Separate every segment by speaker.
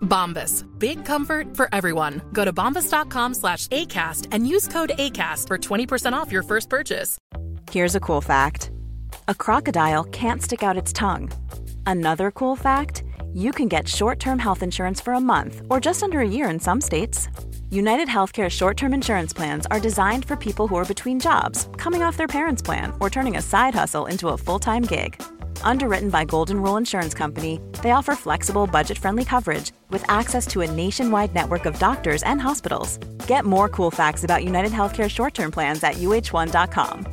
Speaker 1: Bombas. Big comfort for everyone. Go to bombas.com slash ACAST and use code ACAST for 20% off your first purchase.
Speaker 2: Here's a cool fact a crocodile can't stick out its tongue. Another cool fact you can get short term health insurance for a month or just under a year in some states. United Healthcare short term insurance plans are designed for people who are between jobs, coming off their parents' plan, or turning a side hustle into a full time gig. Underwritten by Golden Rule Insurance Company, they offer flexible, budget friendly coverage with access to a nationwide network of doctors and hospitals. Get more cool facts about United Healthcare short term plans at uh1.com.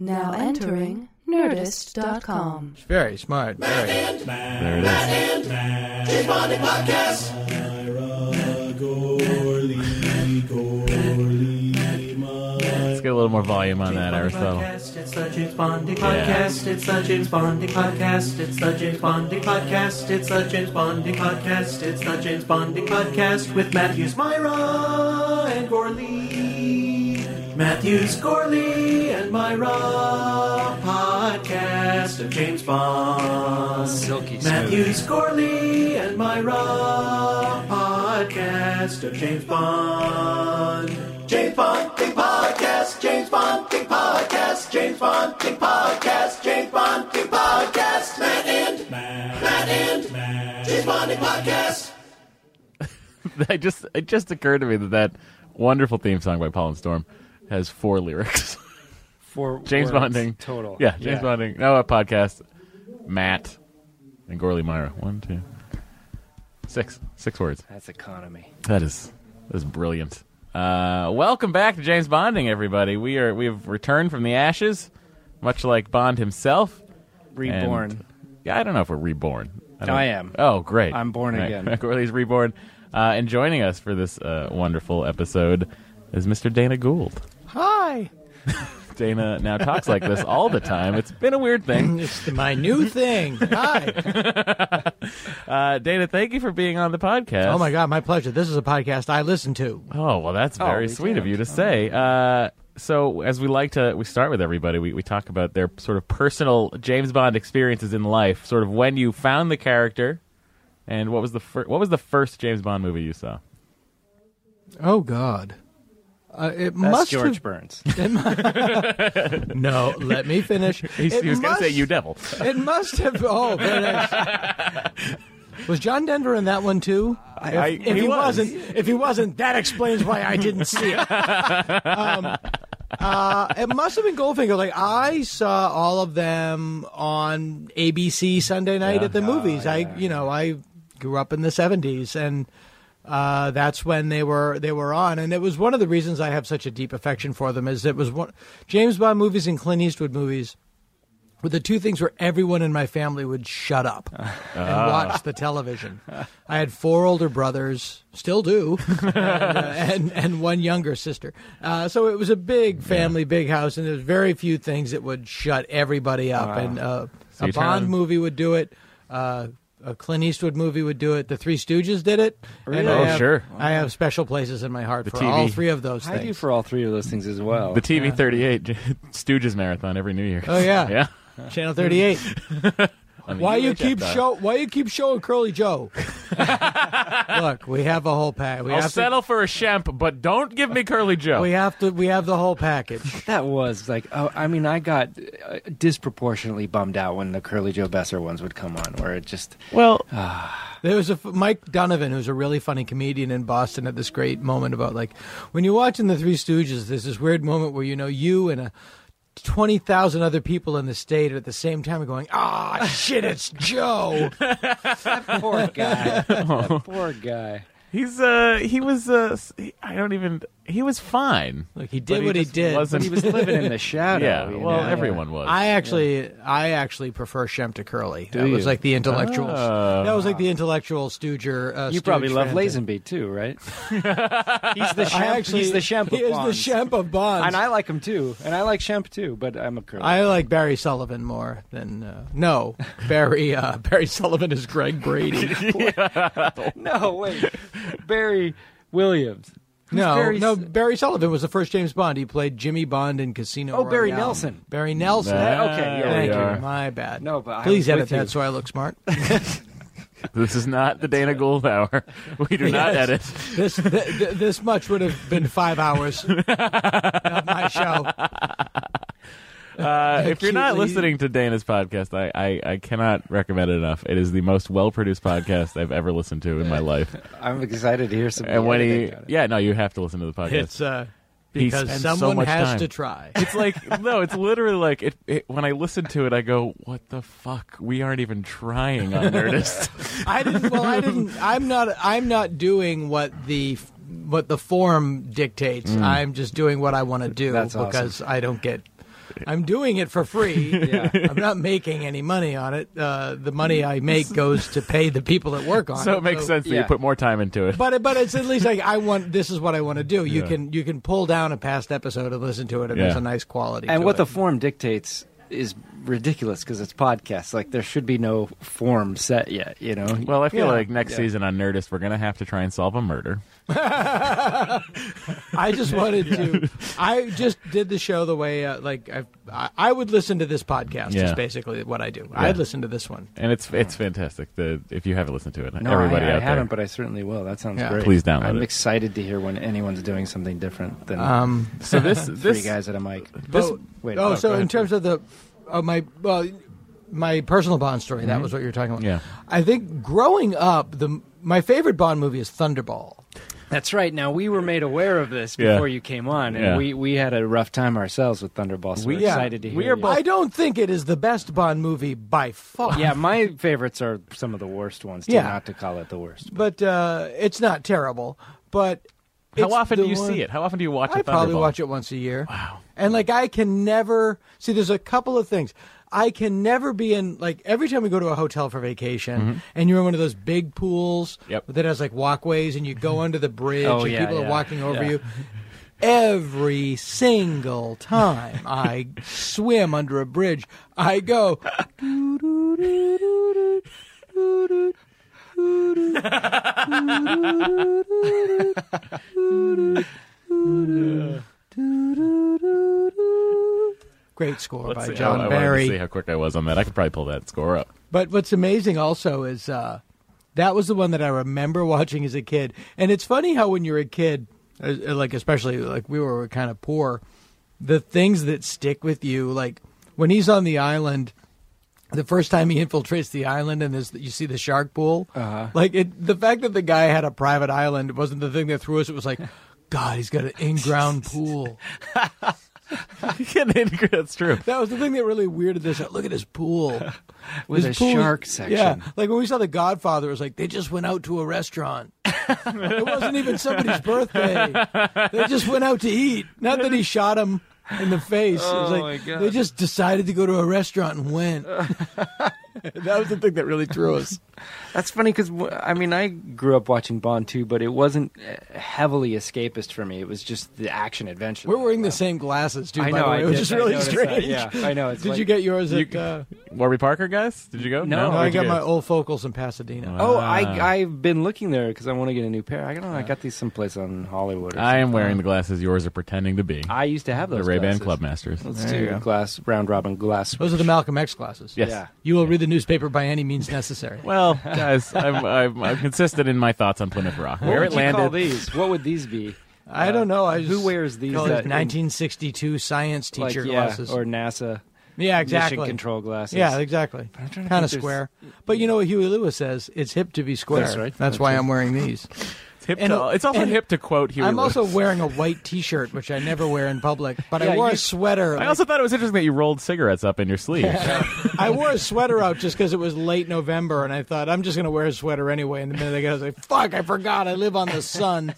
Speaker 3: Now entering Nerdist.com.
Speaker 4: Very smart. Very.
Speaker 5: There it is.
Speaker 6: Let's get a little more volume on that, Aristotle.
Speaker 7: Podcast, It's the James Bondy podcast. It's the James Bondy podcast. It's the James Bondy podcast. It's the James Bondy podcast. It's the James Bondy podcast with Matthews, Myra, and Gorley. Matthews, Gorley, and Myra podcast of James Bond.
Speaker 4: Silky smooth.
Speaker 7: Matthews, Gorley, and Myra podcast of James Bond. James Bond, Think Podcast, James Bond, Think Podcast, James Bond, Think Podcast, James Bond, Think Podcast, Matt and Matt, and Matt. James Bond, Think Podcast.
Speaker 6: I just it just occurred to me that that wonderful theme song by Paul and Storm has four lyrics.
Speaker 4: Four
Speaker 6: James
Speaker 4: words
Speaker 6: Bonding
Speaker 4: Total.
Speaker 6: Yeah, James Bonding. No, a podcast. Matt and Gorley Myra. One, two, six, six words.
Speaker 4: That's economy.
Speaker 6: That is that is brilliant. Uh, welcome back to James Bonding, everybody. We are we have returned from the ashes, much like Bond himself.
Speaker 4: Reborn.
Speaker 6: And- yeah, I don't know if we're reborn. I,
Speaker 4: I
Speaker 6: don't-
Speaker 4: am.
Speaker 6: Oh, great!
Speaker 4: I'm born
Speaker 6: Right.
Speaker 4: again.
Speaker 6: Corley's reborn. Uh, and joining us for this uh, wonderful episode is Mr. Dana Gould.
Speaker 8: Hi.
Speaker 6: Dana now talks like this all the time. It's been a weird thing.
Speaker 8: It's my new thing. Hi.
Speaker 6: Uh, Dana, thank you for being on the podcast.
Speaker 8: Oh my God, my pleasure. This is a podcast I listen to.
Speaker 6: Oh well, that's very
Speaker 4: we
Speaker 6: sweet of
Speaker 4: can't.
Speaker 6: you
Speaker 8: Oh,
Speaker 6: to say. Uh, so, as we like to, we start with everybody. We we talk about their sort of personal James Bond experiences in life. Sort of when you found the character, and what was the fir- what was the first James Bond movie you saw?
Speaker 8: Oh God. Uh, it
Speaker 4: That's
Speaker 8: must
Speaker 4: George
Speaker 8: have-
Speaker 4: Burns.
Speaker 8: No, let me finish.
Speaker 6: He's,
Speaker 8: It
Speaker 6: he was going
Speaker 8: must-
Speaker 6: to say you devil.
Speaker 8: It must have. Oh, very nice. Was John Denver in that one too? if
Speaker 6: I-
Speaker 8: if
Speaker 6: he
Speaker 8: he,
Speaker 6: was.
Speaker 8: not if he wasn't, that explains why I didn't see it. Um, uh, it must have been Goldfinger. Like I saw all of them on ABC Sunday night at the movies. I, you know, I grew up in the '70s, and uh, that's when they were they were on. And it was one of the reasons I have such a deep affection for them. Is it was one James Bond movies and Clint Eastwood movies were the two things where everyone in my family would shut up and
Speaker 6: Ah.
Speaker 8: watch the television. I had four older brothers, still do, and, uh, and and one younger sister. Uh, so it was a big family, big house, and there's very few things that would shut everybody up. And uh,
Speaker 6: Ah. So
Speaker 8: a
Speaker 6: you turn
Speaker 8: Bond
Speaker 6: on-
Speaker 8: movie would do it. Uh, a Clint Eastwood movie would do it. The Three Stooges did it. And I
Speaker 6: Oh,
Speaker 8: have-
Speaker 6: sure.
Speaker 8: I have special places in my heart for
Speaker 6: TV.
Speaker 8: all three of those
Speaker 4: I
Speaker 8: things.
Speaker 4: do for all three of those things as well.
Speaker 6: The TV 38 Stooges marathon every New Year.
Speaker 8: Oh, yeah.
Speaker 6: yeah.
Speaker 8: Channel 38.
Speaker 6: On the
Speaker 8: Why you
Speaker 6: UHF
Speaker 8: keep
Speaker 6: dial.
Speaker 8: show? Why you keep showing Curly Joe? Look, we have a whole pack. We
Speaker 6: I'll
Speaker 8: have Oh,
Speaker 6: settle for a shemp, but don't give me Curly Joe.
Speaker 8: To, we have to. We have the whole package.
Speaker 4: that was like, oh, I mean, I got uh, disproportionately bummed out when the Curly Joe Besser ones would come on, where it just
Speaker 6: Well,
Speaker 8: There was a f- Mike Donovan, who's a really funny comedian in Boston, had this great moment about like when you're watching the Three Stooges. There's this weird moment where you know you and a. 20,000 other people in the state at the same time are going, ah, shit, it's Joe.
Speaker 4: Oh. poor guy, That poor guy.
Speaker 6: He's uh he was uh s- he- I don't even he was fine.
Speaker 8: Look, he
Speaker 6: But
Speaker 8: did what he
Speaker 6: just
Speaker 8: did.
Speaker 6: Wasn't
Speaker 4: he was living in the shadow.
Speaker 6: yeah.
Speaker 4: you
Speaker 6: Well,
Speaker 4: know?
Speaker 6: everyone was.
Speaker 8: I actually, I actually prefer Shem to Curly. that was
Speaker 4: you?
Speaker 8: like the intellectual.
Speaker 6: Oh.
Speaker 8: that was like the intellectual stooger. Uh,
Speaker 4: You
Speaker 8: stooge
Speaker 4: probably love
Speaker 8: fandom.
Speaker 4: Lazenby too, right? he's the Shemp.
Speaker 8: I actually,
Speaker 4: he's the Shemp.
Speaker 8: He is
Speaker 4: of Bonds.
Speaker 8: the Shemp of Bonds.
Speaker 4: And I like him too, and I like Shemp too, but I'm a curly.
Speaker 8: I like Barry Sullivan more than uh, no Barry. Uh, Barry Sullivan is Greg Brady.
Speaker 4: no, wait, Barry Williams. Who's
Speaker 8: no,
Speaker 4: Barry
Speaker 8: no
Speaker 4: S-
Speaker 8: Barry Sullivan was the first James Bond. He played Jimmy Bond in Casino.
Speaker 4: Oh, Barry
Speaker 8: Royale.
Speaker 4: Nelson.
Speaker 8: Barry Nelson.
Speaker 6: Ah,
Speaker 4: okay, yeah,
Speaker 8: Thank
Speaker 6: we
Speaker 8: you.
Speaker 6: are.
Speaker 8: My bad.
Speaker 4: No, but I
Speaker 8: please
Speaker 4: was
Speaker 8: edit
Speaker 4: with you.
Speaker 8: that so I look smart.
Speaker 6: This is not the Dana Gould hour. We do not
Speaker 8: Yes.
Speaker 6: edit.
Speaker 8: this th- th- this much would have been five hours of my show.
Speaker 6: Uh, if you're not
Speaker 8: Acutely-
Speaker 6: listening to Dana's podcast, I, I, I cannot recommend it enough. It is the most well produced podcast I've ever listened to in my life.
Speaker 4: I'm excited to hear some.
Speaker 6: And when
Speaker 4: editing
Speaker 6: he,
Speaker 4: on it.
Speaker 6: yeah, no, you have to listen to the podcast.
Speaker 8: It's uh,
Speaker 6: He
Speaker 8: because
Speaker 6: spends so
Speaker 8: someone
Speaker 6: much
Speaker 8: has
Speaker 6: time.
Speaker 8: to try.
Speaker 6: It's like no, it's literally like it, it. When I listen to it, I go, "What the fuck? We aren't even trying on Nerdist."
Speaker 8: I didn't. Well, I didn't. I'm not. I'm not doing what the what the form dictates.
Speaker 6: Mm.
Speaker 8: I'm just doing what I want to do
Speaker 4: That's awesome.
Speaker 8: because I don't get. I'm doing it for free.
Speaker 4: Yeah.
Speaker 8: I'm not making any money on it. Uh, the money I make goes to pay the people that work on it.
Speaker 6: so it makes sense that you
Speaker 4: Yeah.
Speaker 6: put more time into it.
Speaker 8: But but it's at least like I want. This is what I want to do. You
Speaker 6: Yeah.
Speaker 8: can you can pull down a past episode and listen to it, and there's
Speaker 6: Yeah.
Speaker 8: a nice quality.
Speaker 4: and
Speaker 8: to
Speaker 4: what
Speaker 8: it.
Speaker 4: the form dictates is ridiculous because it's podcasts. Like there should be no form set yet. You know.
Speaker 6: well, I feel
Speaker 8: Yeah.
Speaker 6: like next
Speaker 4: Yeah.
Speaker 6: season on Nerdist, we're gonna have to try and solve a murder.
Speaker 8: I just wanted to. I just did the show the way uh, like I, I I would listen to this podcast.
Speaker 6: Yeah.
Speaker 8: Is basically what I do. I'd
Speaker 6: Yeah.
Speaker 8: listen to this one.
Speaker 6: And it's it's fantastic. The if you haven't listened to it,
Speaker 4: no,
Speaker 6: everybody
Speaker 4: I, I
Speaker 6: out there,
Speaker 4: haven't, but I certainly will. That sounds
Speaker 8: Yeah.
Speaker 4: great.
Speaker 6: Please download
Speaker 4: I'm
Speaker 6: it.
Speaker 4: excited to hear when anyone's doing something different than
Speaker 8: Um,
Speaker 6: so this
Speaker 4: three
Speaker 6: this
Speaker 4: guys at a mic.
Speaker 6: This-
Speaker 8: oh,
Speaker 4: wait,
Speaker 8: oh,
Speaker 4: oh,
Speaker 8: so
Speaker 4: go
Speaker 8: in
Speaker 4: ahead.
Speaker 8: terms of the uh, my well, my personal Bond story. That was what you were talking about.
Speaker 6: Mm-hmm. Yeah.
Speaker 8: I think growing up, the my favorite Bond movie is Thunderball.
Speaker 4: That's right. Now we were made aware of this
Speaker 6: Yeah.
Speaker 4: before you came on, and
Speaker 6: Yeah.
Speaker 4: we, we had a rough time ourselves with Thunderball. So
Speaker 6: We-
Speaker 4: we, are
Speaker 6: yeah.
Speaker 4: excited to hear.
Speaker 6: We are
Speaker 4: you.
Speaker 6: both-
Speaker 8: I don't think it is the best Bond movie by far.
Speaker 4: Yeah, my favorites are some of the worst ones. Too,
Speaker 8: Yeah.
Speaker 4: not to call it the worst.
Speaker 8: but uh, it's not terrible. But
Speaker 6: How
Speaker 8: it's
Speaker 6: often do
Speaker 8: the
Speaker 6: you
Speaker 8: one-
Speaker 6: see it? How often do you watch?
Speaker 8: I
Speaker 6: a
Speaker 8: probably
Speaker 6: Thunderball?
Speaker 8: watch it once a year. Wow. And like I can never see. There's a couple of things I can never be in. Like every time we go to a hotel for vacation, and you're in one of those big pools
Speaker 6: Mm-hmm. Yep.
Speaker 8: that has like walkways, and you go under the bridge,
Speaker 4: Oh,
Speaker 8: and
Speaker 4: yeah,
Speaker 8: people are
Speaker 4: yeah,
Speaker 8: walking over
Speaker 4: yeah.
Speaker 8: you. Every single time I swim under a bridge, I go. Great score
Speaker 6: Let's
Speaker 8: by
Speaker 6: see. Oh,
Speaker 8: John
Speaker 6: I, I wanted to
Speaker 8: Barry.
Speaker 6: see how quick I was on that. I could probably pull that score up.
Speaker 8: But what's amazing also is uh, that was the one that I remember watching as a kid. And it's funny how when you're a kid, uh, uh, like especially like we were kind of poor, the things that stick with you, like when he's on the island. The first time he infiltrates the island and there's you see the shark pool, uh-huh. like it, the fact that the guy had a private island wasn't the thing that threw us. It was like, God, he's got an in-ground pool.
Speaker 6: That's true.
Speaker 8: That was the thing that really weirded us out. Look at his pool.
Speaker 4: With
Speaker 8: His
Speaker 4: a
Speaker 8: pool-
Speaker 4: shark section.
Speaker 8: Yeah. Like when we saw The Godfather, it was like they just went out to a restaurant. it wasn't even somebody's birthday. They just went out to eat. Not that he shot him in the face. it was
Speaker 4: Oh,
Speaker 8: like
Speaker 4: my God.
Speaker 8: they just decided to go to a restaurant and went. that was the thing that really threw us.
Speaker 4: That's funny because I mean I grew up watching Bond too, but it wasn't uh, heavily escapist for me. It was just the action adventure.
Speaker 8: We're wearing the same glasses, too,
Speaker 4: I
Speaker 8: by
Speaker 4: know,
Speaker 8: the way,
Speaker 4: I
Speaker 8: which
Speaker 4: did-
Speaker 8: is
Speaker 4: I
Speaker 8: really
Speaker 4: noticed
Speaker 8: strange.
Speaker 4: that, yeah. I know, it's
Speaker 8: Did
Speaker 4: like-
Speaker 8: you get yours
Speaker 6: You-
Speaker 8: at. uh,
Speaker 6: Warby Parker guys? Did you go?
Speaker 8: no,
Speaker 4: No.
Speaker 8: I
Speaker 6: Where'd you
Speaker 8: got
Speaker 6: go?
Speaker 8: my old focals in Pasadena.
Speaker 4: Oh,
Speaker 6: Ah.
Speaker 4: I I've been looking there because I want to get a new pair. I don't know. I got these someplace on Hollywood. Or
Speaker 6: I am
Speaker 4: something.
Speaker 6: wearing the glasses yours are pretending to be.
Speaker 4: I used to have
Speaker 6: the
Speaker 4: those
Speaker 6: Ray Ban
Speaker 4: glasses.
Speaker 6: Clubmasters.
Speaker 4: Let's
Speaker 8: There you
Speaker 4: do
Speaker 8: go.
Speaker 4: glass round robin glass.
Speaker 8: Those are the Malcolm X glasses.
Speaker 6: Yes.
Speaker 4: Yeah.
Speaker 8: You will read the newspaper by any means necessary.
Speaker 6: Well, guys, I'm, I'm, I'm consistent in my thoughts on Plymouth Rock.
Speaker 4: What
Speaker 6: Where
Speaker 4: would
Speaker 6: it
Speaker 4: you call
Speaker 6: landed.
Speaker 4: these? What would these be?
Speaker 8: I don't know. I
Speaker 4: who
Speaker 8: just
Speaker 4: wears these
Speaker 8: call it
Speaker 4: that-
Speaker 8: 1962 science
Speaker 4: Like,
Speaker 8: teacher
Speaker 4: yeah,
Speaker 8: glasses.
Speaker 4: or NASA
Speaker 8: yeah,
Speaker 4: mission
Speaker 8: exactly.
Speaker 4: control glasses.
Speaker 8: Yeah, exactly.
Speaker 4: I'm trying to
Speaker 8: Kind of
Speaker 4: think there's-
Speaker 8: square. But you know what Huey Lewis says? It's hip to be square.
Speaker 4: That's right. That's
Speaker 8: why
Speaker 4: it.
Speaker 8: I'm wearing these.
Speaker 6: It's hip
Speaker 8: And-
Speaker 6: to, it's also
Speaker 8: and-
Speaker 6: hip to quote Huey
Speaker 8: I'm
Speaker 6: Lewis.
Speaker 8: also wearing a white T-shirt, which I never wear in public, but
Speaker 6: Yeah,
Speaker 8: I wore
Speaker 6: you-
Speaker 8: a sweater.
Speaker 6: I
Speaker 8: like-
Speaker 6: also thought it was interesting that you rolled cigarettes up in your sleeve.
Speaker 8: I wore a sweater out just because it was late November, and I thought I'm just going to wear a sweater anyway. And the minute I got, it, I was like, "Fuck, I forgot. I live on the sun."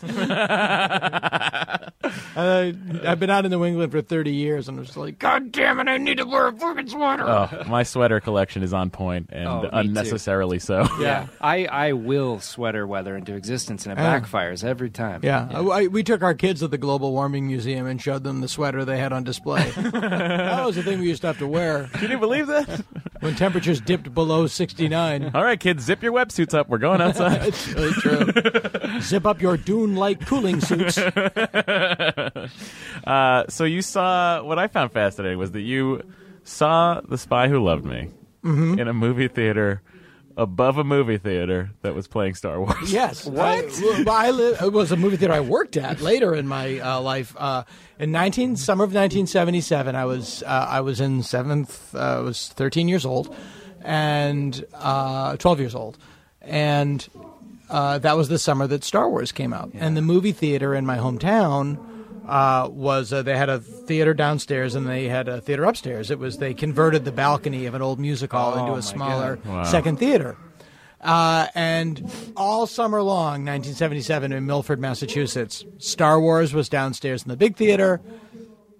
Speaker 8: And I, I've been out in New England for 30 years, and I'm just like, "God damn it, I need to wear a fucking sweater."
Speaker 6: Oh, my sweater collection is on point and
Speaker 4: Oh, me too.
Speaker 6: unnecessarily so.
Speaker 4: Yeah, I, I will sweater weather into existence, and it
Speaker 8: Yeah.
Speaker 4: backfires every time.
Speaker 8: Yeah, I, I- we took our kids to the Global Warming Museum and showed them the sweater they had on display. that was the thing we used to have to wear
Speaker 6: Can you believe that?
Speaker 8: when temperatures dipped below 69.
Speaker 6: All right, kids, zip your wetsuits up. We're going outside.
Speaker 8: It's really true. Zip up your dune-like cooling suits.
Speaker 6: Uh, so you saw what I found fascinating was that you saw The Spy Who Loved Me
Speaker 8: Mm-hmm.
Speaker 6: in a movie theater above a movie theater that was playing Star Wars.
Speaker 8: Yes. What? I, well, I li- it was a movie theater I worked at later in my uh, life. Uh, in 19 summer of 1977, I was uh, I was in seventh. Uh, I was 13 years old, and uh, 12 years old, and uh, that was the summer that Star Wars came out. And the movie theater in my hometown uh, was uh, they had a theater downstairs and they had a theater upstairs. It was they converted the balcony of an old music hall into a smaller second theater. Uh, and all summer long, 1977 in Milford, Massachusetts, Star Wars was downstairs in the big theater.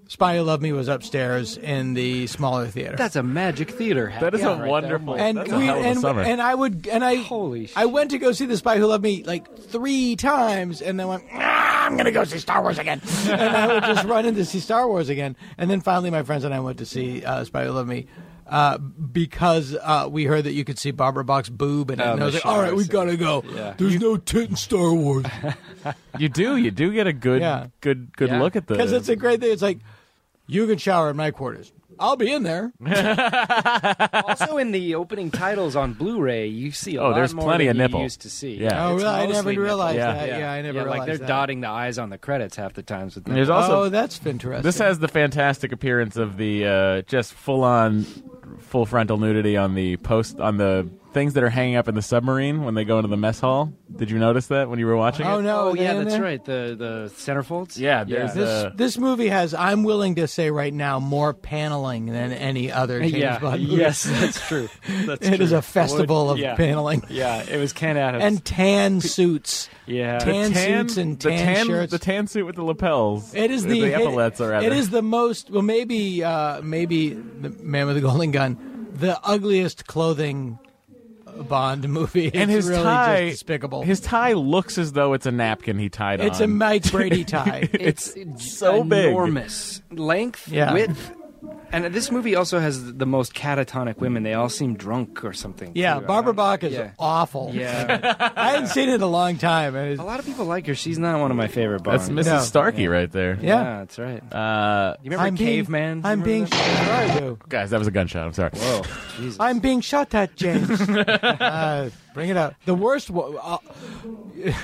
Speaker 8: Spy Who Loved Me was upstairs in the smaller theater.
Speaker 4: That's a magic theater. hat.
Speaker 6: That is
Speaker 4: Yeah,
Speaker 6: a
Speaker 4: right there.
Speaker 6: wonderful-
Speaker 4: I'm like,
Speaker 8: and
Speaker 6: Oh, That's a
Speaker 8: we
Speaker 6: hell of a
Speaker 8: and,
Speaker 6: summer.
Speaker 8: and I would and I
Speaker 4: Holy
Speaker 8: I went to go see The Spy Who Loved Me like three times and then went "Ah, I'm gonna go see Star Wars again and I would just run in to see Star Wars again and then finally my friends and I went to see uh, Spy Who Loved Me uh, because uh, we heard that you could see Barbara Bach's boob in it.
Speaker 4: Oh,
Speaker 8: and I was
Speaker 4: the
Speaker 8: like all right we gotta
Speaker 4: showers.
Speaker 8: go
Speaker 4: Yeah.
Speaker 8: there's no tit in Star Wars
Speaker 6: You do, you do get a good,
Speaker 8: Yeah.
Speaker 6: good, good
Speaker 4: Yeah.
Speaker 6: look at the.
Speaker 8: because it's a great thing it's like you can shower in my quarters I'll be in there
Speaker 4: also in the opening titles on Blu-ray, you see a
Speaker 6: Oh,
Speaker 4: lot
Speaker 6: there's
Speaker 4: more
Speaker 6: plenty
Speaker 4: than
Speaker 6: of
Speaker 4: you
Speaker 6: nipple.
Speaker 4: used to see.
Speaker 6: Yeah.
Speaker 8: oh
Speaker 4: It's
Speaker 8: really I
Speaker 4: mostly
Speaker 8: never
Speaker 4: nipple.
Speaker 8: realized
Speaker 6: Yeah.
Speaker 8: that yeah. I never realized
Speaker 4: like they're
Speaker 8: that.
Speaker 4: dotting the i's on the credits half the times with
Speaker 6: There's
Speaker 4: that.
Speaker 6: also
Speaker 8: oh that's interesting
Speaker 6: This has the fantastic appearance of the uh, just full on full frontal nudity on the post on the things that are hanging up in the submarine when they go into the mess hall. Did you notice that when you were watching
Speaker 8: oh
Speaker 6: it?
Speaker 8: no
Speaker 4: Oh
Speaker 8: are they
Speaker 4: yeah,
Speaker 8: in
Speaker 4: that's
Speaker 8: there?
Speaker 4: right. The the centerfolds.
Speaker 6: Yeah, there's
Speaker 8: This
Speaker 6: Uh,
Speaker 8: this movie has, I'm willing to say right now, more paneling than any other James
Speaker 4: yeah.
Speaker 8: Bond movie.
Speaker 4: Yes, that's true. That's
Speaker 8: It is
Speaker 4: true.
Speaker 8: a festival of
Speaker 4: yeah.
Speaker 8: paneling.
Speaker 4: Yeah, it was Ken Adams.
Speaker 8: And tan suits.
Speaker 4: yeah,
Speaker 6: The
Speaker 8: tan suits and
Speaker 6: the
Speaker 8: tan shirts.
Speaker 6: The tan suit with the lapels.
Speaker 8: It is the,
Speaker 6: epaulets, or rather.
Speaker 8: It is the most well, maybe uh, maybe the Man with the Golden Gun, the ugliest clothing Bond movie.
Speaker 6: and
Speaker 8: It's
Speaker 6: his
Speaker 8: really
Speaker 6: tie
Speaker 8: just despicable.
Speaker 6: His tie looks as though it's a napkin he tied
Speaker 8: it's a
Speaker 6: on.
Speaker 8: Mike Brady tie.
Speaker 4: it's,
Speaker 6: so big.
Speaker 4: enormous length,
Speaker 8: Yeah.
Speaker 4: width. And this movie also has the most catatonic women. They all seem drunk or something.
Speaker 8: yeah,
Speaker 4: too. I
Speaker 8: Barbara
Speaker 4: don't-
Speaker 8: Bach is
Speaker 4: yeah.
Speaker 8: awful.
Speaker 4: Yeah,
Speaker 8: I hadn't seen it in a long time. and it's-
Speaker 4: a lot of people like her. She's not one of my favorite
Speaker 6: That's
Speaker 4: Bonds.
Speaker 6: Mrs.
Speaker 8: No.
Speaker 6: Starkey right there.
Speaker 8: Yeah.
Speaker 4: that's right.
Speaker 6: Uh,
Speaker 4: you remember Caveman?
Speaker 8: Being, I'm
Speaker 4: Do you
Speaker 8: being.
Speaker 4: remember
Speaker 8: Sure I do.
Speaker 6: guys, that was a gunshot. I'm sorry.
Speaker 4: that? Whoa, Jesus.
Speaker 8: I'm being shot at, James. uh, bring it up. The worst. Wo- uh,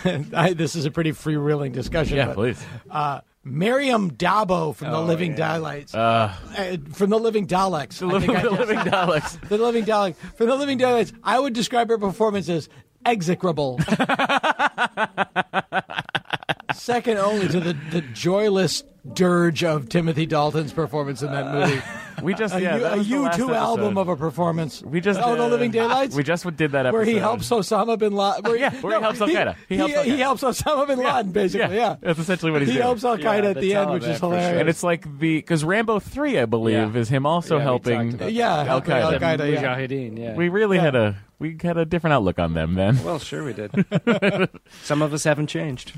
Speaker 8: I, this is a pretty freewheeling discussion.
Speaker 6: Yeah,
Speaker 8: but,
Speaker 6: please.
Speaker 8: Uh, Miriam Dabo from the
Speaker 6: Oh,
Speaker 8: Living Daleks. Uh, from the Living Daleks. I think I
Speaker 6: the
Speaker 8: just-
Speaker 6: living Daleks.
Speaker 8: the Living Daleks. From the Living Daleks. I would describe her performance as execrable. Second only to the, the joyless dirge of Timothy Dalton's performance in that movie.
Speaker 6: We just
Speaker 8: A
Speaker 6: yeah,
Speaker 8: U-
Speaker 6: that
Speaker 8: a
Speaker 6: was the
Speaker 8: U2
Speaker 6: last
Speaker 8: album
Speaker 6: episode.
Speaker 8: of a performance.
Speaker 6: We just
Speaker 8: oh, the
Speaker 6: uh,
Speaker 8: Living Daylights.
Speaker 6: We just did that episode
Speaker 8: where he helps Osama bin Laden. Where he,
Speaker 6: Yeah, where he helps
Speaker 8: he-
Speaker 6: Al-Qaeda. He
Speaker 8: He,
Speaker 6: helps Al-Qaeda.
Speaker 8: he helps Osama bin Laden, basically. Yeah,
Speaker 6: that's essentially what he's
Speaker 8: he
Speaker 6: doing.
Speaker 8: helps Al Qaeda
Speaker 4: Yeah,
Speaker 8: at the
Speaker 4: that's
Speaker 8: end,
Speaker 4: all
Speaker 8: which
Speaker 4: of
Speaker 8: is
Speaker 4: that, for sure.
Speaker 8: hilarious.
Speaker 6: and it's like the because Rambo three, I believe,
Speaker 4: Yeah.
Speaker 6: is him also
Speaker 4: Yeah, we
Speaker 6: helping.
Speaker 4: talked about
Speaker 8: Uh, yeah,
Speaker 6: Al
Speaker 8: helping
Speaker 6: Qaeda.
Speaker 8: Al-Qaeda, yeah.
Speaker 4: Mujahideen, yeah.
Speaker 6: We really had a we had a different outlook on them then.
Speaker 4: well, sure we did. Some of us haven't changed.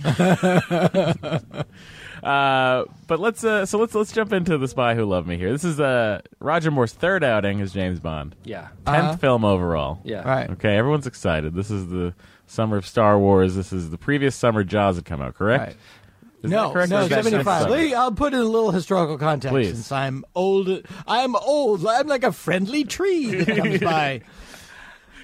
Speaker 6: Uh, but let's uh, so let's let's jump into the Spy Who Loved Me here. This is uh, Roger Moore's third outing as James Bond,
Speaker 4: Yeah,
Speaker 6: 10th film overall.
Speaker 4: yeah.
Speaker 8: Uh-huh. Right.
Speaker 6: Okay, everyone's excited. This is the summer of Star Wars. This is the previous summer Jaws had come out, correct?
Speaker 8: Right.
Speaker 6: Is
Speaker 8: no,
Speaker 6: that correct? Or
Speaker 8: no,
Speaker 6: is that
Speaker 8: seventy five.
Speaker 6: summer?
Speaker 8: I'll put in a little historical context
Speaker 6: Please.
Speaker 8: since I'm old. I'm old. I'm like a friendly tree that comes by.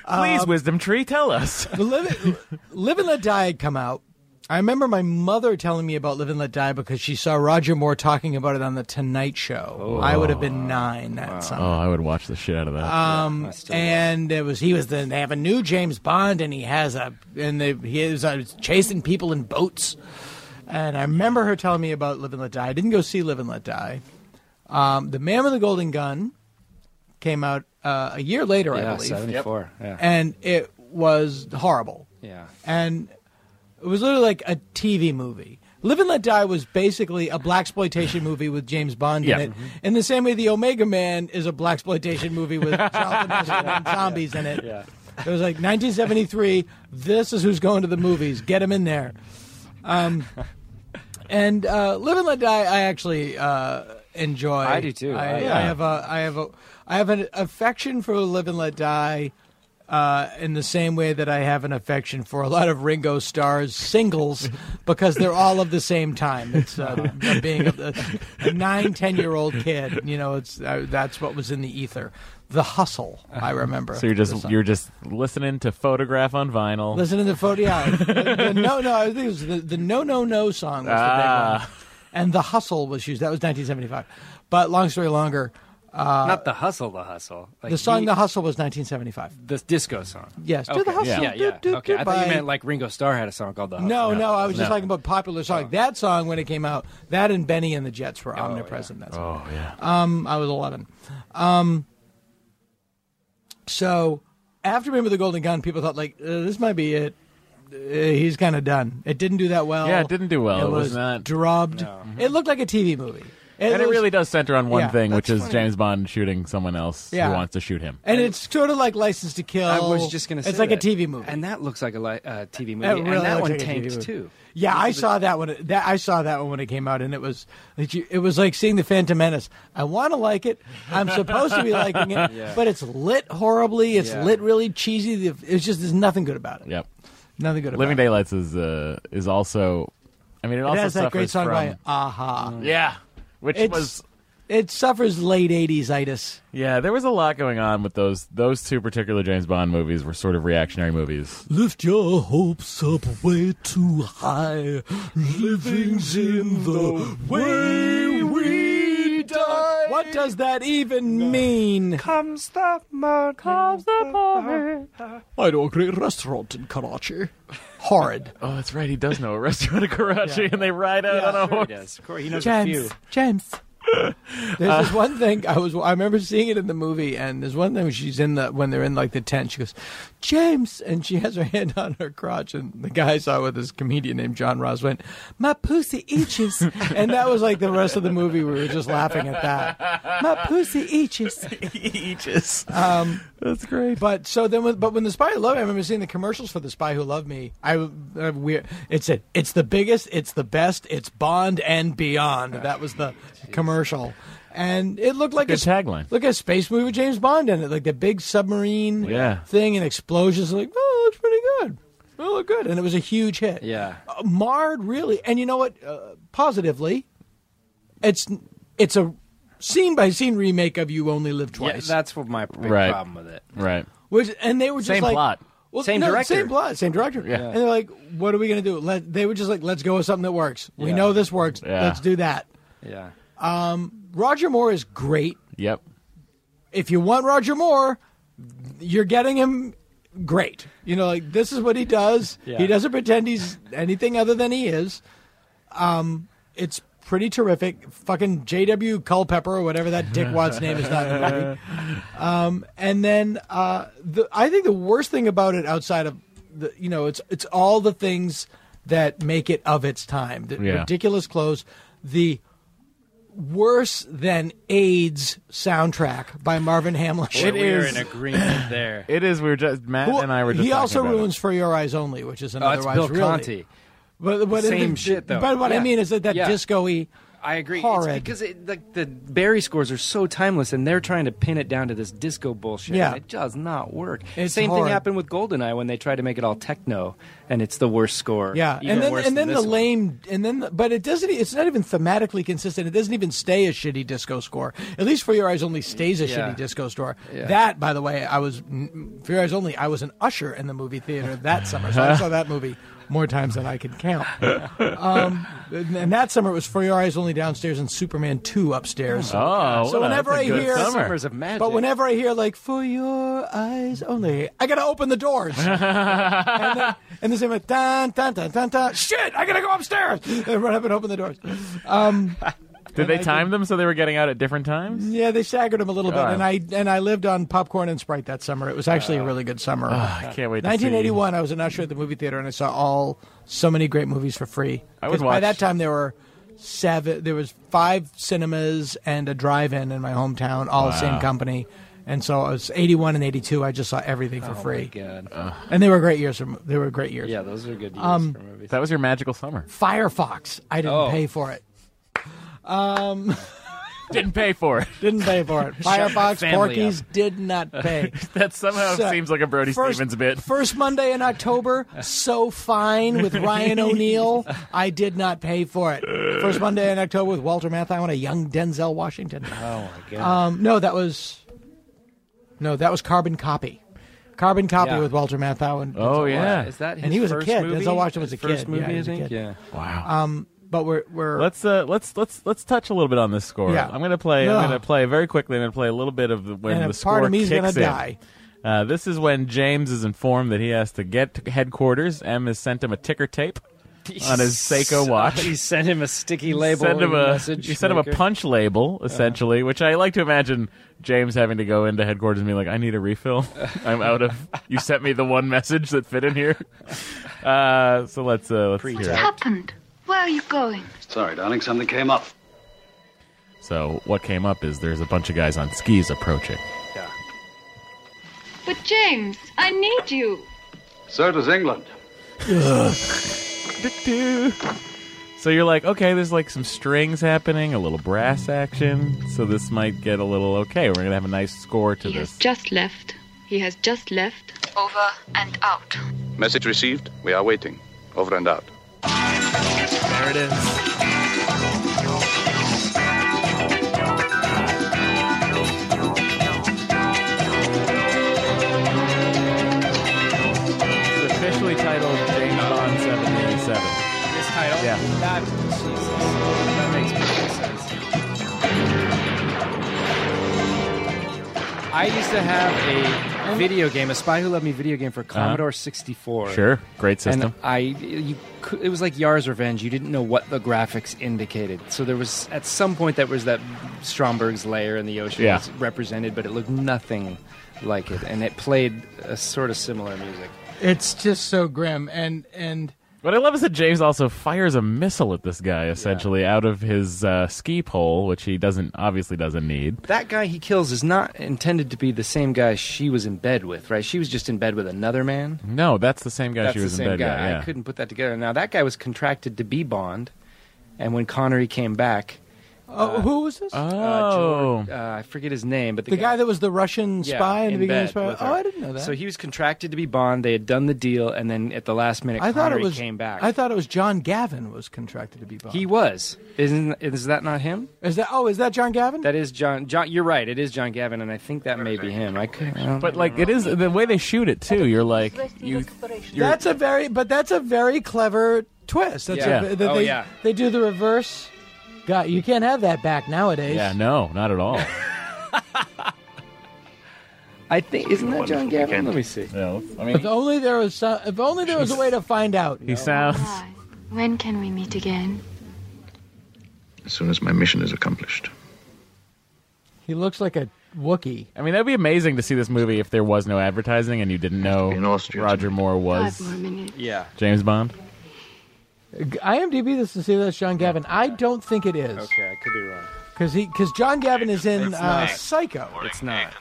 Speaker 6: Uh, Please, Wisdom Tree, tell us.
Speaker 8: The Live, Live and Let Die had come out, I remember my mother telling me about Live and Let Die because she saw Roger Moore talking about it on the Tonight Show.
Speaker 4: Oh.
Speaker 8: I would have been nine that summer.
Speaker 6: Oh, I would watch the shit out of that.
Speaker 4: Oh.
Speaker 8: Um, and it was he was the they have a new James Bond and he has a and they, he is uh, chasing people in boats. And I remember her telling me about Live and Let Die. I didn't go see Live and Let Die. Um, the Man with the Golden Gun came out uh, a year later, I
Speaker 4: yeah,
Speaker 8: believe,
Speaker 4: seventy four. Yeah.
Speaker 8: and it was horrible.
Speaker 4: Yeah.
Speaker 8: And it was literally like a TV movie. Live and Let Die was basically a black exploitation movie with James Bond
Speaker 6: Yeah.
Speaker 8: in it, in the same way the Omega Man is a black exploitation movie with Charlton Heston and zombies in it.
Speaker 4: Yeah.
Speaker 8: It was like 1973. This is who's going to the movies. Get him in there. Um, and uh, Live and Let Die, I actually uh, enjoy.
Speaker 4: I do too. Uh,
Speaker 8: I,
Speaker 4: Yeah.
Speaker 8: I have a, I have a, I have an affection for Live and Let Die. Uh, in the same way that I have an affection for a lot of Ringo Starr's singles, because they're all of the same time. It's uh, being a, a nine, ten-year-old kid. You know, it's uh, that's what was in the ether. The hustle, I remember.
Speaker 6: so you're
Speaker 8: The
Speaker 6: just
Speaker 8: song.
Speaker 6: you're just listening to photograph on vinyl.
Speaker 8: Listen to the photo. Yeah, the, the no, no. I think it was the, the no, no, no song was the
Speaker 6: Ah.
Speaker 8: big one, and the hustle was used. That was 1975. But long story longer, uh,
Speaker 4: Not the hustle, the hustle. Like
Speaker 8: the song
Speaker 4: he-
Speaker 8: "The Hustle" was 1975.
Speaker 4: the disco song.
Speaker 8: Yes, do the
Speaker 4: Okay.
Speaker 8: hustle,
Speaker 4: Yeah,
Speaker 8: do-
Speaker 4: yeah.
Speaker 8: do-
Speaker 4: okay,
Speaker 8: do
Speaker 4: I thought
Speaker 8: by-
Speaker 4: you meant like Ringo Starr had a song called the hustle. Oh.
Speaker 8: No, no, I was just
Speaker 6: No.
Speaker 8: talking about popular song. That song when it came out, that and Benny and the Jets were omnipresent. That song.
Speaker 6: oh yeah.
Speaker 8: Um, I was 11. Um, so after Remember the Golden Gun, people thought like uh, this might be it. Uh, he's kind of done. It didn't do that well.
Speaker 6: Yeah, it didn't do well.
Speaker 8: It,
Speaker 6: It
Speaker 8: was,
Speaker 6: was not-
Speaker 8: drubbed.
Speaker 4: Mm-hmm.
Speaker 8: It looked like a TV movie.
Speaker 6: and it
Speaker 8: was-
Speaker 6: really does center on one
Speaker 8: yeah,
Speaker 6: thing, which
Speaker 8: that's
Speaker 6: is
Speaker 8: funny.
Speaker 6: James Bond shooting someone else
Speaker 8: Yeah.
Speaker 6: who wants to shoot him.
Speaker 8: And it's sort of like License to Kill.
Speaker 4: I was just gonna. Say
Speaker 8: It's like
Speaker 4: that.
Speaker 8: a TV movie.
Speaker 4: and that looks like a li- uh, TV movie.
Speaker 8: That really
Speaker 4: and that
Speaker 8: looks
Speaker 4: one
Speaker 8: like a TV
Speaker 4: tanked
Speaker 8: movie.
Speaker 4: too.
Speaker 8: Yeah, I saw that one. That I saw that one when it came out, and it was it, it was like seeing the Phantom Menace. I want to like it. I'm supposed to be liking it,
Speaker 4: Yeah.
Speaker 8: but it's lit horribly. It's
Speaker 4: Yeah.
Speaker 8: lit really cheesy. The- It's just there's nothing good about it.
Speaker 6: Yep.
Speaker 8: Nothing good.
Speaker 6: Living
Speaker 8: about
Speaker 6: Daylights is uh, is also. I mean, it,
Speaker 8: It, it
Speaker 6: also
Speaker 8: has that great
Speaker 6: suffers
Speaker 8: song
Speaker 6: from,
Speaker 8: by Aha.
Speaker 6: Yeah, which
Speaker 8: It's
Speaker 6: was
Speaker 8: it suffers late '80s itis.
Speaker 6: yeah. There was a lot going on with those those two particular James Bond movies were sort of reactionary movies.
Speaker 8: Lift your hopes up way too high. Living's in the way we die. What does that even mean?
Speaker 4: Comes the morning. Comes the morning.
Speaker 8: I know a great restaurant in Karachi. Horrid.
Speaker 6: Oh, that's right. He does know a restaurant in Karachi, and they ride out on
Speaker 4: Sure
Speaker 6: a
Speaker 4: he
Speaker 6: horse.
Speaker 4: does. Of course, he knows a few.
Speaker 8: James. James. There's this one thing I was I remember seeing it in the movie and there's one thing when she's in the when they're in like the tent, she goes, James and she has her hand on her crotch and the guy I saw with this comedian named John Ross went, My pussy itches and that was like the rest of the movie we were just laughing at that. My pussy itches.
Speaker 6: he just. that's great.
Speaker 8: But so then, when, but when the Spy Who Loved Me, I remember seeing the commercials for the Spy Who Loved Me. I, I we, it said it's the biggest, it's the best, it's Bond and beyond. That was the commercial, and it looked like a,
Speaker 6: Good tagline.
Speaker 8: Look at a space movie with James Bond in it, like the big submarine
Speaker 6: Yeah.
Speaker 8: thing and explosions. Like, oh, it looks pretty good. It looked good, and it was a huge hit.
Speaker 4: Yeah.
Speaker 8: Uh, marred really, and you know what? Uh, positively, it's it's a scene by scene remake of You Only Live
Speaker 4: Yeah,
Speaker 8: Twice.
Speaker 4: that's what my big
Speaker 6: Right.
Speaker 4: problem with it.
Speaker 6: Right.
Speaker 8: Which and they were just
Speaker 6: Same
Speaker 8: like,
Speaker 6: plot.
Speaker 8: Well,
Speaker 4: Same
Speaker 8: no,
Speaker 4: director.
Speaker 8: same plot, same director.
Speaker 6: Yeah.
Speaker 8: And they're like, "What are we gonna do?" Let, they were just like, "Let's go with something that works. We
Speaker 4: Yeah.
Speaker 8: know this works.
Speaker 6: Yeah.
Speaker 8: Let's do that." Um,
Speaker 4: Yeah.
Speaker 8: Roger Moore is great.
Speaker 6: Yep.
Speaker 8: If you want Roger Moore, you're getting him great. You know, like this is what he does.
Speaker 4: Yeah.
Speaker 8: He doesn't pretend he's anything other than he is. Um, it's pretty terrific. Fucking J.W. Culpepper or whatever that dickwat's name is not in the movie. Um, and then uh, the I think the worst thing about it outside of the you know it's it's all the things that make it of its time the
Speaker 6: Yeah.
Speaker 8: ridiculous clothes the worse than AIDS soundtrack by Marvin Hamlish.
Speaker 6: It
Speaker 4: We're
Speaker 6: is-
Speaker 4: in agreement there.
Speaker 6: It is. We were just Matt
Speaker 8: Well,
Speaker 6: and I were just.
Speaker 8: he
Speaker 6: talking
Speaker 8: also
Speaker 6: about it.
Speaker 8: ruins For Your Eyes Only, which is an
Speaker 4: Oh, it's
Speaker 8: otherwise
Speaker 4: Bill
Speaker 8: really-
Speaker 4: Conti.
Speaker 8: But, but
Speaker 4: Same
Speaker 8: the-
Speaker 4: shit, though.
Speaker 8: But what I
Speaker 4: Yeah.
Speaker 8: mean is that that
Speaker 4: Yeah.
Speaker 8: disco-y.
Speaker 4: I agree.
Speaker 8: Horrid.
Speaker 4: It's because it, like the Barry scores are so timeless, and they're trying to pin it down to this disco bullshit.
Speaker 8: Yeah.
Speaker 4: and it does not work.
Speaker 8: It's
Speaker 4: Same
Speaker 8: horrid.
Speaker 4: thing happened with Goldeneye when they tried to make it all techno, and it's the worst score.
Speaker 8: Yeah,
Speaker 4: even
Speaker 8: and then
Speaker 4: worse
Speaker 8: and
Speaker 4: than
Speaker 8: then the
Speaker 4: this one.
Speaker 8: lame and then the, but it doesn't. e, It's not even thematically consistent. It doesn't even stay a shitty disco score. At least for your eyes only stays a
Speaker 4: Yeah.
Speaker 8: shitty disco score.
Speaker 4: Yeah.
Speaker 8: That, by the way, I was for your eyes only. I was an usher in the movie theater that summer, so I saw that movie more times than I can count. Um, and and that summer it was For Your Eyes Only Downstairs and Superman 2 upstairs.
Speaker 6: Oh,
Speaker 8: So
Speaker 6: what a-
Speaker 8: whenever
Speaker 6: that's a
Speaker 8: I
Speaker 6: good
Speaker 8: hear-
Speaker 6: summer.
Speaker 4: Summers of magic.
Speaker 8: But whenever I hear like "For Your Eyes Only," I gotta open the doors. and, then, and the same like dun dun dun dun dun. Shit! I gotta go upstairs and run up and open the doors. Um,
Speaker 6: Did they time them so they were getting out at different times?
Speaker 8: yeah, they staggered him a little bit,
Speaker 6: Ah.
Speaker 8: and I and I lived on popcorn and Sprite that summer. It was actually a really good summer.
Speaker 6: I can't wait. to see.
Speaker 8: 1981. I was an usher at the movie theater, and I saw all so many great movies for free.
Speaker 6: I would
Speaker 8: 'Cause by
Speaker 6: watch-
Speaker 8: that time there were seven. There was five cinemas and a drive-in in my hometown, all same company. And so I was 81 and 82. I just saw everything for free,
Speaker 4: Oh, God.
Speaker 8: and they were great years. For, mo- they were great years.
Speaker 4: yeah, those are good years
Speaker 8: um,
Speaker 4: for movies.
Speaker 6: That was your magical summer.
Speaker 8: Firefox. I didn't
Speaker 4: Oh.
Speaker 8: pay for it.
Speaker 6: Didn't pay for it.
Speaker 8: Didn't pay for it. Firefox.
Speaker 4: family
Speaker 8: Porky's did not pay.
Speaker 6: That somehow
Speaker 8: So-
Speaker 6: seems like a Brody
Speaker 8: first,
Speaker 6: Stevens bit.
Speaker 8: First Monday in October, so fine with Ryan O'Neill. I did not pay for it. First Monday in October with Walter Matthau and a young Denzel Washington.
Speaker 4: Oh my god.
Speaker 8: Um, no, that was no, that was Carbon Copy. Carbon Copy
Speaker 4: Yeah.
Speaker 8: with Walter Matthau and
Speaker 6: Oh yeah.
Speaker 4: Is that his
Speaker 8: and he was a
Speaker 4: first
Speaker 8: kid.
Speaker 4: Movie?
Speaker 8: Denzel Washington was
Speaker 4: His
Speaker 8: a
Speaker 4: first
Speaker 8: kid. Yeah,
Speaker 4: Movie,
Speaker 8: he
Speaker 4: I
Speaker 8: was a
Speaker 4: think.
Speaker 8: kid.
Speaker 4: Yeah.
Speaker 6: wow.
Speaker 8: but we're we're
Speaker 6: let's uh let's let's let's touch a little bit on this score.
Speaker 8: Yeah.
Speaker 6: I'm gonna play. I'm
Speaker 8: Ugh.
Speaker 6: gonna play very quickly. I'm gonna play a little bit of the, when
Speaker 8: and a
Speaker 6: the score
Speaker 8: part of me's
Speaker 6: kicks
Speaker 8: gonna
Speaker 6: in.
Speaker 8: die.
Speaker 6: Uh, this is when James is informed that he has to get to headquarters. M has sent him a ticker tape on his Seiko watch.
Speaker 4: He sent him a sticky label.
Speaker 6: send him
Speaker 4: with
Speaker 6: a
Speaker 4: message
Speaker 6: you send him a
Speaker 4: maker.
Speaker 6: punch label essentially, which I like to imagine James having to go into headquarters and be like, "I need a refill. I'm out of. You sent me the one message that fit in here." Uh, so let's uh, let's hear. It.
Speaker 9: happened? Where are you going?
Speaker 10: Sorry, darling, something came up.
Speaker 6: So what came up is there's a bunch of guys on skis approaching.
Speaker 9: But James, I need you.
Speaker 10: So does England.
Speaker 6: So you're like, okay, there's like some strings happening, a little brass action. So this might get a little okay. We're gonna have a nice score to
Speaker 9: He has
Speaker 6: this.
Speaker 9: just left. He has just left. Over and out.
Speaker 10: Message received. We are waiting. Over and out.
Speaker 6: There it is. It's officially titled James Bond 787.
Speaker 4: This title.
Speaker 6: Yeah.
Speaker 4: That, Jesus. That makes perfect sense. I used to have a video game, a Spy Who Loved Me video game for Commodore 64.
Speaker 6: Sure, great
Speaker 4: And
Speaker 6: system.
Speaker 4: I, you, cou- it was like Yar's Revenge. You didn't know what the graphics indicated. So there was at some point that was that Stromberg's layer in the ocean
Speaker 6: Yeah.
Speaker 4: was represented, but it looked nothing like it, and it played a sort of similar music.
Speaker 8: It's just so grim and and
Speaker 6: what I love is that James also fires a missile at this guy, essentially out of his uh, ski pole, which he doesn't obviously doesn't need.
Speaker 4: That guy he kills is not intended to be the same guy she was in bed with, right? She was just in bed with another man.
Speaker 6: No, that's the same guy
Speaker 4: That's
Speaker 6: she
Speaker 4: the
Speaker 6: was
Speaker 4: same
Speaker 6: in bed
Speaker 4: guy.
Speaker 6: with. Yeah.
Speaker 4: I couldn't put that together. Now that guy was contracted to be Bond, and when Connery came back,
Speaker 8: oh, who was this?
Speaker 6: Oh,
Speaker 4: uh, George, uh, I forget his name, but the,
Speaker 8: the guy that was the Russian
Speaker 4: Yeah,
Speaker 8: spy in the beginning of
Speaker 4: bed
Speaker 8: Spy.
Speaker 4: with
Speaker 8: Oh,
Speaker 4: her.
Speaker 8: I didn't know that.
Speaker 4: So he was contracted to be Bond. They had done the deal, and then at the last minute,
Speaker 8: I thought
Speaker 4: Connery
Speaker 8: it was
Speaker 4: came back.
Speaker 8: I thought it was John Gavin was contracted to be Bond.
Speaker 4: he was. Isn't is that not him?
Speaker 8: is that oh is that John Gavin?
Speaker 4: That is John. John, you're right. It is John Gavin, and I think that may be him. I could. I don't-
Speaker 6: But like it is the way they shoot it too. You're like you. You're,
Speaker 8: that's a very but that's a very clever twist. That's
Speaker 4: Yeah.
Speaker 8: a, that
Speaker 4: Oh,
Speaker 8: they,
Speaker 4: yeah.
Speaker 8: they do the reverse. God, you can't have that back nowadays.
Speaker 6: yeah, no, not at all.
Speaker 4: I think isn't that John Gavin? Let me see.
Speaker 6: No, I mean
Speaker 8: If only there was some, if only there was a way to find out.
Speaker 6: he sounds.
Speaker 9: Why? When can we meet again?
Speaker 10: As soon as my mission is accomplished.
Speaker 8: He looks like a Wookiee.
Speaker 6: I mean, that'd be amazing to see this movie if there was no advertising and you didn't know
Speaker 10: be an Austrian
Speaker 6: Roger Moore
Speaker 9: Five
Speaker 6: was
Speaker 9: more minutes.
Speaker 4: Yeah.
Speaker 6: James Bond.
Speaker 8: IMDb this to see that's John Gavin. I don't think it is
Speaker 4: Okay, I could be wrong.
Speaker 8: because he because John Gavin is in
Speaker 4: It's
Speaker 8: uh,
Speaker 4: not.
Speaker 8: Psycho.
Speaker 4: It's not.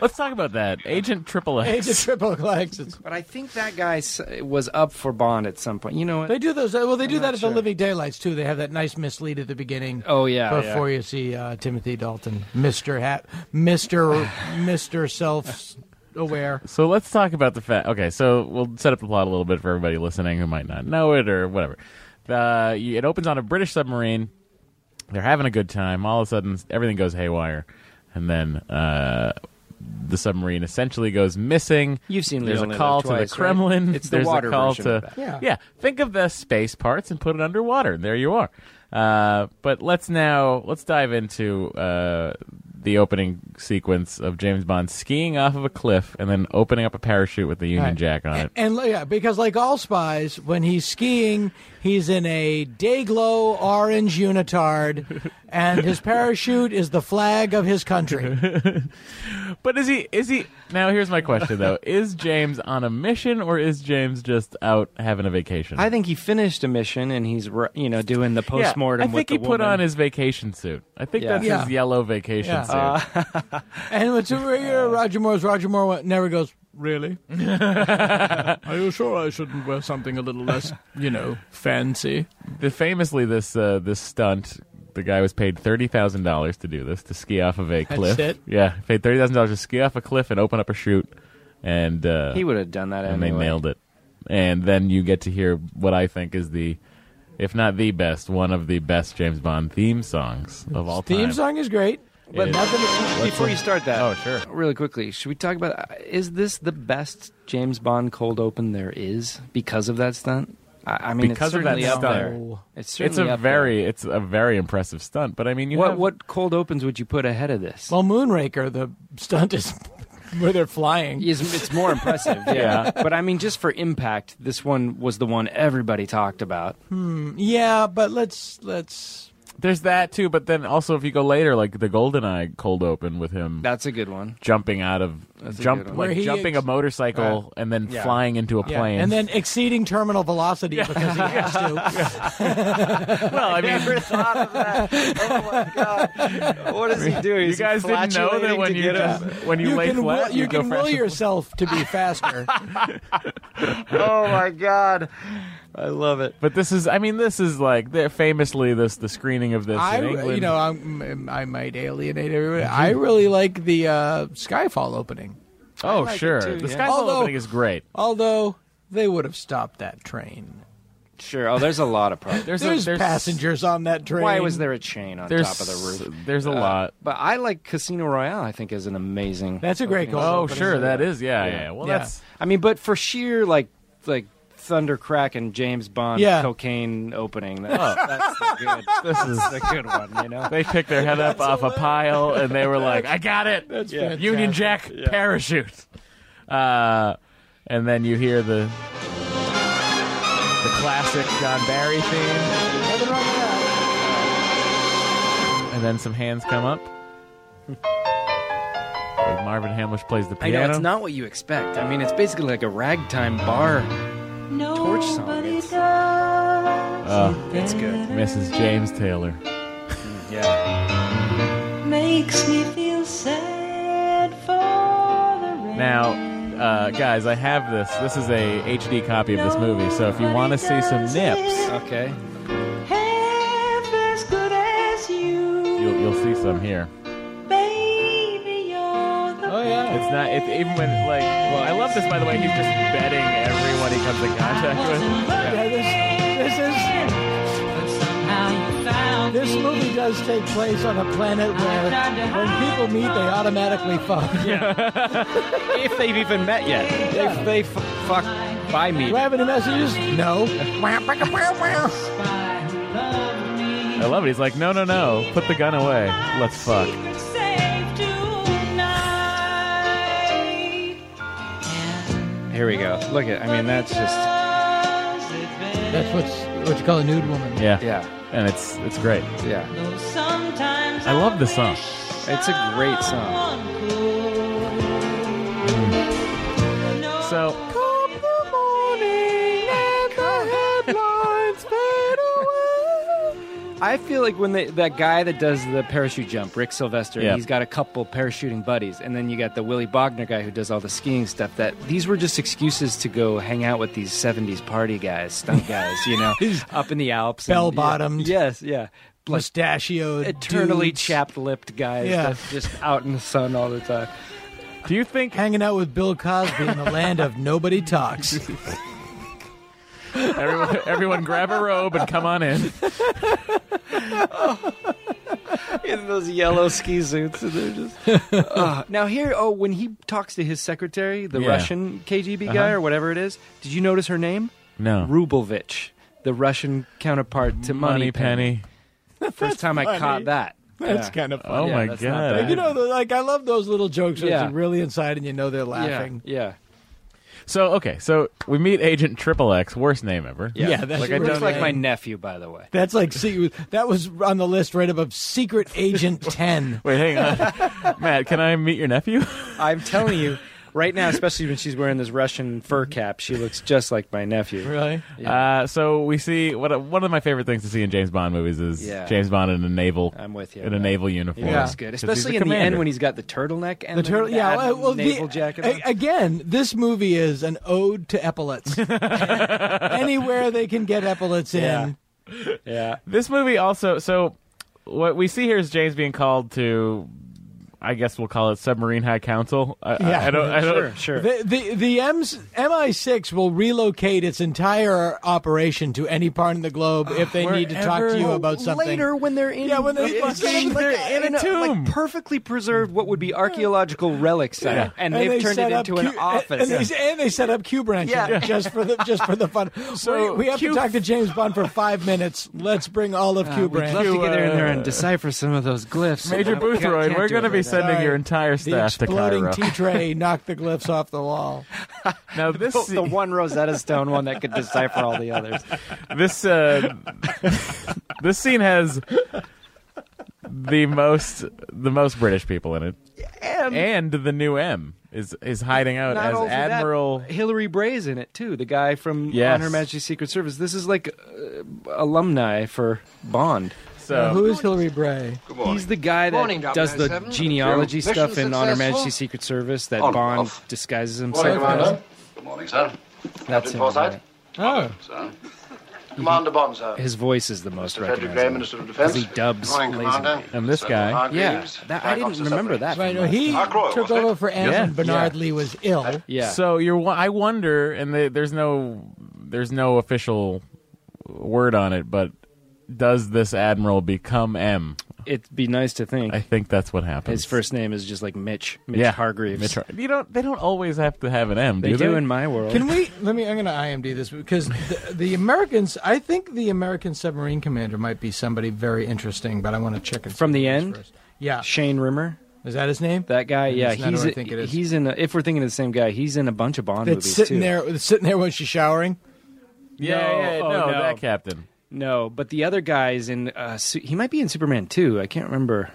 Speaker 6: Let's talk about that. Agent Triple
Speaker 8: Age of
Speaker 6: X.
Speaker 8: triple X.
Speaker 4: But I think that guy s- was up for Bond at some point. You know what?
Speaker 8: They do those. uh, Well, they do that at
Speaker 4: sure.
Speaker 8: the Living Daylights too. They have that nice mislead at the beginning.
Speaker 4: Oh, yeah,
Speaker 8: before you see uh, Timothy Dalton, Mister Hat, Mister Mister Self Aware.
Speaker 6: So let's talk about the fact. Okay, so we'll set up the plot a little bit for everybody listening who might not know it or whatever. Uh, you- it opens on a British submarine. They're having a good time. All of a sudden, everything goes haywire, and then uh, the submarine essentially goes missing.
Speaker 4: You've seen
Speaker 6: There's
Speaker 4: We
Speaker 6: a
Speaker 4: Only
Speaker 6: call
Speaker 4: Live
Speaker 6: to
Speaker 4: Twice,
Speaker 6: the
Speaker 4: right?
Speaker 6: Kremlin.
Speaker 4: It's the
Speaker 6: There's
Speaker 4: water
Speaker 6: a call
Speaker 4: version
Speaker 6: to
Speaker 4: of that.
Speaker 6: yeah.
Speaker 4: Yeah.
Speaker 6: Think of the space parts and put it underwater. There you are. Uh, but let's now let's dive into uh, the opening sequence of James Bond skiing off of a cliff and then opening up a parachute with the Union
Speaker 8: Right.
Speaker 6: Jack on it.
Speaker 8: And yeah, because like all spies, when he's skiing, he's in a day glow orange unitard, and his parachute is the flag of his country.
Speaker 6: But is he is he now? Here's my question though: Is James on a mission or is James just out having a vacation?
Speaker 4: I think he finished a mission and he's ru- you know doing the
Speaker 6: Yeah,
Speaker 4: postmortem.
Speaker 6: I think
Speaker 4: with the
Speaker 6: he put
Speaker 4: woman.
Speaker 6: on his vacation suit. I think
Speaker 4: Yeah. Uh,
Speaker 6: that's
Speaker 8: Yeah.
Speaker 6: his yellow vacation
Speaker 8: Yeah.
Speaker 6: suit.
Speaker 8: and what's uh, Roger Moore's Roger Moore went- never goes. Really? Are you sure I shouldn't wear something a little less, you know, fancy?
Speaker 6: The famously this uh, this stunt. The guy was paid thirty thousand dollars to do this to ski off of a
Speaker 4: That's
Speaker 6: cliff.
Speaker 4: it?
Speaker 6: Yeah, paid thirty thousand dollars to ski off a cliff and open up a chute, and uh,
Speaker 4: He would have done that
Speaker 6: And
Speaker 4: anyway.
Speaker 6: they nailed it. And then you get to hear what I think is the, if not the best, one of the best James Bond theme songs of all time.
Speaker 8: Theme song is great,
Speaker 6: It
Speaker 8: but
Speaker 6: is.
Speaker 8: nothing.
Speaker 4: Before you start that,
Speaker 6: oh sure,
Speaker 4: really quickly, should we talk about uh, is this the best James Bond cold open there is because of that stunt? I, I mean,
Speaker 6: because
Speaker 4: it's
Speaker 6: of that
Speaker 4: certainly
Speaker 6: stunt,
Speaker 4: up there. It's certainly
Speaker 6: a
Speaker 4: up
Speaker 6: very it's a very impressive stunt. But I mean,
Speaker 4: There.
Speaker 6: you
Speaker 4: What
Speaker 6: have,
Speaker 4: what cold opens would you put ahead of this?
Speaker 8: Well, Moonraker, the stunt is where they're flying.
Speaker 4: Is it's more impressive, yeah. but I mean, just for impact, this one was the one everybody talked about.
Speaker 8: Hmm, yeah, but let's let's.
Speaker 6: There's that too, but then also if you go later, like the GoldenEye cold open with him.
Speaker 4: That's a good one.
Speaker 6: Jumping out of
Speaker 4: That's a
Speaker 6: jump
Speaker 4: good one.
Speaker 6: like
Speaker 4: Where he
Speaker 6: jumping
Speaker 4: ex-
Speaker 6: a motorcycle and then
Speaker 4: Yeah.
Speaker 6: flying into a plane.
Speaker 8: and then exceeding terminal velocity because he has to.
Speaker 6: well, I mean,
Speaker 4: thought of that. Oh my god, what is he doing?
Speaker 6: You
Speaker 4: Is he
Speaker 6: guys didn't know that
Speaker 4: flatulating
Speaker 6: when
Speaker 4: to
Speaker 6: you
Speaker 4: get
Speaker 6: just-
Speaker 4: him?
Speaker 6: when you lay
Speaker 8: can
Speaker 6: flat,
Speaker 8: will, you,
Speaker 6: you go
Speaker 8: can will
Speaker 6: faster.
Speaker 8: yourself to be faster.
Speaker 4: oh my god, I love it.
Speaker 6: But this is, I mean, this is like they're famously this the screening of this
Speaker 8: I,
Speaker 6: in England.
Speaker 8: you know, I'm, I might alienate everybody. I really like the uh, Skyfall opening.
Speaker 6: oh
Speaker 8: like it
Speaker 6: sure,
Speaker 8: too,
Speaker 6: the
Speaker 8: yeah.
Speaker 6: Skyfall
Speaker 8: Although-
Speaker 6: opening is great.
Speaker 8: Although they would have stopped that train.
Speaker 4: Sure. Oh, there's a lot of problems.
Speaker 8: There's, passengers on that train.
Speaker 4: Why was there a chain on
Speaker 6: There's-
Speaker 4: top of the roof?
Speaker 6: there's a lot.
Speaker 4: But I like Casino Royale. I think is an amazing.
Speaker 8: That's a great
Speaker 4: opening
Speaker 8: goal.
Speaker 6: Oh
Speaker 8: But
Speaker 6: sure,
Speaker 4: it's-
Speaker 6: that is yeah, yeah. Well,
Speaker 4: Yeah.
Speaker 6: that's
Speaker 4: I mean, but for sheer like like Thundercrack and James Bond
Speaker 6: Yeah.
Speaker 4: cocaine opening. That,
Speaker 6: Oh.
Speaker 4: That's the good.
Speaker 6: This is-
Speaker 4: the good one. You know.
Speaker 6: they picked their head up off a pile and they were like, "I got it,
Speaker 8: That's
Speaker 6: Yeah.
Speaker 8: fantastic.
Speaker 6: Union Jack parachute." Uh, and then you hear the the classic John Barry theme,
Speaker 8: Nothing wrong with that.
Speaker 6: and then some hands come up. Marvin Hamlish plays the
Speaker 4: I
Speaker 6: piano.
Speaker 4: know it's not what you expect. I mean, it's basically like a ragtime bar torch song. It's,
Speaker 6: Oh,
Speaker 4: it's good.
Speaker 6: Mrs. James Taylor.
Speaker 4: Yeah.
Speaker 11: Makes me feel sad for the rain.
Speaker 6: Now, uh, guys, I have this. This is a HD copy of this movie, so if you want to see some nips,
Speaker 4: okay,
Speaker 11: Half as good as you,
Speaker 6: you'll you'll see some here.
Speaker 11: baby, you're the
Speaker 8: Oh yeah.
Speaker 6: It's not. It's even when like. Well, I love this by the way. He's just betting everyone he comes in contact with.
Speaker 8: Yeah, this, this is. This movie does take place on a planet where when people meet, they automatically fuck.
Speaker 4: if they've even met yet, if they f- fuck by me.
Speaker 8: Do I have any messages? No.
Speaker 6: I love it. He's like, no, no, no, put the gun away. Let's fuck.
Speaker 11: safe tonight.
Speaker 4: Here we go. Look at. I mean, that's just
Speaker 8: That's what's what you call a nude woman.
Speaker 6: Yeah.
Speaker 4: yeah,
Speaker 6: And it's it's great.
Speaker 4: yeah.
Speaker 11: Though sometimes
Speaker 6: I love this song.
Speaker 4: It's a great song.
Speaker 6: So.
Speaker 4: I feel like when they, that guy that does the parachute jump, Rick Sylvester,
Speaker 6: Yeah.
Speaker 4: he's got a couple parachuting buddies, and then you got the Willie Bogner guy who does all the skiing stuff. That these were just excuses to go hang out with these '70s party guys, stunt guys, you know, up in the Alps, and-
Speaker 8: Bell-bottomed.
Speaker 4: yeah. yes, yeah, like
Speaker 8: Mustachioed,
Speaker 4: eternally
Speaker 8: dudes
Speaker 4: chapped-lipped guys,
Speaker 8: Yeah.
Speaker 4: that's just out in the sun all the time.
Speaker 6: Do you think
Speaker 8: hanging out with Bill Cosby in the land of nobody talks.
Speaker 6: everyone, everyone grab a robe and come on in?
Speaker 4: in those yellow ski suits, and they're just. Ugh. now here, oh, when he talks to his secretary, the
Speaker 6: Yeah.
Speaker 4: Russian KGB guy
Speaker 6: Uh-huh.
Speaker 4: or whatever it is, did you notice her name?
Speaker 6: No.
Speaker 4: Rubelvich, the Russian counterpart to Money
Speaker 6: Moneypenny.
Speaker 4: Penny. First time I
Speaker 8: funny.
Speaker 4: caught that.
Speaker 8: That's
Speaker 4: Yeah.
Speaker 8: kind of
Speaker 6: Oh
Speaker 8: funny.
Speaker 6: my
Speaker 4: that's not
Speaker 6: god!
Speaker 4: bad.
Speaker 8: you know, the- like I love those little jokes. Yeah.
Speaker 4: Yeah.
Speaker 8: You're really inside, and you know they're laughing.
Speaker 4: Yeah.
Speaker 6: So okay, so we meet Agent Triple X, worst name ever.
Speaker 8: Yeah. Yeah, that's
Speaker 6: like
Speaker 8: your
Speaker 6: I
Speaker 8: worst
Speaker 6: don't
Speaker 4: Looks like my
Speaker 8: name.
Speaker 4: nephew, by the way.
Speaker 8: That's like see, that was on the list right above Secret Agent Ten.
Speaker 6: Wait, hang on, Matt. Can I meet your nephew?
Speaker 4: I'm telling you, right now, especially when she's wearing this Russian fur cap, she looks just like my nephew.
Speaker 8: Really?
Speaker 6: Uh, so we see what one of my favorite things to see in James Bond movies is
Speaker 4: Yeah.
Speaker 6: James Bond in a naval.
Speaker 4: I'm with you.
Speaker 6: in a naval uniform.
Speaker 4: Yeah, that's good.
Speaker 6: 'Cause he's
Speaker 4: Especially
Speaker 6: a
Speaker 4: in the end
Speaker 6: commander.
Speaker 4: when he's got the turtleneck and
Speaker 8: The turtle, yeah.
Speaker 4: ad-
Speaker 8: Well, well, the-
Speaker 4: naval jacket.
Speaker 8: a-
Speaker 4: on.
Speaker 8: again, this movie is an ode to epaulets. Anywhere they can get epaulets in,
Speaker 4: yeah.
Speaker 6: This movie also so what we see here is James being called to I guess we'll call it submarine high council. I, I-
Speaker 8: Yeah.
Speaker 6: I, don't I don't
Speaker 4: Sure, sure.
Speaker 8: The the the M's, MI6 will relocate its entire operation to any part in the globe if
Speaker 6: Uh,
Speaker 8: they need to talk to you about something.
Speaker 4: Later, when they're in,
Speaker 8: Yeah, when they're
Speaker 4: it's
Speaker 8: fucking-
Speaker 4: getting, like,
Speaker 8: they're in
Speaker 6: uh, a
Speaker 4: like,
Speaker 6: tomb.
Speaker 4: perfectly preserved, what would be archaeological relic site,
Speaker 6: Yeah.
Speaker 4: and,
Speaker 8: they
Speaker 4: they've turned
Speaker 8: set
Speaker 4: it
Speaker 8: up
Speaker 4: into an
Speaker 8: Q-
Speaker 4: office.
Speaker 8: and, they, and they set up Q branch in
Speaker 4: Yeah.
Speaker 8: there just for the just for the fun.
Speaker 6: So
Speaker 8: we, we have to
Speaker 6: Q-
Speaker 8: talk to James Bond for five minutes. Let's bring all of
Speaker 4: Uh,
Speaker 8: Q
Speaker 4: we'd
Speaker 8: branch.
Speaker 4: love to get in there and
Speaker 6: uh,
Speaker 4: decipher some of those glyphs.
Speaker 6: Major
Speaker 4: We can't-
Speaker 6: Boothroyd,
Speaker 4: can't
Speaker 6: we're
Speaker 4: do
Speaker 6: gonna
Speaker 4: it
Speaker 6: be
Speaker 4: right now.
Speaker 6: sending
Speaker 8: Sorry.
Speaker 6: your entire
Speaker 8: the
Speaker 6: staff to
Speaker 8: exploding
Speaker 6: Cairo.
Speaker 8: tea tray knocked the glyphs off the wall.
Speaker 6: now this
Speaker 4: the, the one Rosetta Stone one that could decipher all the others.
Speaker 6: this uh, this scene has the most the most British people in it, and, the new M is is hiding out
Speaker 4: Not
Speaker 6: as
Speaker 4: only that,
Speaker 6: Admiral.
Speaker 4: Hillary Bray's in it too, the guy from
Speaker 6: Yes.
Speaker 4: On Her Majesty's Secret Service. This is like uh, alumni for Bond.
Speaker 6: so
Speaker 8: Who is Hillary Bray?
Speaker 4: He's the guy that
Speaker 11: Morning,
Speaker 4: does the
Speaker 11: 007.
Speaker 4: genealogy
Speaker 11: Mission
Speaker 4: stuff in On Her
Speaker 11: successful?
Speaker 4: Majesty's Secret Service that
Speaker 11: On,
Speaker 4: Bond
Speaker 11: off.
Speaker 4: disguises
Speaker 11: Morning,
Speaker 4: himself as.
Speaker 11: Commander. Good morning, sir.
Speaker 4: That's him.
Speaker 11: Forsyth?
Speaker 8: Oh,
Speaker 4: right.
Speaker 11: Sir. Commander Bond, sir.
Speaker 4: His voice is the most
Speaker 11: Frederick Gray,
Speaker 4: recognizable.
Speaker 11: Minister of Defense.
Speaker 4: Because he dubs
Speaker 11: Morning,
Speaker 4: lazy.
Speaker 11: Commander.
Speaker 6: and this guy,
Speaker 4: Yeah, that, I didn't remember that.
Speaker 8: right.
Speaker 4: from
Speaker 8: no,
Speaker 4: last
Speaker 8: he
Speaker 4: time.
Speaker 11: Croy,
Speaker 8: took
Speaker 11: wasn't it?
Speaker 8: over for Anne
Speaker 6: Yeah.
Speaker 8: when Bernard Lee was ill.
Speaker 4: Yeah.
Speaker 6: So you're. wo- I wonder, and the, there's no, there's no official word on it, but does this admiral become M?
Speaker 4: it'd be nice to think
Speaker 6: I think that's what happens.
Speaker 4: his first name is just like Mitch, Mitch
Speaker 6: yeah,
Speaker 4: Hargreaves.
Speaker 6: Mitch Har- you don't. They don't always have to have an M.
Speaker 4: they
Speaker 6: do
Speaker 4: do in my world.
Speaker 8: Can we? Let me. I'm going to IMD this because the, the Americans. I think the American submarine commander might be somebody very interesting, but I want to check it
Speaker 4: From the end?
Speaker 8: First. Yeah,
Speaker 4: Shane Rimmer,
Speaker 8: is that his name?
Speaker 4: that guy. Yeah,
Speaker 8: That's not
Speaker 4: he's
Speaker 8: who I think it is.
Speaker 4: he's in. A, if we're thinking of the same guy, he's in a bunch of Bond
Speaker 8: That's
Speaker 4: movies
Speaker 8: sitting
Speaker 4: too.
Speaker 8: there. That's sitting there when she's showering.
Speaker 6: Yeah,
Speaker 4: No,
Speaker 6: yeah, yeah,
Speaker 4: oh,
Speaker 6: no,
Speaker 4: no.
Speaker 6: that captain.
Speaker 4: No, but the other guy's in. Uh, Su- he might be in Superman too. I can't remember.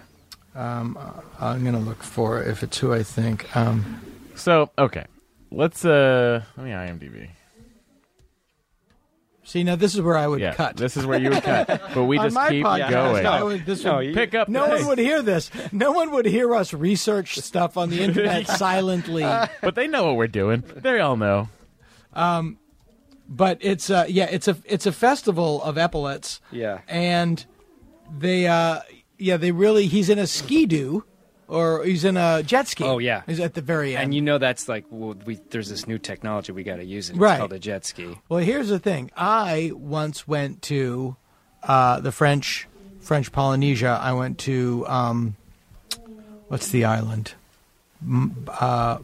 Speaker 8: I'm going to look for if it's who I think. Um,
Speaker 6: So okay, let's uh, let me IMDb.
Speaker 8: see, now this is where I would
Speaker 6: Yeah,
Speaker 8: cut.
Speaker 6: this is where you would cut, but we
Speaker 8: On
Speaker 6: just
Speaker 8: my
Speaker 6: keep
Speaker 8: podcast,
Speaker 6: going.
Speaker 8: I would, this
Speaker 4: No,
Speaker 8: would-
Speaker 4: you-
Speaker 6: Pick up.
Speaker 8: no
Speaker 6: the
Speaker 8: one
Speaker 6: pace.
Speaker 8: would hear this. No one would hear us research stuff on the internet silently.
Speaker 6: but they know what we're doing. They all know.
Speaker 8: but it's uh yeah it's a it's a festival of epaulets
Speaker 4: Yeah.
Speaker 8: and they uh yeah they really he's in a ski do or he's in a jet ski
Speaker 4: Oh, yeah.
Speaker 8: he's at the very end
Speaker 4: And you know that's like well, we, there's this new technology we got to use it. It's
Speaker 8: Right.
Speaker 4: called a jet ski.
Speaker 8: well here's the thing i once went to uh the french french polynesia i went to um what's the island M- uh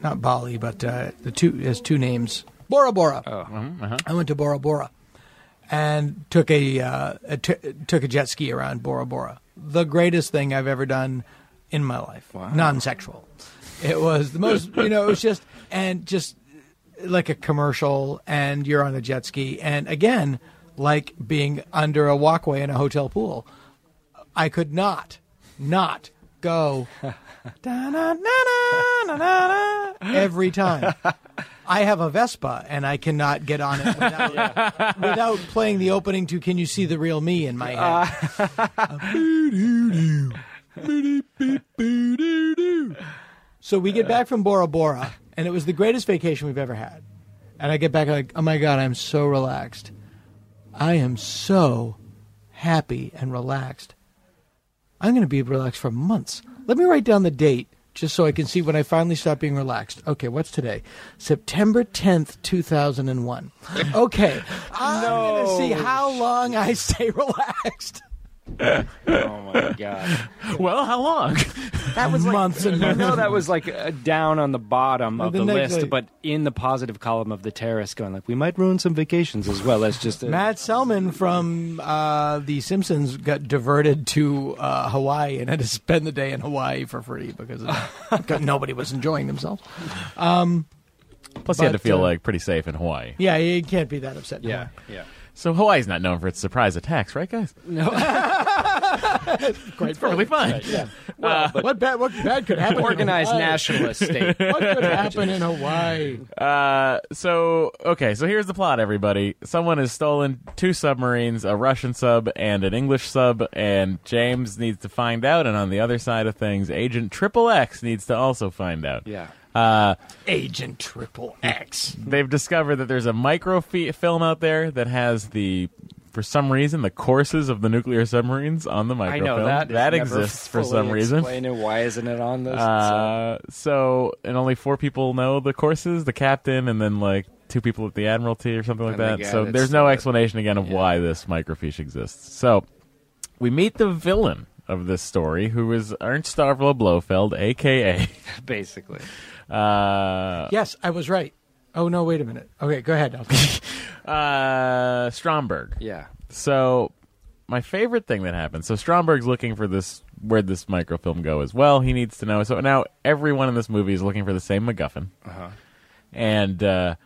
Speaker 8: not bali but uh the two it has two names bora bora oh I went to Bora Bora and took a, uh, a t- took a jet ski around Bora Bora. The greatest thing I've ever done in my life. Non-sexual. It was the most, you know, it was just and just like a commercial and you're on a jet ski and again, like being under a walkway in a hotel pool. I could not not go Da-na-na-na-na-na-na every time. I have a Vespa and I cannot get on it without, without playing the opening to Can You See the Real Me in my head. so we get back from Bora Bora and it was the greatest vacation we've ever had. And I get back like, oh my God, I'm so relaxed. I am so happy and relaxed. I'm going to be relaxed for months. Let me write down the date just so I can see when I finally stop being relaxed. Okay, what's today? September 10th, 2001. Okay, I'm going to see how long I stay relaxed.
Speaker 4: oh my god.
Speaker 6: Well, how long?
Speaker 4: That was
Speaker 8: months
Speaker 4: like,
Speaker 8: and
Speaker 4: I
Speaker 8: months.
Speaker 4: know that was like uh, down on the bottom of
Speaker 8: The
Speaker 4: the,
Speaker 8: next
Speaker 4: list,
Speaker 8: week.
Speaker 4: but in the positive column of the terrorist, going like we might ruin some vacations as well as just. A,
Speaker 8: Matt Selman from uh, The Simpsons got diverted to uh, Hawaii and had to spend the day in Hawaii for free because of, because nobody was enjoying themselves. Um,
Speaker 6: Plus, you had to
Speaker 8: but,
Speaker 6: feel
Speaker 8: uh,
Speaker 6: like pretty safe in Hawaii.
Speaker 8: Yeah, you can't be that upset. in Hawaii.
Speaker 4: yeah.
Speaker 6: So Hawaii's not known for its surprise attacks, right, guys?
Speaker 4: No.
Speaker 8: Quite
Speaker 6: It's perfectly fine. Uh,
Speaker 8: Yeah. what bad? What bad could happen? in
Speaker 4: Organized
Speaker 8: Hawaii?
Speaker 4: nationalist state.
Speaker 8: What could happen in Hawaii?
Speaker 6: Uh, so okay, so here's the plot, everybody. Someone has stolen two submarines, a Russian sub and an English sub, and James needs to find out. And on the other side of things, Agent Triple X needs to also find out.
Speaker 4: Yeah.
Speaker 6: Uh,
Speaker 8: Agent Triple X.
Speaker 6: they've discovered that there's a microfilm out there that has the, for some reason, the courses of the nuclear submarines on the
Speaker 4: I
Speaker 6: microfilm.
Speaker 4: know that is
Speaker 6: that
Speaker 4: never
Speaker 6: exists for
Speaker 4: fully
Speaker 6: some reason.
Speaker 4: explained. Why isn't it on this?
Speaker 6: Uh, so and only four people know the courses: the captain, and then like two people at the admiralty or something like
Speaker 4: And the
Speaker 6: that.
Speaker 4: guy
Speaker 6: So
Speaker 4: that's-
Speaker 6: there's no explanation again of why this microfiche exists. So we meet the villain of this story, who is Ernst Stavro Blofeld, aka.
Speaker 4: so, basically.
Speaker 6: Uh,
Speaker 8: Yes, I was right. Oh no! Wait a minute. Okay, go ahead. Elton.
Speaker 6: uh, Stromberg.
Speaker 4: Yeah.
Speaker 6: So my favorite thing that happened. So Stromberg's looking for this. Where'd this microfilm go as well? He needs to know. So now everyone in this movie is looking for the same MacGuffin.
Speaker 4: Uh-huh.
Speaker 6: And uh,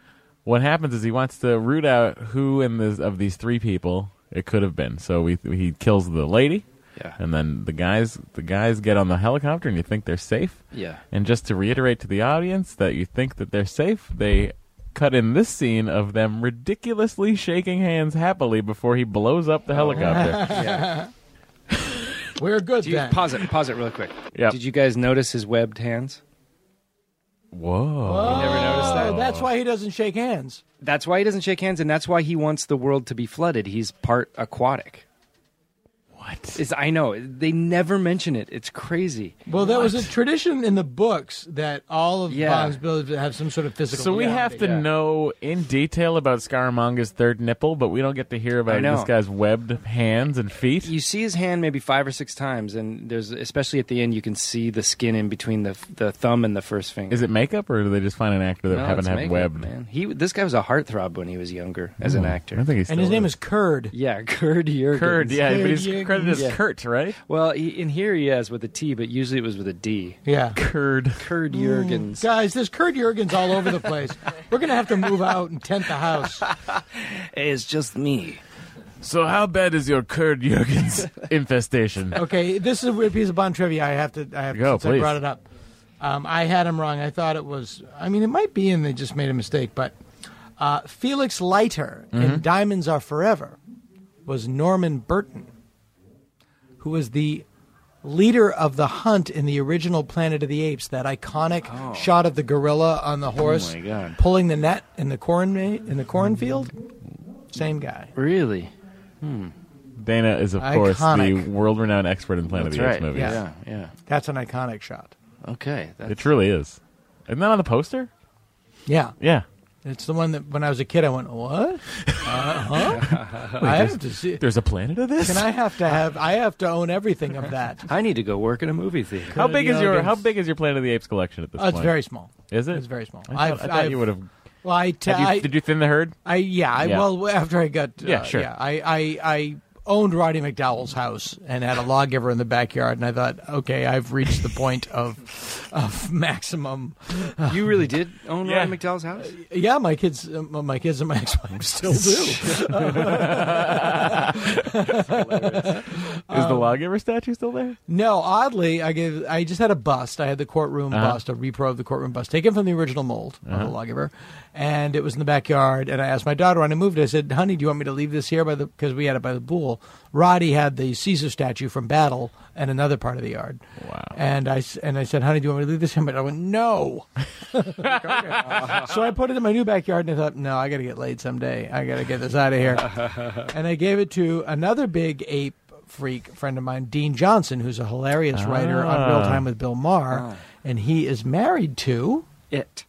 Speaker 6: what happens is he wants to root out who in this of these three people it could have been. So we, he kills the lady.
Speaker 4: Yeah.
Speaker 6: And then the guys the guys get on the helicopter and you think they're safe.
Speaker 4: Yeah.
Speaker 6: And just to reiterate to the audience that you think that they're safe, they cut in this scene of them ridiculously shaking hands happily before he blows up the helicopter.
Speaker 4: Yeah.
Speaker 8: We're good
Speaker 4: Do you,
Speaker 8: then.
Speaker 4: pause it. Pause it really quick.
Speaker 6: Yep.
Speaker 4: Did you guys notice his webbed hands?
Speaker 6: Whoa.
Speaker 4: You never noticed that.
Speaker 8: Oh, that's why he doesn't shake hands.
Speaker 4: That's why he doesn't shake hands, and that's why he wants the world to be flooded. He's part aquatic.
Speaker 6: What?
Speaker 4: Is I know they never mention it. It's crazy.
Speaker 8: Well, that was a tradition in the books that all of
Speaker 4: Yeah.
Speaker 8: Bond's villains have some sort of physical.
Speaker 6: So we
Speaker 8: deformity.
Speaker 6: have to know in detail about Scaramanga's third nipple, but we don't get to hear
Speaker 4: I
Speaker 6: about
Speaker 4: know.
Speaker 6: this guy's webbed hands and feet.
Speaker 4: You see his hand maybe five or six times, and there's especially at the end you can see the skin in between the the thumb and the first finger.
Speaker 6: Is it makeup, or do they just find an actor that
Speaker 4: No,
Speaker 6: happened
Speaker 4: it's
Speaker 6: to have
Speaker 4: makeup,
Speaker 6: webbed? Hmm.
Speaker 4: man? He this guy was a heartthrob when he was younger as an actor.
Speaker 6: I think he's
Speaker 8: And his name is Curd.
Speaker 4: yeah, Kurt Jurgens.
Speaker 6: Kurt. Yeah, but he's
Speaker 8: Kurd,
Speaker 6: credited as
Speaker 4: yeah.
Speaker 6: Kurt, right?
Speaker 4: Well, he, in here he has with a T, but usually it was with a D.
Speaker 8: Yeah.
Speaker 6: Kurd.
Speaker 4: Kurt Jurgens.
Speaker 8: Guys, there's Kurt Jurgens all over the place. We're gonna have to move out and tent the house.
Speaker 4: It's just me.
Speaker 6: So how bad is your Kurd Jurgens infestation?
Speaker 8: Okay, this is a weird piece of Bond trivia. I have to. I have
Speaker 6: Go,
Speaker 8: since I
Speaker 6: please.
Speaker 8: brought it up. Um, I had him wrong. I thought it was. I mean, it might be, and they just made a mistake. But uh, Felix Leiter
Speaker 4: Mm-hmm.
Speaker 8: in Diamonds Are Forever was Norman Burton, who was the leader of the hunt in the original Planet of the Apes. That iconic shot of the gorilla on the horse
Speaker 4: Oh. my God.
Speaker 8: pulling the net in the corn in the cornfield. Same guy.
Speaker 4: Really?
Speaker 6: Dana is of course
Speaker 8: Iconic.
Speaker 6: the world-renowned expert in Planet of the Apes movies.
Speaker 8: yeah.
Speaker 4: Yeah, Oh, yeah.
Speaker 8: That's an iconic shot.
Speaker 4: Okay. That's,
Speaker 6: It truly is. Isn't that on the poster?
Speaker 8: Yeah.
Speaker 6: Yeah.
Speaker 8: It's the one that when I was a kid, I went, "What? Uh, huh? I have to see.
Speaker 6: There's a planet of this.
Speaker 8: Can I have to have? I have to own everything of that.
Speaker 4: I need to go work in a movie theater.
Speaker 6: how big is your
Speaker 8: Jurgens.
Speaker 6: How big is your Planet of the Apes collection at this
Speaker 8: Uh,
Speaker 6: point?
Speaker 8: it's very small.
Speaker 6: Is it?
Speaker 8: It's very small.
Speaker 6: I
Speaker 8: I've-
Speaker 6: thought, I thought
Speaker 8: I've-
Speaker 6: you would have.
Speaker 8: Well, I, t-
Speaker 6: have you-
Speaker 8: I-
Speaker 6: did you thin the herd?
Speaker 8: I- yeah, I
Speaker 6: Yeah.
Speaker 8: well after I got uh,
Speaker 6: Yeah, sure.
Speaker 8: I, I I owned Roddy McDowell's house and had a lawgiver in the backyard, and I thought, okay, I've reached the point of of maximum.
Speaker 4: You really did own
Speaker 6: Yeah.
Speaker 4: Ryan McDowell's house?
Speaker 8: Yeah, my kids, uh, my kids and my ex-wife still do.
Speaker 6: Is
Speaker 8: Um,
Speaker 6: the lawgiver statue still there?
Speaker 8: No, oddly, I gave. I just had a bust. I had the courtroom bust, a repro of the courtroom bust, taken from the original mold of the lawgiver, and it was in the backyard. And I asked my daughter when I moved. I said, "Honey, do you want me to leave this here by the? Because we had it by the pool. Roddy had the Caesar statue from Battle and another part of the yard.
Speaker 6: Wow.
Speaker 8: And I s- and I said, "Honey, do you want me to leave this here?" But I went, "No." so I put it in my new backyard, and I thought, "No, I got to get laid someday. I got to get this out of here." and I gave it to another big ape freak friend of mine, Dean Johnson, who's a hilarious writer on Real Time with Bill Maher, and he is married to
Speaker 4: It.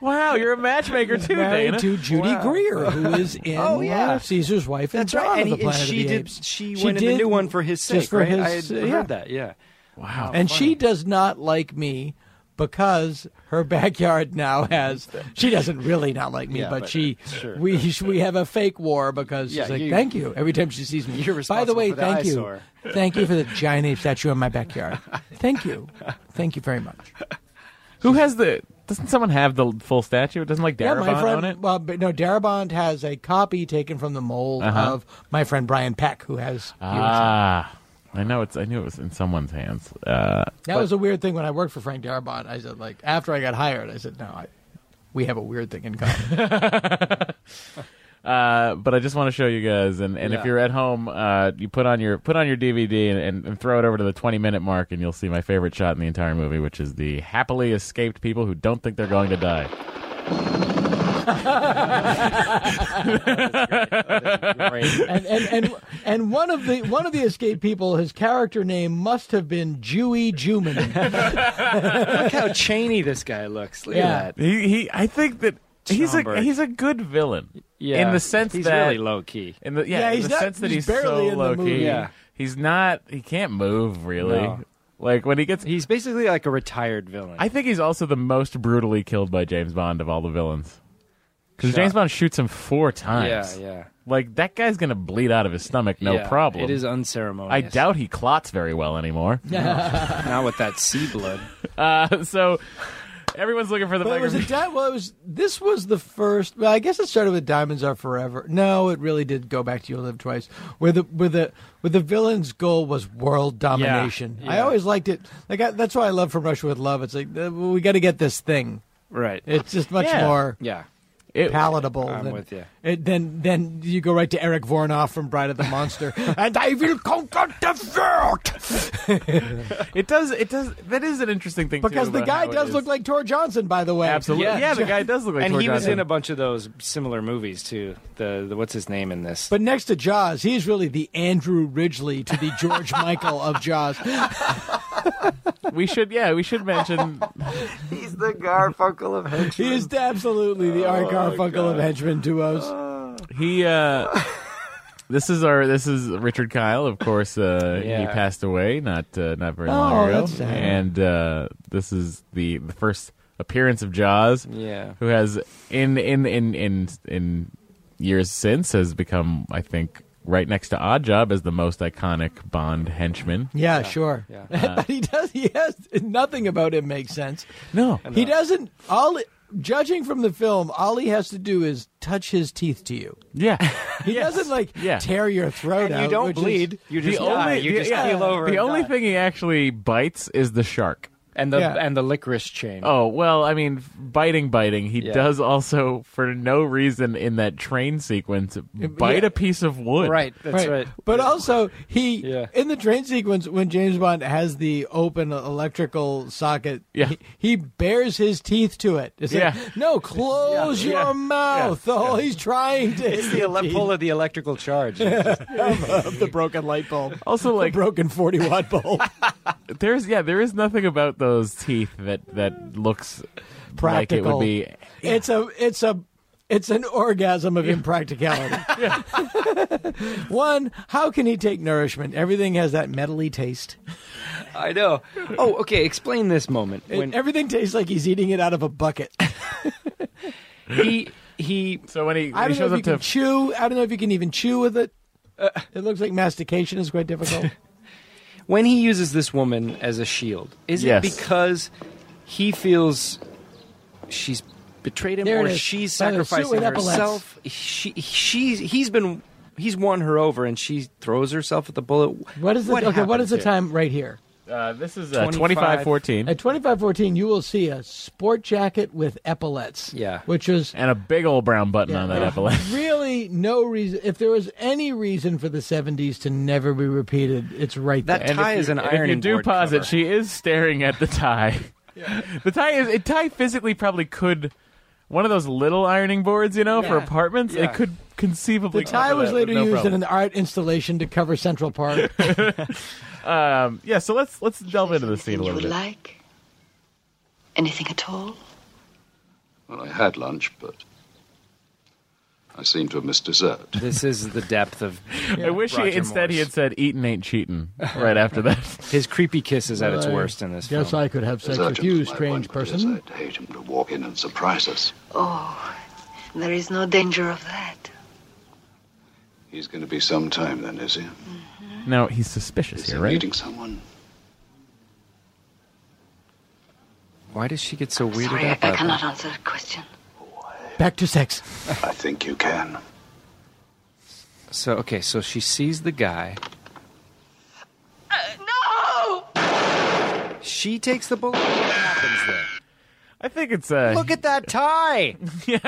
Speaker 6: wow, you're a matchmaker too,
Speaker 8: Married
Speaker 6: Dana.
Speaker 8: to Judy
Speaker 6: Wow.
Speaker 8: Greer, who is in
Speaker 6: Oh, yeah.
Speaker 8: One of Caesar's wife and
Speaker 4: That's right,
Speaker 8: Dawn of
Speaker 4: and
Speaker 8: the
Speaker 4: he- and
Speaker 8: Planet of
Speaker 4: she
Speaker 8: the
Speaker 4: did-
Speaker 8: Apes.
Speaker 4: she went in the
Speaker 8: did
Speaker 4: new one for his
Speaker 8: just
Speaker 4: sake,
Speaker 8: for
Speaker 4: right?
Speaker 8: his-
Speaker 4: I had
Speaker 8: yeah.
Speaker 4: heard that, yeah. Wow.
Speaker 8: and she does not like me because her backyard now has. She doesn't really not like me,
Speaker 4: Yeah,
Speaker 8: but,
Speaker 4: but- uh,
Speaker 8: she
Speaker 4: sure.
Speaker 8: we we have a fake war because
Speaker 4: Yeah,
Speaker 8: she's like,
Speaker 4: you-
Speaker 8: "Thank you." Every time she sees me,
Speaker 4: You're
Speaker 8: by the
Speaker 4: responsible
Speaker 8: way,
Speaker 4: for the
Speaker 8: thank
Speaker 4: eyesore.
Speaker 8: you, thank you for the giant ape statue in my backyard. Thank you, thank you very much.
Speaker 6: Who has the? Doesn't someone have the full statue? Doesn't like
Speaker 8: yeah,
Speaker 6: Darabont
Speaker 8: my friend.
Speaker 6: own it?
Speaker 8: Well, but no, Darabont has a copy taken from the mold
Speaker 6: Uh-huh.
Speaker 8: of my friend Brian Peck, who has.
Speaker 6: Ah, I know it's. I knew it was in someone's hands. Uh,
Speaker 8: That was a weird thing when I worked for Frank Darabont. I said, like, after I got hired, I said, no, I, we have a weird thing in common.
Speaker 6: Uh, but I just want to show you guys, and, and if
Speaker 8: Yeah.
Speaker 6: you're at home, uh, you put on your put on your DVD and, and, and throw it over to the 20 minute mark, and you'll see my favorite shot in the entire movie, which is the happily escaped people who don't think they're going to die.
Speaker 8: and, and and and one of the one of the escape people, his character name must have been Jewy Juman.
Speaker 4: Look how chainy this guy looks. Look
Speaker 8: Yeah.
Speaker 4: at that.
Speaker 6: He, he I think that he's a
Speaker 4: Schomburg.
Speaker 6: he's a good villain.
Speaker 4: Yeah.
Speaker 6: in the sense
Speaker 4: He's
Speaker 6: that
Speaker 4: really low key.
Speaker 6: In the yeah,
Speaker 4: Yeah,
Speaker 6: in
Speaker 4: he's
Speaker 6: the
Speaker 4: not-
Speaker 6: sense that he's,
Speaker 4: he's barely
Speaker 6: so
Speaker 4: in the
Speaker 6: low
Speaker 4: movie.
Speaker 6: key.
Speaker 4: Yeah.
Speaker 6: He's not. He can't move really.
Speaker 4: No.
Speaker 6: Like when he gets,
Speaker 4: he's basically like a retired villain.
Speaker 6: I think he's also the most brutally killed by James Bond of all the villains. Because
Speaker 4: Shot.
Speaker 6: James Bond shoots him four times.
Speaker 4: Yeah, yeah.
Speaker 6: Like that guy's gonna bleed out of his stomach, no
Speaker 4: Yeah,
Speaker 6: problem.
Speaker 4: It is
Speaker 6: I
Speaker 4: unceremonious.
Speaker 6: doubt he clots very well anymore.
Speaker 4: Not with that sea blood.
Speaker 6: Uh, so everyone's looking for the.
Speaker 8: But it
Speaker 6: fucking-
Speaker 8: was a di- well, it was this was the first. Well, I guess it started with Diamonds Are Forever. No, it really did go back to You Live Twice, where the where the where the villain's goal was world domination. I
Speaker 4: yeah.
Speaker 8: always liked it. Like I, that's why I love From Russia with Love. It's like uh, we got to get this thing.
Speaker 4: Right.
Speaker 8: It's just much
Speaker 4: Yeah.
Speaker 8: more
Speaker 4: Yeah.
Speaker 8: palatable.
Speaker 4: I'm
Speaker 8: than,
Speaker 4: with you.
Speaker 8: it- then then you go right to Eric Vornoff from Bride of the Monster, and I will conquer the world.
Speaker 6: it does. It does. That is an interesting thing. too,
Speaker 8: Because the
Speaker 6: about
Speaker 8: guy
Speaker 6: how it
Speaker 8: does
Speaker 6: is.
Speaker 8: look like Tor Johnson, by the way.
Speaker 6: Absolutely. Yeah, the guy does look like
Speaker 4: and
Speaker 6: Tor
Speaker 4: he was
Speaker 6: Johnson.
Speaker 4: in a bunch of those similar movies too. The, the what's his name in this?
Speaker 8: But next to Jaws, he's really the Andrew Ridgely to the George Michael of Jaws.
Speaker 6: We should. Yeah, we should mention.
Speaker 12: He's the Garfunkel of henchmen.
Speaker 8: He is absolutely the Art Garfunkel of henchmen duos.
Speaker 6: He uh This is our this is Richard Kyle, of course. Uh he
Speaker 4: Yeah.
Speaker 6: passed away not uh, not very
Speaker 4: Oh,
Speaker 6: long ago.
Speaker 4: that's sad.
Speaker 6: And uh this is the the first appearance of Jaws.
Speaker 4: Yeah.
Speaker 6: Who has in in in in in years since has become I think right next to Oddjob as the most iconic Bond henchman.
Speaker 8: Yeah, sure. but he does. He has nothing about him makes sense.
Speaker 6: No,
Speaker 8: he doesn't. All judging from the film, all he has to do is touch his teeth to you.
Speaker 6: Yeah,
Speaker 8: he doesn't like tear your throat
Speaker 4: And
Speaker 8: out.
Speaker 4: you don't
Speaker 8: which is-
Speaker 4: bleed. You just
Speaker 6: the
Speaker 4: die.
Speaker 6: only
Speaker 4: You
Speaker 6: the,
Speaker 4: just
Speaker 6: yeah,
Speaker 4: keel over
Speaker 6: the
Speaker 4: and
Speaker 6: only
Speaker 4: die.
Speaker 6: thing he actually bites is the shark.
Speaker 4: and the and the licorice chain.
Speaker 6: Oh well, I mean, biting, biting. He
Speaker 4: Yeah.
Speaker 6: does also, for no reason, in that train sequence, bite
Speaker 8: yeah.
Speaker 6: a piece of wood.
Speaker 4: Right, that's right.
Speaker 8: But also, he in the train sequence when James Bond has the open electrical socket,
Speaker 6: Yeah.
Speaker 8: he, he bares his teeth to it. It's
Speaker 4: Yeah.
Speaker 8: like, no, close
Speaker 4: Yeah.
Speaker 8: your
Speaker 4: Yeah.
Speaker 8: mouth. Oh, he's trying to.
Speaker 4: It's the ele- pull of the electrical charge.
Speaker 8: of the broken light bulb.
Speaker 6: Also, like
Speaker 8: broken forty watt bulb.
Speaker 6: There's yeah, there is nothing about those teeth that that looks like it
Speaker 8: Practical.
Speaker 6: would be.
Speaker 8: It's a. It's a. It's an orgasm of impracticality. One, how can he take nourishment? Everything has that metally taste.
Speaker 4: I know. Oh, okay. Explain this moment
Speaker 8: It-
Speaker 4: when
Speaker 8: everything tastes like he's eating it out of a bucket.
Speaker 4: he he.
Speaker 6: So when he,
Speaker 8: I don't know if you can chew. I don't know if you can even chew with it.
Speaker 6: Uh,
Speaker 8: it looks like mastication is quite difficult.
Speaker 4: when he uses this woman as a shield, is
Speaker 6: Yes.
Speaker 4: it because he feels she's betrayed him,
Speaker 8: There it
Speaker 4: or
Speaker 8: is.
Speaker 4: she's
Speaker 8: By the suit
Speaker 4: sacrificing
Speaker 8: with epaulets.
Speaker 4: herself? She she's he's been he's won her over, and she throws herself at the bullet.
Speaker 8: What is the okay? What
Speaker 4: happened
Speaker 8: is the
Speaker 4: here?
Speaker 8: time right here?
Speaker 6: Uh, this is
Speaker 4: uh, 25.
Speaker 6: 25-14.
Speaker 8: At twenty five fourteen, you will see a sport jacket with epaulets.
Speaker 6: Yeah,
Speaker 8: which is
Speaker 6: and a big old brown button on that
Speaker 8: Yeah.
Speaker 6: epaulette.
Speaker 8: Really, no reason. If there was any reason for the seventies to never be repeated, it's right there.
Speaker 6: And if you- and If you do pause it, she is staring at the tie. The tie is a tie. Physically, probably could one of those little ironing boards, you know, for
Speaker 8: Yeah.
Speaker 6: apartments.
Speaker 8: Yeah.
Speaker 6: It could
Speaker 8: The
Speaker 6: conceivably.
Speaker 8: tie
Speaker 6: cover
Speaker 8: was
Speaker 6: that
Speaker 8: later
Speaker 6: with no
Speaker 8: used
Speaker 6: problem.
Speaker 8: in an art installation to cover Central Park.
Speaker 6: Um, yeah, so let's let's delve into the scene a little bit.
Speaker 9: like? Anything at all?
Speaker 11: Well, I had lunch, but I seem to have missed dessert.
Speaker 4: This is the depth of.
Speaker 6: I wish he,
Speaker 4: Roger
Speaker 6: instead he had said "eating ain't cheating" right after that.
Speaker 4: His creepy kiss is at its
Speaker 11: Well, I
Speaker 4: worst in this
Speaker 13: Guess
Speaker 4: film.
Speaker 13: I could have sex
Speaker 11: Surgeon
Speaker 13: with you,
Speaker 11: was my
Speaker 13: strange person.
Speaker 11: I'd hate him to walk in and surprise us.
Speaker 9: Oh, there is no danger of that.
Speaker 11: He's going to be some time then, is he?
Speaker 6: Now he's suspicious
Speaker 11: Is he
Speaker 6: here, right?
Speaker 11: meeting someone?
Speaker 4: Why does she get so weirded
Speaker 9: Sorry, I,
Speaker 4: out?
Speaker 9: I
Speaker 4: by
Speaker 9: cannot
Speaker 4: that?
Speaker 9: answer that question.
Speaker 13: Back to sex.
Speaker 11: I think you can.
Speaker 4: So okay, so she sees the guy. no. She takes the bullet. What happens there?
Speaker 6: I think it's uh,
Speaker 4: Look at that tie. God.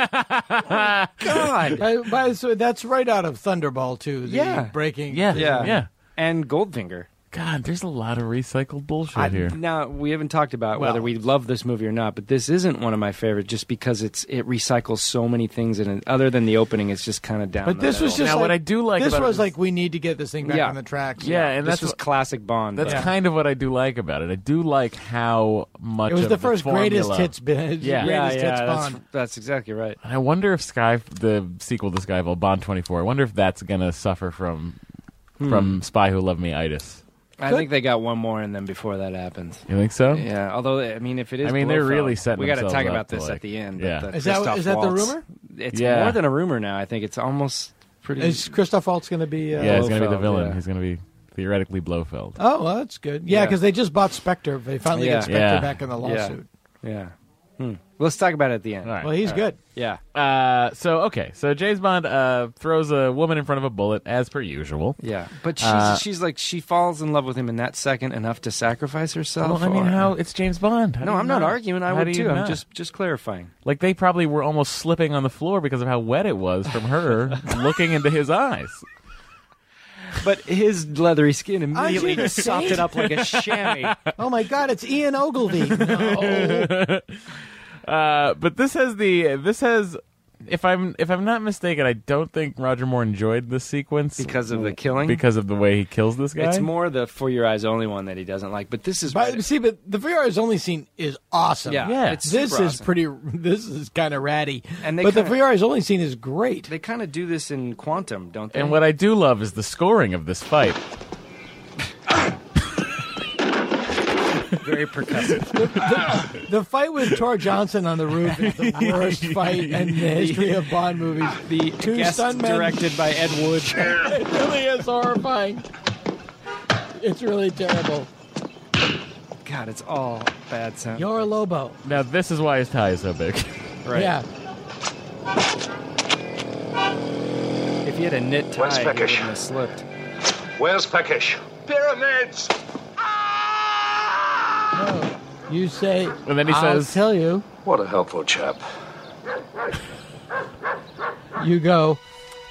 Speaker 8: By, by, the way, that's right out of Thunderball too. The
Speaker 4: Yeah.
Speaker 8: breaking.
Speaker 4: yeah, And Goldfinger.
Speaker 6: God, there's a lot of recycled bullshit
Speaker 4: I,
Speaker 6: here.
Speaker 4: now we haven't talked about whether
Speaker 6: Well-
Speaker 4: we love this movie or not, but this isn't one of my favorites just because it's it recycles so many things, and other than the opening, it's just kind of down.
Speaker 8: But
Speaker 4: the
Speaker 8: this was
Speaker 4: middle.
Speaker 8: just like, This was like we need to get this thing back
Speaker 4: Yeah.
Speaker 8: on the tracks.
Speaker 6: Yeah, and
Speaker 4: This
Speaker 6: that's
Speaker 4: was
Speaker 6: what-
Speaker 4: classic Bond.
Speaker 6: That's
Speaker 4: but-
Speaker 6: kind of what I do like about it. I do like how much
Speaker 8: It was
Speaker 6: of
Speaker 8: the first greatest
Speaker 6: formula-
Speaker 8: hits bit-
Speaker 6: Yeah,
Speaker 8: greatest
Speaker 6: yeah,
Speaker 8: hits
Speaker 6: yeah,
Speaker 8: Bond.
Speaker 4: That's, that's exactly right.
Speaker 6: And I wonder if Sky, the sequel to Skyfall, Bond twenty four. I wonder if that's gonna suffer from
Speaker 4: Hmm.
Speaker 6: from Spy Who Loved Me itis.
Speaker 4: I think they got one more in them before that happens.
Speaker 6: You think so?
Speaker 4: Yeah, although I mean, if it is,
Speaker 6: I mean, they're
Speaker 4: Blofeld,
Speaker 6: really setting
Speaker 4: We gotta
Speaker 6: themselves
Speaker 4: talk
Speaker 6: up
Speaker 4: about
Speaker 6: to,
Speaker 4: this
Speaker 6: like-
Speaker 4: at the end.
Speaker 6: yeah.
Speaker 4: but
Speaker 8: Is that-
Speaker 4: Christoph
Speaker 8: is that the
Speaker 4: Waltz-
Speaker 8: rumor?
Speaker 4: It's
Speaker 6: Yeah.
Speaker 4: more than a rumor now. I think it's almost pretty.
Speaker 8: Is Christoph Waltz going to be? Uh,
Speaker 6: yeah, he's gonna be the
Speaker 4: Blofeld,
Speaker 6: villain.
Speaker 4: yeah.
Speaker 6: He's gonna be theoretically Blofeld.
Speaker 8: Oh, well, that's good. Yeah,
Speaker 4: Yeah.
Speaker 8: because they just bought Spectre. They finally
Speaker 4: Yeah.
Speaker 8: got Spectre
Speaker 6: Yeah.
Speaker 8: back in the
Speaker 4: Yeah.
Speaker 8: lawsuit.
Speaker 4: Yeah. Hmm. Let's talk about it at the end.
Speaker 6: right.
Speaker 8: Well, he's good.
Speaker 4: Yeah.
Speaker 6: Uh, so okay, so James Bond uh, throws a woman in front of a bullet as per usual.
Speaker 4: Yeah, but she's,
Speaker 6: Uh,
Speaker 4: she's like she falls in love with him in that second enough to sacrifice herself.
Speaker 6: Well, I mean,
Speaker 4: or-
Speaker 6: how it's James Bond? How do
Speaker 4: No,
Speaker 6: you
Speaker 4: I'm not arguing. I
Speaker 6: how
Speaker 4: would
Speaker 6: do you
Speaker 4: too. I'm
Speaker 6: not?
Speaker 4: just just clarifying.
Speaker 6: like they probably were almost slipping on the floor because of how wet it was from her looking into his eyes.
Speaker 4: But his leathery skin
Speaker 8: Aren't you
Speaker 4: immediately
Speaker 8: the
Speaker 4: sopped
Speaker 8: saint?
Speaker 4: it up like a chamois.
Speaker 8: Oh my God, it's Ian Ogilvy. No.
Speaker 6: Uh, but this has the this has if I'm if I'm not mistaken, I don't think Roger Moore enjoyed this sequence
Speaker 4: Because of the killing?
Speaker 6: Because of the way he kills this guy.
Speaker 4: It's more the for your eyes only one that he doesn't like. But this is
Speaker 8: But see, but the VR's only scene is awesome.
Speaker 4: Yeah, Yeah. it's
Speaker 8: this
Speaker 4: super
Speaker 8: is
Speaker 4: awesome.
Speaker 8: pretty. This is kind of ratty.
Speaker 4: And they
Speaker 8: but the
Speaker 4: kinda-
Speaker 8: VR's only scene is great.
Speaker 4: they kind of do this in Quantum, don't they?
Speaker 6: and what I do love is the scoring of this fight.
Speaker 4: very percussive.
Speaker 8: the, the fight with Tor Johnson on the roof is the worst fight in the history of Bond movies.
Speaker 4: The
Speaker 8: Two
Speaker 4: guest
Speaker 8: stuntmen.
Speaker 4: directed by Ed Wood.
Speaker 8: It really is horrifying. It's really terrible.
Speaker 4: God, it's all bad sound.
Speaker 8: You're Lobo.
Speaker 6: Now this is why his tie is so big.
Speaker 4: Right.
Speaker 8: Yeah.
Speaker 4: If he had a knit tie,
Speaker 11: Where's
Speaker 4: he
Speaker 11: Peckish?
Speaker 4: wouldn't have slipped.
Speaker 11: Where's Peckish? Pyramids!
Speaker 8: No. You say. And
Speaker 6: then he
Speaker 8: I'll
Speaker 6: says-
Speaker 8: tell you.
Speaker 11: What a helpful chap.
Speaker 8: You go.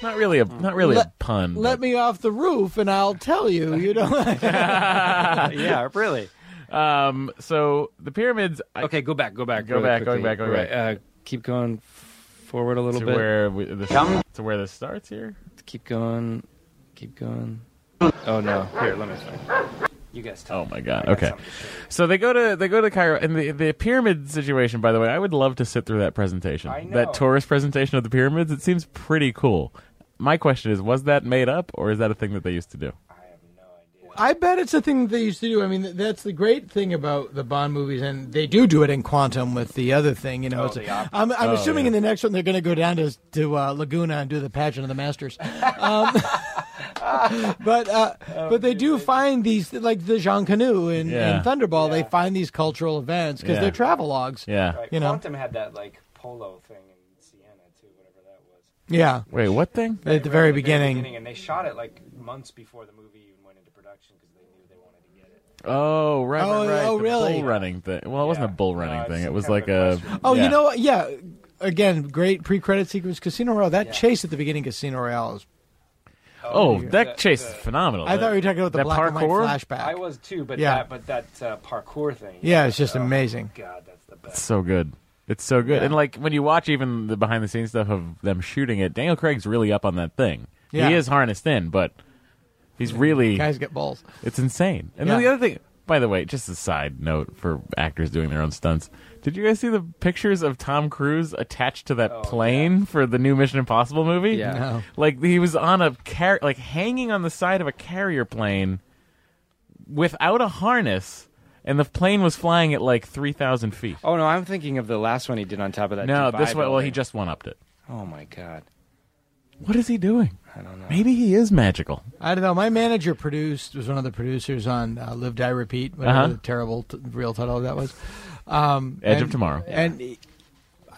Speaker 6: Not really a not really a
Speaker 8: Let-
Speaker 6: pun.
Speaker 8: Let me off the roof, and I'll tell you. You know.
Speaker 4: yeah, really.
Speaker 6: but- um so the pyramids I,
Speaker 4: Okay, go back, go back,
Speaker 6: Go
Speaker 4: really
Speaker 6: back, go
Speaker 4: quickly.
Speaker 6: back, go
Speaker 4: Right,
Speaker 6: back.
Speaker 4: Uh, keep going f- forward a little
Speaker 6: to
Speaker 4: bit.
Speaker 6: where we, this,
Speaker 11: Come.
Speaker 6: to where this starts here.
Speaker 4: Keep going, keep going. Oh no! Here, let me. You guys talk.
Speaker 6: Oh my god. Okay. So they go to they go to Cairo and the, the pyramid situation by the way, I would love to sit through that presentation.
Speaker 4: I know.
Speaker 6: That tourist presentation of the pyramids, it seems pretty cool. My question is, was that made up or is that a thing that they used to do?
Speaker 8: I bet it's a thing they used to do. I mean, th- that's the great thing about the Bond movies, and they do do it in Quantum with the other thing.
Speaker 6: Oh,
Speaker 8: You know, it's, I'm, I'm assuming in the next one they're going to go down to to uh, Laguna and do the pageant of the Masters. Um, but uh,
Speaker 6: Oh,
Speaker 8: but they do find these like the Jean Canu in,
Speaker 6: Yeah.
Speaker 8: in Thunderball. They find these cultural events because
Speaker 6: Yeah.
Speaker 8: they're travelogues.
Speaker 6: Yeah.
Speaker 8: You know.
Speaker 4: Quantum had that like polo thing in Siena too, whatever that was.
Speaker 8: Yeah.
Speaker 6: Wait, what thing?
Speaker 8: At the very beginning.
Speaker 4: and they shot it like months before the movie even went into production because they knew they wanted to get it.
Speaker 6: Oh, right,
Speaker 8: Oh,
Speaker 6: right, right.
Speaker 8: oh,
Speaker 6: the
Speaker 8: really?
Speaker 6: Bull running thing. Well, it wasn't a bull running
Speaker 4: No, it's
Speaker 6: thing. It
Speaker 4: some
Speaker 6: was
Speaker 4: kind
Speaker 6: like
Speaker 4: of
Speaker 6: a
Speaker 8: Oh,
Speaker 6: yeah.
Speaker 8: you know what? Yeah. Again, great pre-credit sequence. Casino Royale. That chase at the beginning, of Casino Royale, is
Speaker 6: Oh, that
Speaker 4: the-
Speaker 6: chase
Speaker 4: the-
Speaker 6: is phenomenal.
Speaker 8: I thought you were talking about the
Speaker 6: that
Speaker 8: black and white
Speaker 6: parkour?
Speaker 8: flashback.
Speaker 4: I was too, but
Speaker 8: Yeah.
Speaker 4: that but that uh, parkour thing.
Speaker 8: Yeah, it's just amazing.
Speaker 4: God, that's the best.
Speaker 6: It's so good. It's so good. And like when you watch even the behind the scenes stuff of them shooting it, Daniel Craig's really up on that thing.
Speaker 8: Yeah.
Speaker 6: He is harnessed in, but he's really
Speaker 8: Guys get balls.
Speaker 6: it's insane. And then
Speaker 8: Yeah.
Speaker 6: the other thing By the way, just a side note for actors doing their own stunts. Did you guys see the pictures of Tom Cruise attached to that plane for the new Mission Impossible movie?
Speaker 4: Yeah. No.
Speaker 6: Like he was on a car like hanging on the side of a carrier plane without a harness and the plane was flying at like 3000 feet.
Speaker 4: Oh no, I'm thinking of the last one he did on top of that.
Speaker 6: No,
Speaker 4: Dubai
Speaker 6: this one- well,
Speaker 4: building.
Speaker 6: he just one upped it.
Speaker 4: Oh my god.
Speaker 6: What is he doing? I don't know. Maybe he is magical.
Speaker 8: I don't know. My manager produced was one of the producers on uh, Live Die Repeat, whatever
Speaker 6: Uh-huh.
Speaker 8: the terrible t- real title of that was. Um,
Speaker 6: Edge of Tomorrow.
Speaker 8: And he-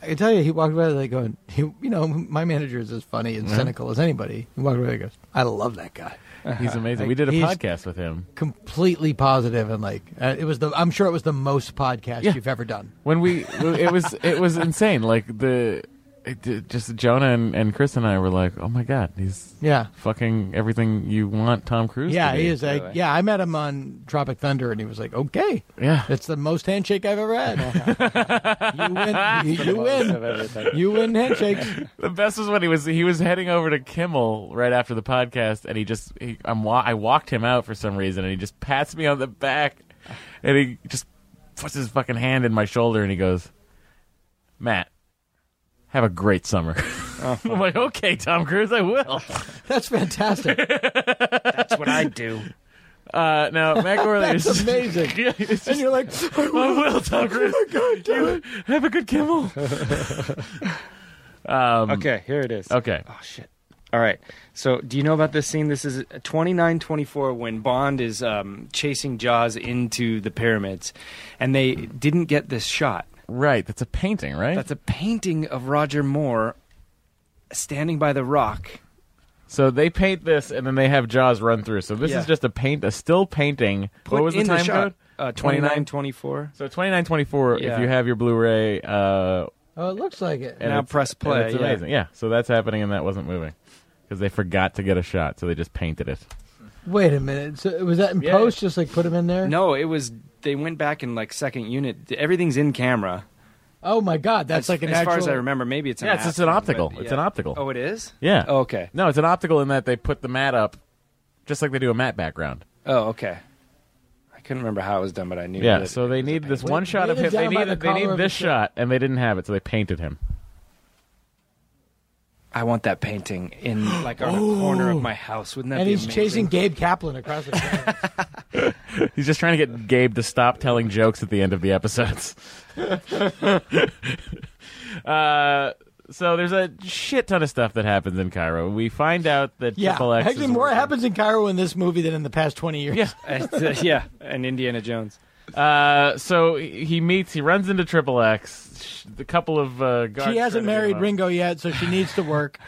Speaker 8: I can tell you, he walked by like going, he, you know, my manager is as funny and
Speaker 6: Mhm.
Speaker 8: cynical as anybody. He walked by and goes, I love that guy.
Speaker 6: He's amazing. We
Speaker 8: Like,
Speaker 6: did a
Speaker 8: he's
Speaker 6: podcast with him.
Speaker 8: Completely positive and like uh, it was the. I'm sure it was the most podcast
Speaker 6: Yeah.
Speaker 8: you've ever done.
Speaker 6: when we it was it was insane like the it, it- just jonah and, and chris and i were like oh my god he's
Speaker 8: Yeah.
Speaker 6: fucking everything you want tom cruise
Speaker 8: Yeah,
Speaker 6: to be.
Speaker 8: he is. Like, yeah, I met him on Tropic Thunder, and he was like, "Okay,
Speaker 6: yeah,
Speaker 8: it's the most handshake I've ever had. you win, you, you win, you win handshakes."
Speaker 6: the best was when he was he was heading over to kimmel right after the podcast and he just he, I'm, wa- i walked him out for some reason and he just pats me on the back and he just puts his fucking hand in my shoulder and he goes matt have a great summer I'm like, okay, Tom Cruise, I will.
Speaker 8: That's fantastic.
Speaker 6: That's
Speaker 4: what I do.
Speaker 6: Uh, now, Matt Gorley
Speaker 8: That's
Speaker 6: is
Speaker 8: amazing. and Oh you're like, I
Speaker 6: will, Tom Cruise. Have a good Kimmel.
Speaker 4: Um, okay, here it is.
Speaker 6: Okay.
Speaker 4: Oh shit. All right. So, do you know about this scene? This is 2924 when Bond is um, chasing Jaws into the pyramids, and they didn't get this shot.
Speaker 6: Right. That's a painting, right?
Speaker 4: That's a painting of Roger Moore standing by the rock.
Speaker 6: So they paint this, and then they have Jaws run through. So this
Speaker 4: Yeah.
Speaker 6: is just a paint, a still painting.
Speaker 4: Put
Speaker 6: what was
Speaker 4: in
Speaker 6: the time
Speaker 4: shot,
Speaker 6: code?
Speaker 4: Uh, 2924.
Speaker 6: So 2924.
Speaker 4: Yeah.
Speaker 6: If you have your Blu-ray, uh,
Speaker 8: Oh, it looks like it.
Speaker 6: and
Speaker 4: Now
Speaker 6: it's-
Speaker 4: press
Speaker 6: and
Speaker 4: play,
Speaker 6: It's
Speaker 4: yeah.
Speaker 6: amazing. Yeah. So that's happening, and that wasn't moving because they forgot to get a shot, so they just painted it.
Speaker 8: Wait a minute. So was that in
Speaker 4: Yeah.
Speaker 8: post? Just like put him in there?
Speaker 4: No, it was. They went back in like second unit. Everything's in camera.
Speaker 8: Oh my God, that's
Speaker 4: As-
Speaker 8: like an
Speaker 4: as far as
Speaker 8: actual-
Speaker 4: I remember. Maybe it's an
Speaker 6: yeah, it's, it's an
Speaker 4: app,
Speaker 6: optical.
Speaker 4: but
Speaker 6: It's
Speaker 4: yeah.
Speaker 6: an optical.
Speaker 4: Oh, it is.
Speaker 6: Yeah.
Speaker 4: Oh, okay.
Speaker 6: No, it's an optical in that they put the mat up, just like they do a mat background.
Speaker 4: Oh, okay. I couldn't remember how it was done, but I knew.
Speaker 6: Yeah,
Speaker 4: that
Speaker 6: so they need this
Speaker 4: Wait,
Speaker 6: one shot of
Speaker 4: wait,
Speaker 6: him. They
Speaker 4: down by
Speaker 6: need
Speaker 4: the
Speaker 6: they
Speaker 4: collar
Speaker 6: need
Speaker 4: of
Speaker 6: this
Speaker 4: the shirt.
Speaker 6: shot, and they didn't have it, so they painted him.
Speaker 4: I want that painting in like on a corner
Speaker 6: Oh.
Speaker 4: of my house. Wouldn't that
Speaker 8: and
Speaker 4: be
Speaker 8: he's
Speaker 4: amazing?
Speaker 8: chasing Gabe Kaplan across the.
Speaker 6: He's just trying to get Gabe to stop telling jokes at the end of the episodes. uh, so there's a shit ton of stuff that happens in Cairo. We find out that
Speaker 8: yeah,
Speaker 6: Triple X
Speaker 8: actually,
Speaker 6: is
Speaker 8: more happens in Cairo in this movie than in the past twenty years.
Speaker 4: Yeah, yeah, and Indiana Jones.
Speaker 6: Uh, so he he meets, he runs into Triple X. A couple of uh, guards.
Speaker 8: she hasn't
Speaker 6: try to beat
Speaker 8: married
Speaker 6: him up.
Speaker 8: Ringo yet, so she needs to work.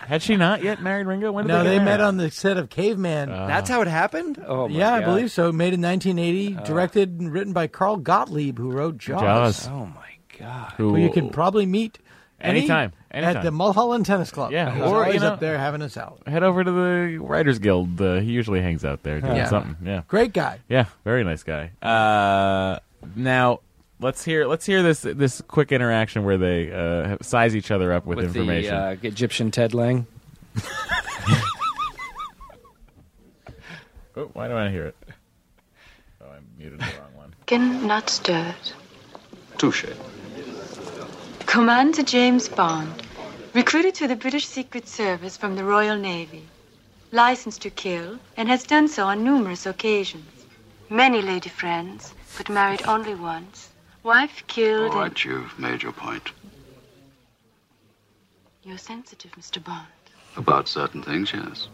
Speaker 6: Had she not yet married Ringo? When did
Speaker 8: no,
Speaker 6: they,
Speaker 8: they met
Speaker 6: get married?
Speaker 8: on the set of Caveman.
Speaker 6: Uh-huh.
Speaker 4: That's how it happened. Oh, my
Speaker 8: yeah, I
Speaker 4: God.
Speaker 8: believe so. Made in 1980,
Speaker 4: Uh,
Speaker 8: directed and written by Carl Gottlieb, who wrote Jaws.
Speaker 6: Jaws.
Speaker 4: Oh my God.
Speaker 8: Who you can probably meet any-
Speaker 6: Anytime,
Speaker 8: at
Speaker 6: anytime.
Speaker 8: the Mulholland Tennis Club.
Speaker 6: Yeah,
Speaker 8: He's
Speaker 6: or, you
Speaker 8: always
Speaker 6: know-
Speaker 8: up there having us out.
Speaker 6: head over to the Writers Guild. Uh, he usually hangs out there doing
Speaker 8: Yeah.
Speaker 6: something. Yeah,
Speaker 8: Great guy.
Speaker 6: Yeah, very nice guy. Uh, now let's hear let's hear this this quick interaction where they uh, size each other up with,
Speaker 4: With
Speaker 6: information.
Speaker 4: the uh, Egyptian Ted Lang.
Speaker 6: oh, why do I hear it? Oh, I muted the wrong one.
Speaker 9: Chicken not stirred.
Speaker 11: Touche.
Speaker 9: Commander James Bond, recruited to the British Secret Service from the Royal Navy, licensed to kill, and has done so on numerous occasions. Many lady friends, but married only once. Wife
Speaker 11: All
Speaker 9: killed. and-
Speaker 11: right, you've made your point.
Speaker 9: You're sensitive, Mr. Bond.
Speaker 11: About certain things, yes.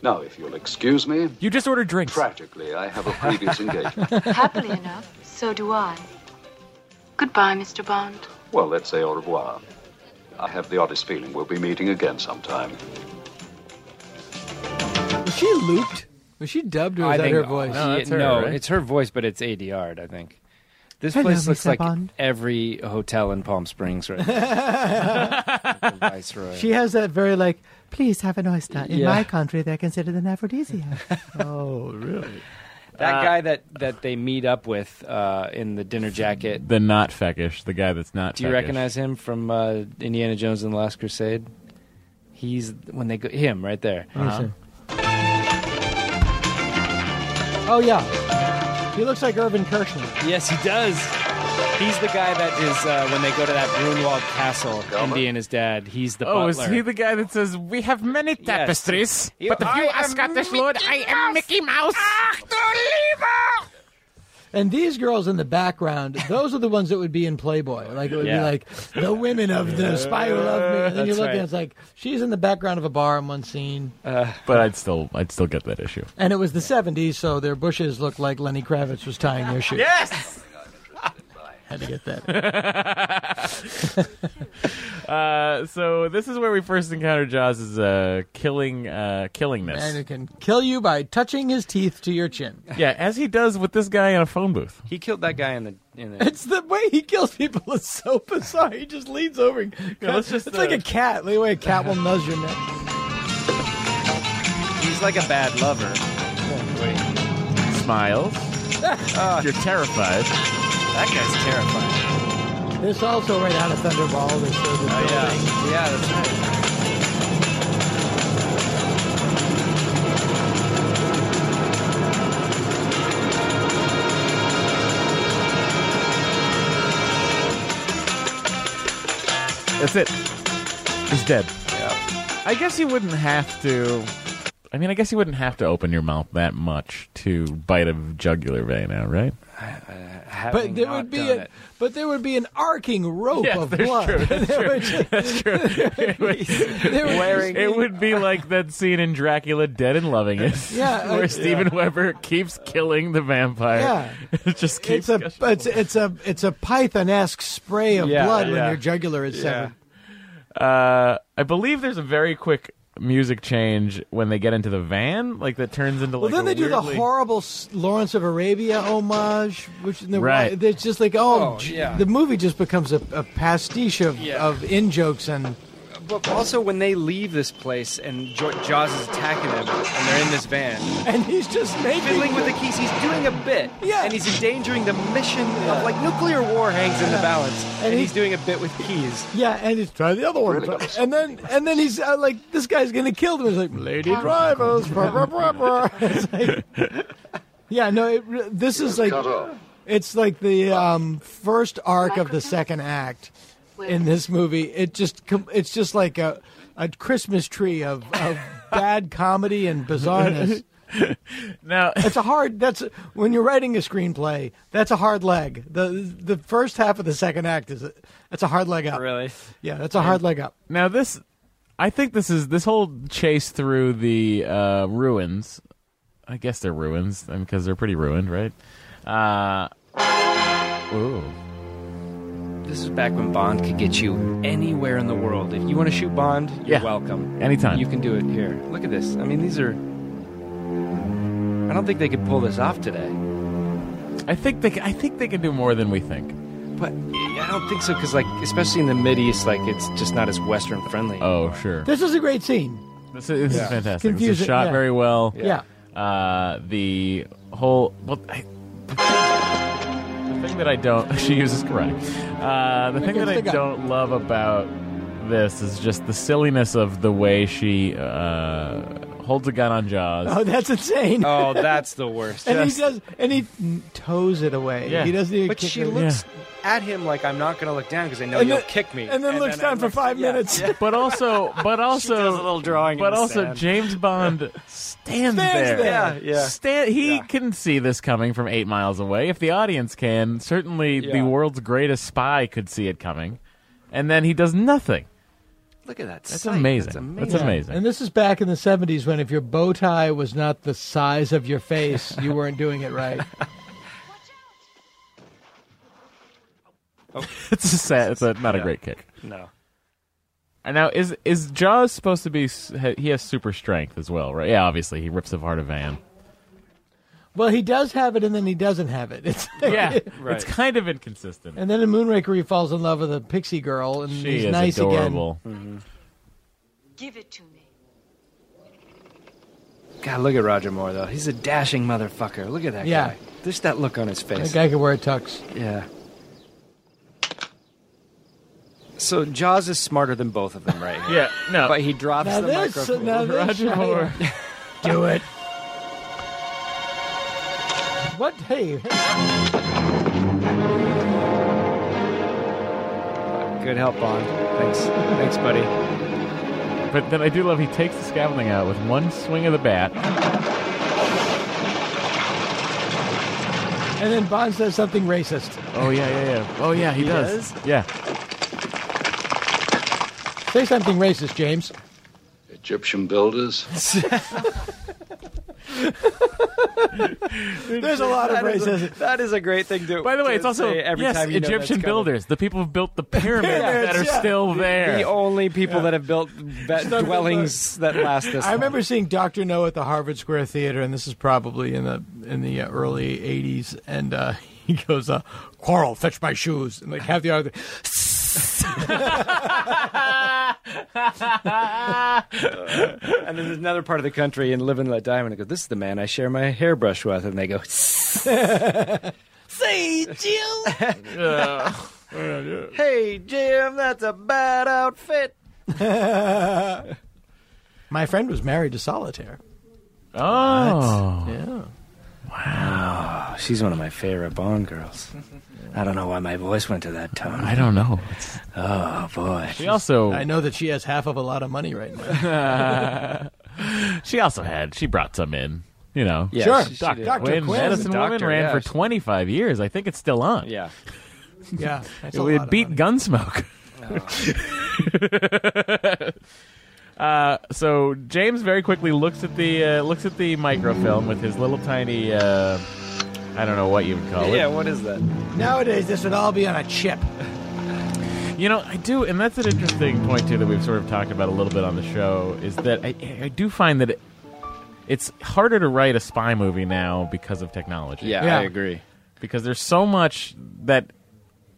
Speaker 11: Now, if you'll excuse me.
Speaker 6: You just ordered drinks.
Speaker 11: Tragically, I have a previous engagement.
Speaker 9: Happily enough, so do I. Goodbye, Mr. Bond.
Speaker 11: Well, let's say au revoir. I have the oddest feeling we'll be meeting again sometime.
Speaker 8: Was she looped? Was she dubbed or was
Speaker 4: I
Speaker 8: that
Speaker 4: think
Speaker 8: her voice?
Speaker 4: No, no, it's her voice, but it's ADR'd. I think this
Speaker 8: I love
Speaker 4: place
Speaker 8: you,
Speaker 4: looks like
Speaker 8: Sabon.
Speaker 4: every hotel in Palm Springs, right? now. The Viceroy.
Speaker 8: She has that very like. Please have an oyster.
Speaker 4: In Yeah. my
Speaker 8: country, they're considered an aphrodisiac. oh, really?
Speaker 6: Uh,
Speaker 4: that guy that that they meet up with uh, in the dinner jacket.
Speaker 6: The not feckish, the guy that's not.
Speaker 4: Do you
Speaker 6: feckish.
Speaker 4: recognize him from uh, Indiana Jones and the Last Crusade?
Speaker 14: Uh-huh.
Speaker 4: He's when they go him right there.
Speaker 6: Let me Uh-huh. see.
Speaker 8: Oh yeah, he looks like Irvin Kershner.
Speaker 4: Yes, he does. He's the guy that is uh, when they go to that Brunwald Castle. Indy and his dad. He's the
Speaker 6: Oh,
Speaker 4: butler.
Speaker 6: is he the guy that says we have many tapestries,
Speaker 4: You-
Speaker 6: but if
Speaker 4: I
Speaker 6: you are
Speaker 4: am
Speaker 6: Scottish lord, I am Mickey Mouse.
Speaker 8: And these girls in the background, those are the ones that would be in Playboy. Like it would
Speaker 14: Yeah.
Speaker 8: be like the women of the spy who love me. And then you
Speaker 14: That's
Speaker 8: look
Speaker 14: right.
Speaker 8: and it's like she's in the background of a bar in one scene.
Speaker 6: but I'd still, I'd still get that issue.
Speaker 8: And it was the '70s, so their bushes looked like Lenny Kravitz was tying their shoes.
Speaker 6: Yes.
Speaker 8: Had to get that.
Speaker 6: uh, so this is where we first encounter Jaws is uh, killing, uh, killingness.
Speaker 8: and it can kill you by touching his teeth to your chin.
Speaker 6: Yeah, as he does with this guy in a phone booth.
Speaker 4: He killed that guy in the. In the
Speaker 8: It's the way he kills people is so bizarre. He just leans over. And
Speaker 4: Yeah, let's just,
Speaker 8: it's like
Speaker 4: uh,
Speaker 8: a cat. The way a cat will nuzz your neck.
Speaker 4: He's like a bad lover.
Speaker 8: uh,
Speaker 6: Smiles.
Speaker 8: Ah.
Speaker 6: You're terrified.
Speaker 4: That guy's terrifying.
Speaker 8: This also right out of Thunderball. This oh
Speaker 4: yeah, yeah, that's right.
Speaker 6: That's it. He's dead. I guess you wouldn't have to. I mean, I guess you wouldn't have to open your mouth that much to bite a jugular vein out, right?
Speaker 8: But there would be a, but there would be an arcing rope
Speaker 6: Yes,
Speaker 8: of
Speaker 6: that's
Speaker 8: blood.
Speaker 6: true, that's
Speaker 8: There
Speaker 6: true,
Speaker 8: would just- there would just be-
Speaker 6: it would be like that scene in Dracula, Dead and Loving It,
Speaker 8: Yeah,
Speaker 6: where
Speaker 8: I-
Speaker 6: Steven
Speaker 8: yeah.
Speaker 6: Weber keeps killing the vampire.
Speaker 8: Yeah.
Speaker 6: it just keeps.
Speaker 8: It's a it's it's a it's a python-esque spray of
Speaker 6: Yeah,
Speaker 8: blood when
Speaker 6: yeah.
Speaker 8: your jugular is
Speaker 6: Yeah.
Speaker 8: severed.
Speaker 6: Uh, I believe there's a very quick music change when they get into the van, like that turns into
Speaker 8: Well,
Speaker 6: like.
Speaker 8: then
Speaker 6: a
Speaker 8: they do the
Speaker 6: weirdly-
Speaker 8: horrible s- Lawrence of Arabia homage, which in the
Speaker 6: Right.
Speaker 8: It's just like, oh,
Speaker 4: Oh,
Speaker 8: j-
Speaker 4: yeah.
Speaker 8: the movie just becomes a, a pastiche of,
Speaker 4: Yeah.
Speaker 8: of in jokes and
Speaker 4: But also, when they leave this place and jo- Jaws is attacking them, and they're in this van,
Speaker 8: and he's just making
Speaker 4: fiddling with the keys. He's doing a bit, yeah, and he's endangering the mission of like nuclear war hangs in the balance, and,
Speaker 8: he-
Speaker 4: he's doing a bit with keys.
Speaker 8: yeah, and he's try the other one, and then and then he's uh, like, this guy's gonna kill them. He's like, lady drivers, brr, brr, brr, brr." It's like- yeah, no, it, re- this is like, it's like the um, first arc of the second act in this movie. It just com- it's just like a a Christmas tree of, of bad comedy and bizarreness.
Speaker 6: Now
Speaker 8: it's a hard. That's when you're writing a screenplay. That's a hard leg. the The first half of the second act is a, that's a hard leg up.
Speaker 4: Really?
Speaker 8: Yeah, that's a hard leg up.
Speaker 6: Now this, I think this is this whole chase through the uh, ruins. I guess they're ruins because they're pretty ruined, right? Uh, ooh,
Speaker 4: This is back when Bond could get you anywhere in the world. If you want to shoot Bond, you're welcome.
Speaker 6: Anytime.
Speaker 4: You can do it here. Look at this. I mean, these are. I don't think they could pull this off today.
Speaker 6: I think they. I think they can do more than we think.
Speaker 4: But I don't think so because, like, especially in the Mid East, like it's just not as Western friendly.
Speaker 6: Oh, sure.
Speaker 8: This is a great scene.
Speaker 6: This is, this
Speaker 4: Yeah.
Speaker 6: is fantastic. this
Speaker 4: Confusing,
Speaker 6: is shot
Speaker 4: yeah.
Speaker 6: very well.
Speaker 8: Yeah.
Speaker 6: Uh, the whole well, I, the thing that I don't she uses karate. Uh, the thing that I
Speaker 14: Against the guy.
Speaker 6: don't love about this is just the silliness of the way she uh, holds a gun on Jaws.
Speaker 8: Oh, that's insane.
Speaker 4: Oh, that's the worst.
Speaker 8: and
Speaker 4: Just-
Speaker 8: he does, and he toes it away. He doesn't even.
Speaker 4: But
Speaker 8: kick
Speaker 4: she
Speaker 8: it.
Speaker 4: looks at him like I'm not going to look down because I know
Speaker 8: And
Speaker 4: you'll
Speaker 8: then-
Speaker 4: kick me.
Speaker 8: and then looks down for five minutes.
Speaker 6: But also, but also,
Speaker 4: a little drawing. in
Speaker 6: But
Speaker 4: the
Speaker 6: also,
Speaker 4: sand.
Speaker 6: James Bond stands,
Speaker 4: Stands
Speaker 6: there.
Speaker 4: there. Yeah, yeah.
Speaker 6: Stand, he can see this coming from eight miles away. If the audience can, certainly the
Speaker 4: Yeah.
Speaker 6: world's greatest spy could see it coming. And then he does nothing.
Speaker 4: Look at that.
Speaker 6: That's
Speaker 4: sight.
Speaker 6: amazing.
Speaker 4: That's amazing.
Speaker 6: That's
Speaker 8: Yeah.
Speaker 6: amazing.
Speaker 8: And this is back in the '70s when if your bow tie was not the size of your face, you weren't doing it right.
Speaker 6: it's a sad. It's a, not a great kick.
Speaker 4: No.
Speaker 6: And now is is Jaws supposed to be? s- ha- He has super strength as well, right? Yeah, obviously he rips apart a van.
Speaker 8: Well, he does have it, and then he doesn't have it. It's
Speaker 6: Yeah, it's kind of inconsistent.
Speaker 8: And then in Moonraker, he falls in love with a pixie girl, and
Speaker 6: She
Speaker 8: he's
Speaker 6: is
Speaker 8: nice
Speaker 6: adorable.
Speaker 9: Give it to me.
Speaker 4: God, look at Roger Moore though. He's a dashing motherfucker. Look at that
Speaker 8: Yeah.
Speaker 4: guy. Just that look on his
Speaker 8: again.
Speaker 4: face.
Speaker 8: That guy could wear a tux.
Speaker 4: Yeah. So Jaws is smarter than both of them, right?
Speaker 6: yeah. No.
Speaker 4: But he drops
Speaker 8: Now
Speaker 4: the
Speaker 8: this-
Speaker 4: microphone.
Speaker 8: now this- Roger Moore. Do it. What? Hey.
Speaker 4: Good help, Bond. Thanks. Thanks, buddy.
Speaker 6: But then I do love he takes the scaffolding out with one swing of the bat.
Speaker 8: And then Bond says something racist.
Speaker 6: Oh yeah, yeah, yeah. Oh yeah, he,
Speaker 8: He
Speaker 6: does.
Speaker 8: does?
Speaker 6: Yeah.
Speaker 8: Say something racist, James.
Speaker 11: Egyptian builders.
Speaker 8: There's a lot of
Speaker 4: That is a-
Speaker 8: racism.
Speaker 4: that is a great thing to.
Speaker 6: By the way,
Speaker 4: to
Speaker 6: it's also
Speaker 4: say every
Speaker 6: yes,
Speaker 4: time you know that's
Speaker 6: Egyptian
Speaker 4: coming.
Speaker 6: builders, the people who built the pyramids,
Speaker 8: Pyramids,
Speaker 6: that are
Speaker 8: yeah.
Speaker 6: still there.
Speaker 4: The only people that have built that
Speaker 8: Stuff
Speaker 4: dwellings that last this.
Speaker 8: I
Speaker 4: long.
Speaker 8: remember seeing Doctor No at the Harvard Square Theater, and this is probably in the in the uh, early '80s. And uh, he goes, uh, "Quarrel, fetch my shoes," and like have the other.
Speaker 4: and then there's another part of the country and live and let die. And I go, this is the man I share my hairbrush with, and they go,
Speaker 7: Say, Jim.
Speaker 4: hey, Jim, that's a bad outfit.
Speaker 8: my friend was married to Solitaire.
Speaker 6: Oh.
Speaker 8: yeah.
Speaker 4: Wow, she's one of my favorite Bond girls. I don't know why my voice went to that tone.
Speaker 6: I don't know.
Speaker 4: Oh boy.
Speaker 6: She also
Speaker 8: I know that she has half of a lot of money right now.
Speaker 6: she also had she brought some in. You know,
Speaker 8: Yeah, Sure. she- she
Speaker 6: Doctor
Speaker 8: did. Dr.
Speaker 6: Quinn,
Speaker 8: Quinn.
Speaker 6: Medicine
Speaker 8: Doctor,
Speaker 6: Woman ran
Speaker 8: yeah.
Speaker 6: for 25 years. I think it's still on.
Speaker 4: Yeah,
Speaker 8: yeah, that's
Speaker 6: it
Speaker 8: a
Speaker 6: would
Speaker 8: lot of
Speaker 6: beat Gunsmoke. uh, so James very quickly looks at the uh, looks at the microfilm with his little tiny. Uh, I don't know what you would call it.
Speaker 4: Yeah, what is that?
Speaker 8: Nowadays, this would all be on a chip.
Speaker 6: You know, I do, and that's an interesting point too that we've sort of talked about a little bit on the show. Is that I, I do find that it, it's harder to write a spy movie now because of technology.
Speaker 4: Yeah, Yeah. I agree.
Speaker 6: Because there's so much that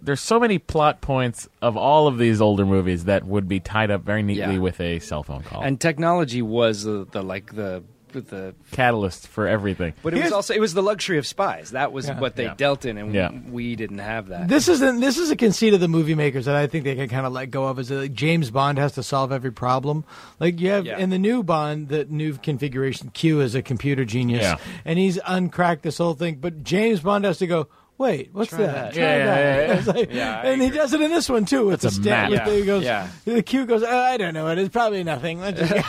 Speaker 6: there's so many plot points of all of these older movies that would be tied up very neatly
Speaker 4: Yeah.
Speaker 6: with a cell phone call.
Speaker 4: And technology was the, the like the the.
Speaker 6: Catalyst for everything.
Speaker 4: But it was also it was the luxury of spies. That was
Speaker 8: Yeah.
Speaker 4: what they
Speaker 8: Yeah.
Speaker 4: dealt in, and
Speaker 6: Yeah.
Speaker 4: we didn't have that.
Speaker 8: This is a, this is a conceit of the movie makers that I think they can kind of let go of. Is that like James Bond has to solve every problem? Like you have in the new Bond, the new configuration Q is a computer genius,
Speaker 6: Yeah.
Speaker 8: and he's uncracked this whole thing. But James Bond has to go. Wait, what's
Speaker 4: Try
Speaker 8: that?
Speaker 4: that.
Speaker 8: Try
Speaker 4: Yeah, yeah,
Speaker 8: that."
Speaker 4: yeah, yeah.
Speaker 8: It's like-
Speaker 4: Yeah, I
Speaker 8: and he does it in this one too. With
Speaker 6: That's
Speaker 8: the
Speaker 6: a
Speaker 8: stat,
Speaker 6: map.
Speaker 8: with the, he goes,
Speaker 4: Yeah.
Speaker 8: the Q goes, "Oh, I don't know it. It's probably nothing. Let's just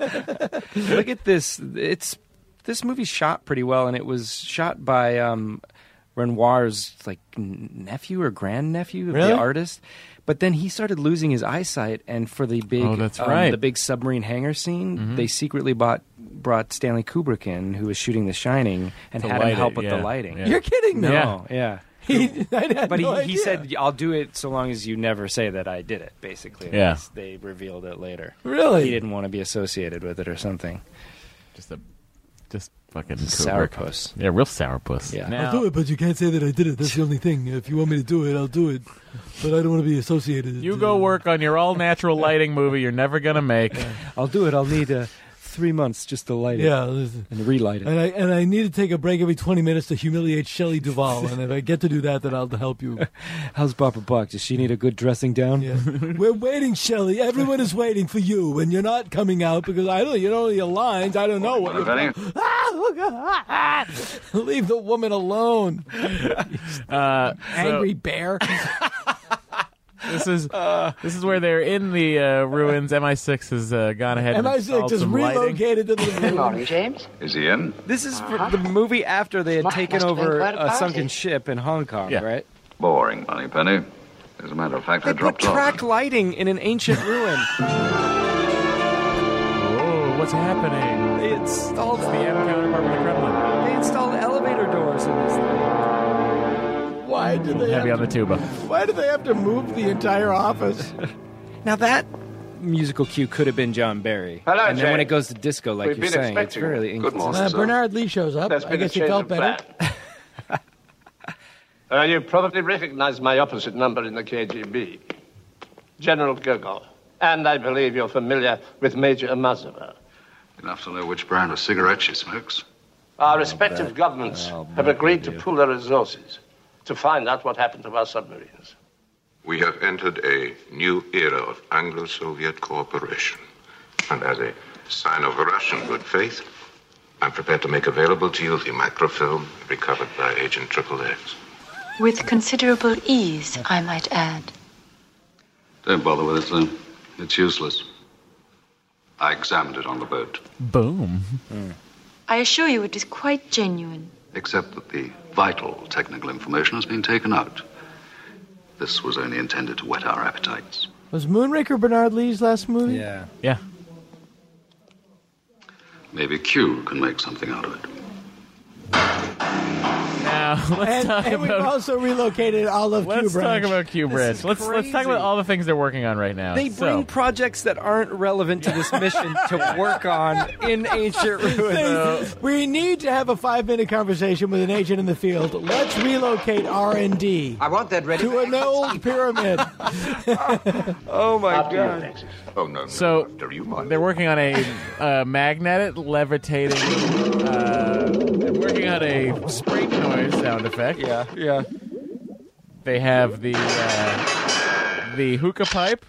Speaker 4: look at this. It's this movie shot pretty well, and it was shot by um, Renoir's like n- nephew or grandnephew of
Speaker 6: Really?
Speaker 4: the artist. But then he started losing his eyesight, and for the big,
Speaker 6: Oh, that's
Speaker 4: um,
Speaker 6: right.
Speaker 4: the big submarine hangar scene,
Speaker 6: Mhm.
Speaker 4: they secretly bought brought Stanley Kubrick in, who was shooting The Shining, and
Speaker 6: To
Speaker 4: had him
Speaker 6: light
Speaker 4: help
Speaker 6: it,
Speaker 4: with
Speaker 6: yeah,
Speaker 4: the lighting.
Speaker 6: yeah. You're
Speaker 8: kidding me.
Speaker 4: No, yeah. but he,
Speaker 8: no
Speaker 4: he
Speaker 8: idea.
Speaker 4: said, "I'll do it so long as you never say that I did it." Basically,
Speaker 6: Yeah.
Speaker 4: Yes, They revealed it later.
Speaker 8: Really?
Speaker 4: he didn't want to be associated with it or something.
Speaker 6: Just a just fucking
Speaker 4: Sourpuss.
Speaker 6: Kubrick. Yeah, real sourpuss. Yeah.
Speaker 14: I'll do it, but you can't say that I did it. That's the only thing. If you want me to do it, I'll do it. But I don't want to be associated.
Speaker 6: You go work on your all natural lighting movie you're never gonna make.
Speaker 4: I'll do it. I'll need uh, three months just to light
Speaker 14: it Yeah, listen.
Speaker 4: and relight
Speaker 6: Uh,
Speaker 14: And I and I need to take a break every twenty minutes to humiliate Shelley Duvall. and if I get to do that, then I'll help you.
Speaker 4: How's Barbara Buck? Does she need a good dressing down?
Speaker 14: We're waiting, Shelley. Everyone is waiting for you, and you're not coming out because I don't. You don't know your lines. I don't know what.
Speaker 11: If any-
Speaker 14: You're... Ah, look, ah, ah.
Speaker 8: leave the woman alone."
Speaker 6: Uh,
Speaker 8: Angry bear.
Speaker 6: so this is
Speaker 4: Uh.
Speaker 6: this is where they're in the uh, ruins. MI6 has uh, gone ahead. and
Speaker 8: MI6
Speaker 6: installed
Speaker 8: just
Speaker 6: some lighting.
Speaker 8: relocated to the.
Speaker 15: Good morning, James.
Speaker 11: Is he in?
Speaker 4: This is for the movie after they had
Speaker 15: Must-
Speaker 4: taken
Speaker 15: must have been
Speaker 4: over
Speaker 15: quite a
Speaker 4: a
Speaker 15: party.
Speaker 4: sunken ship in Hong Kong, right?
Speaker 11: Boring, Moneypenny. As a matter of fact, I dropped
Speaker 4: Track lighting in an ancient ruin.
Speaker 6: Oh, what's happening?
Speaker 4: They installed the
Speaker 6: M counterpart of the Kremlin.
Speaker 4: They installed elevator doors in this thing.
Speaker 8: Why did they?
Speaker 6: Heavy on the tuba.
Speaker 8: Why do they have to move the entire office?
Speaker 4: Now that musical cue could have been John Barry.
Speaker 8: Hello,
Speaker 4: and then
Speaker 8: Jay.
Speaker 4: when it goes to disco, like
Speaker 8: We've
Speaker 4: you're
Speaker 8: been
Speaker 4: saying, it's
Speaker 8: expecting you.
Speaker 4: really
Speaker 8: Good morning,
Speaker 4: inconsistent.
Speaker 8: sir. Uh, Bernard Lee shows up.
Speaker 12: There's been a change of Uh, you probably recognize my opposite number in the KGB, General Gogol. And I believe you're familiar with Major Amazova.
Speaker 11: Enough to know which brand of cigarette she smokes.
Speaker 12: Our respective governments have agreed to pool their resources to find out what happened to our submarines.
Speaker 16: We have entered a new era of Anglo Soviet cooperation. And as a sign of Russian good faith, I'm prepared to make available to you the microfilm recovered by Agent Triple X.
Speaker 9: With considerable ease, I might add.
Speaker 11: Don't bother with it, Lou. It's useless. I examined it on the boat.
Speaker 6: Boom.
Speaker 9: I assure you it is quite genuine.
Speaker 11: Except that the vital technical information has been taken out. This was only intended to whet our appetites.
Speaker 8: Was Moonraker Bernard Lee's last movie?
Speaker 11: Yeah.
Speaker 6: Yeah.
Speaker 11: Maybe Q can make something out of it.
Speaker 6: Now let's
Speaker 8: and,
Speaker 6: talk
Speaker 8: and
Speaker 6: about.
Speaker 8: we've also relocated all of
Speaker 6: Let's
Speaker 8: Q
Speaker 6: talk
Speaker 8: Branch.
Speaker 6: about Q Branch. Let's let's talk about all the things they're working on right now.
Speaker 15: They
Speaker 6: So-
Speaker 15: bring projects that aren't relevant to this mission to work on in ancient
Speaker 8: They-
Speaker 15: ruins.
Speaker 8: we need to have a five-minute conversation with an agent in the field. Let's relocate R and D. I want that ready to an old pyramid.
Speaker 15: oh my
Speaker 8: God.
Speaker 16: Oh no! no
Speaker 6: So they're working on a uh, magnetic levitating. Uh, they're working on a spring noise sound effect. Yeah,
Speaker 15: yeah.
Speaker 6: They have the uh, the hookah pipe.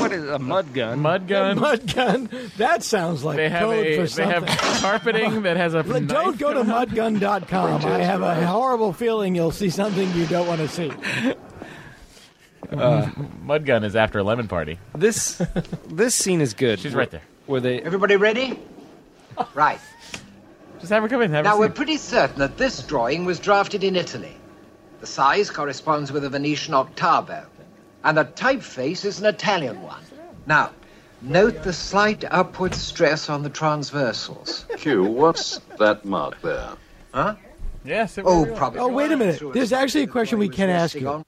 Speaker 15: What is a mud gun?
Speaker 6: Mud gun.
Speaker 8: Mud gun. That sounds like
Speaker 6: They have
Speaker 8: code
Speaker 6: a
Speaker 8: for
Speaker 6: they
Speaker 8: something.
Speaker 6: have carpeting that has a.
Speaker 8: Don't go to mudgun.com. I have a horrible feeling you'll see something you don't want to see.
Speaker 6: Uh, Mudgun is after a lemon party.
Speaker 15: This this scene is good.
Speaker 6: She's right there.
Speaker 15: Were they?
Speaker 17: Everybody ready? Right.
Speaker 6: Just have her come in. Have her
Speaker 17: now,
Speaker 6: sit.
Speaker 17: we're pretty certain that this drawing was drafted in Italy. The size corresponds with a Venetian octavo, and the typeface is an Italian one. Now, note the slight upward stress on the transversals.
Speaker 11: Q, what's that mark there?
Speaker 17: Huh?
Speaker 6: Yes.
Speaker 17: Oh, probably.
Speaker 8: Oh, wait a minute. There's actually a question we can ask you.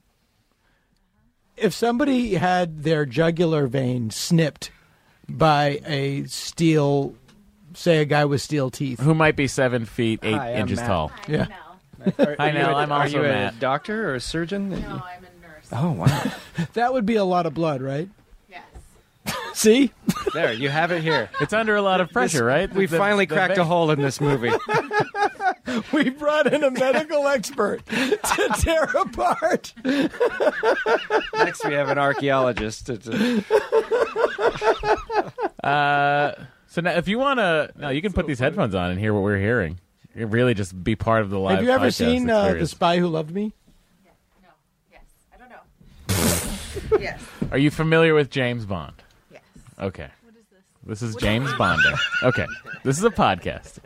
Speaker 8: If somebody had their jugular vein snipped by a steel, say a guy with steel teeth,
Speaker 6: who might be seven feet eight
Speaker 8: Hi, I'm
Speaker 6: inches
Speaker 8: Matt.
Speaker 6: tall.
Speaker 8: Yeah.
Speaker 6: I know. I'm
Speaker 15: Are
Speaker 6: also
Speaker 15: you a
Speaker 6: Matt.
Speaker 15: doctor or a surgeon? No, I'm a nurse. Oh wow!
Speaker 8: that would be a lot of blood, right? Yes. See?
Speaker 15: there, you have it here.
Speaker 6: It's under a lot of pressure, right?
Speaker 15: We
Speaker 6: The- the-
Speaker 15: finally
Speaker 6: the
Speaker 15: cracked a
Speaker 6: vein.
Speaker 15: hole in this movie.
Speaker 8: We brought in a medical expert to tear apart.
Speaker 15: Next, we have an archaeologist. To, to-
Speaker 6: Uh, so now, if you want to, no, you can put these headphones on and hear what we're hearing. You can really just be part of the live.
Speaker 8: Have you ever
Speaker 6: podcast
Speaker 8: seen uh, The
Speaker 6: experience.
Speaker 8: Spy Who Loved Me?
Speaker 18: yes.
Speaker 6: Are you familiar with James Bond? Yes. Okay. What is this? This is James Bonding. Okay. This is a podcast.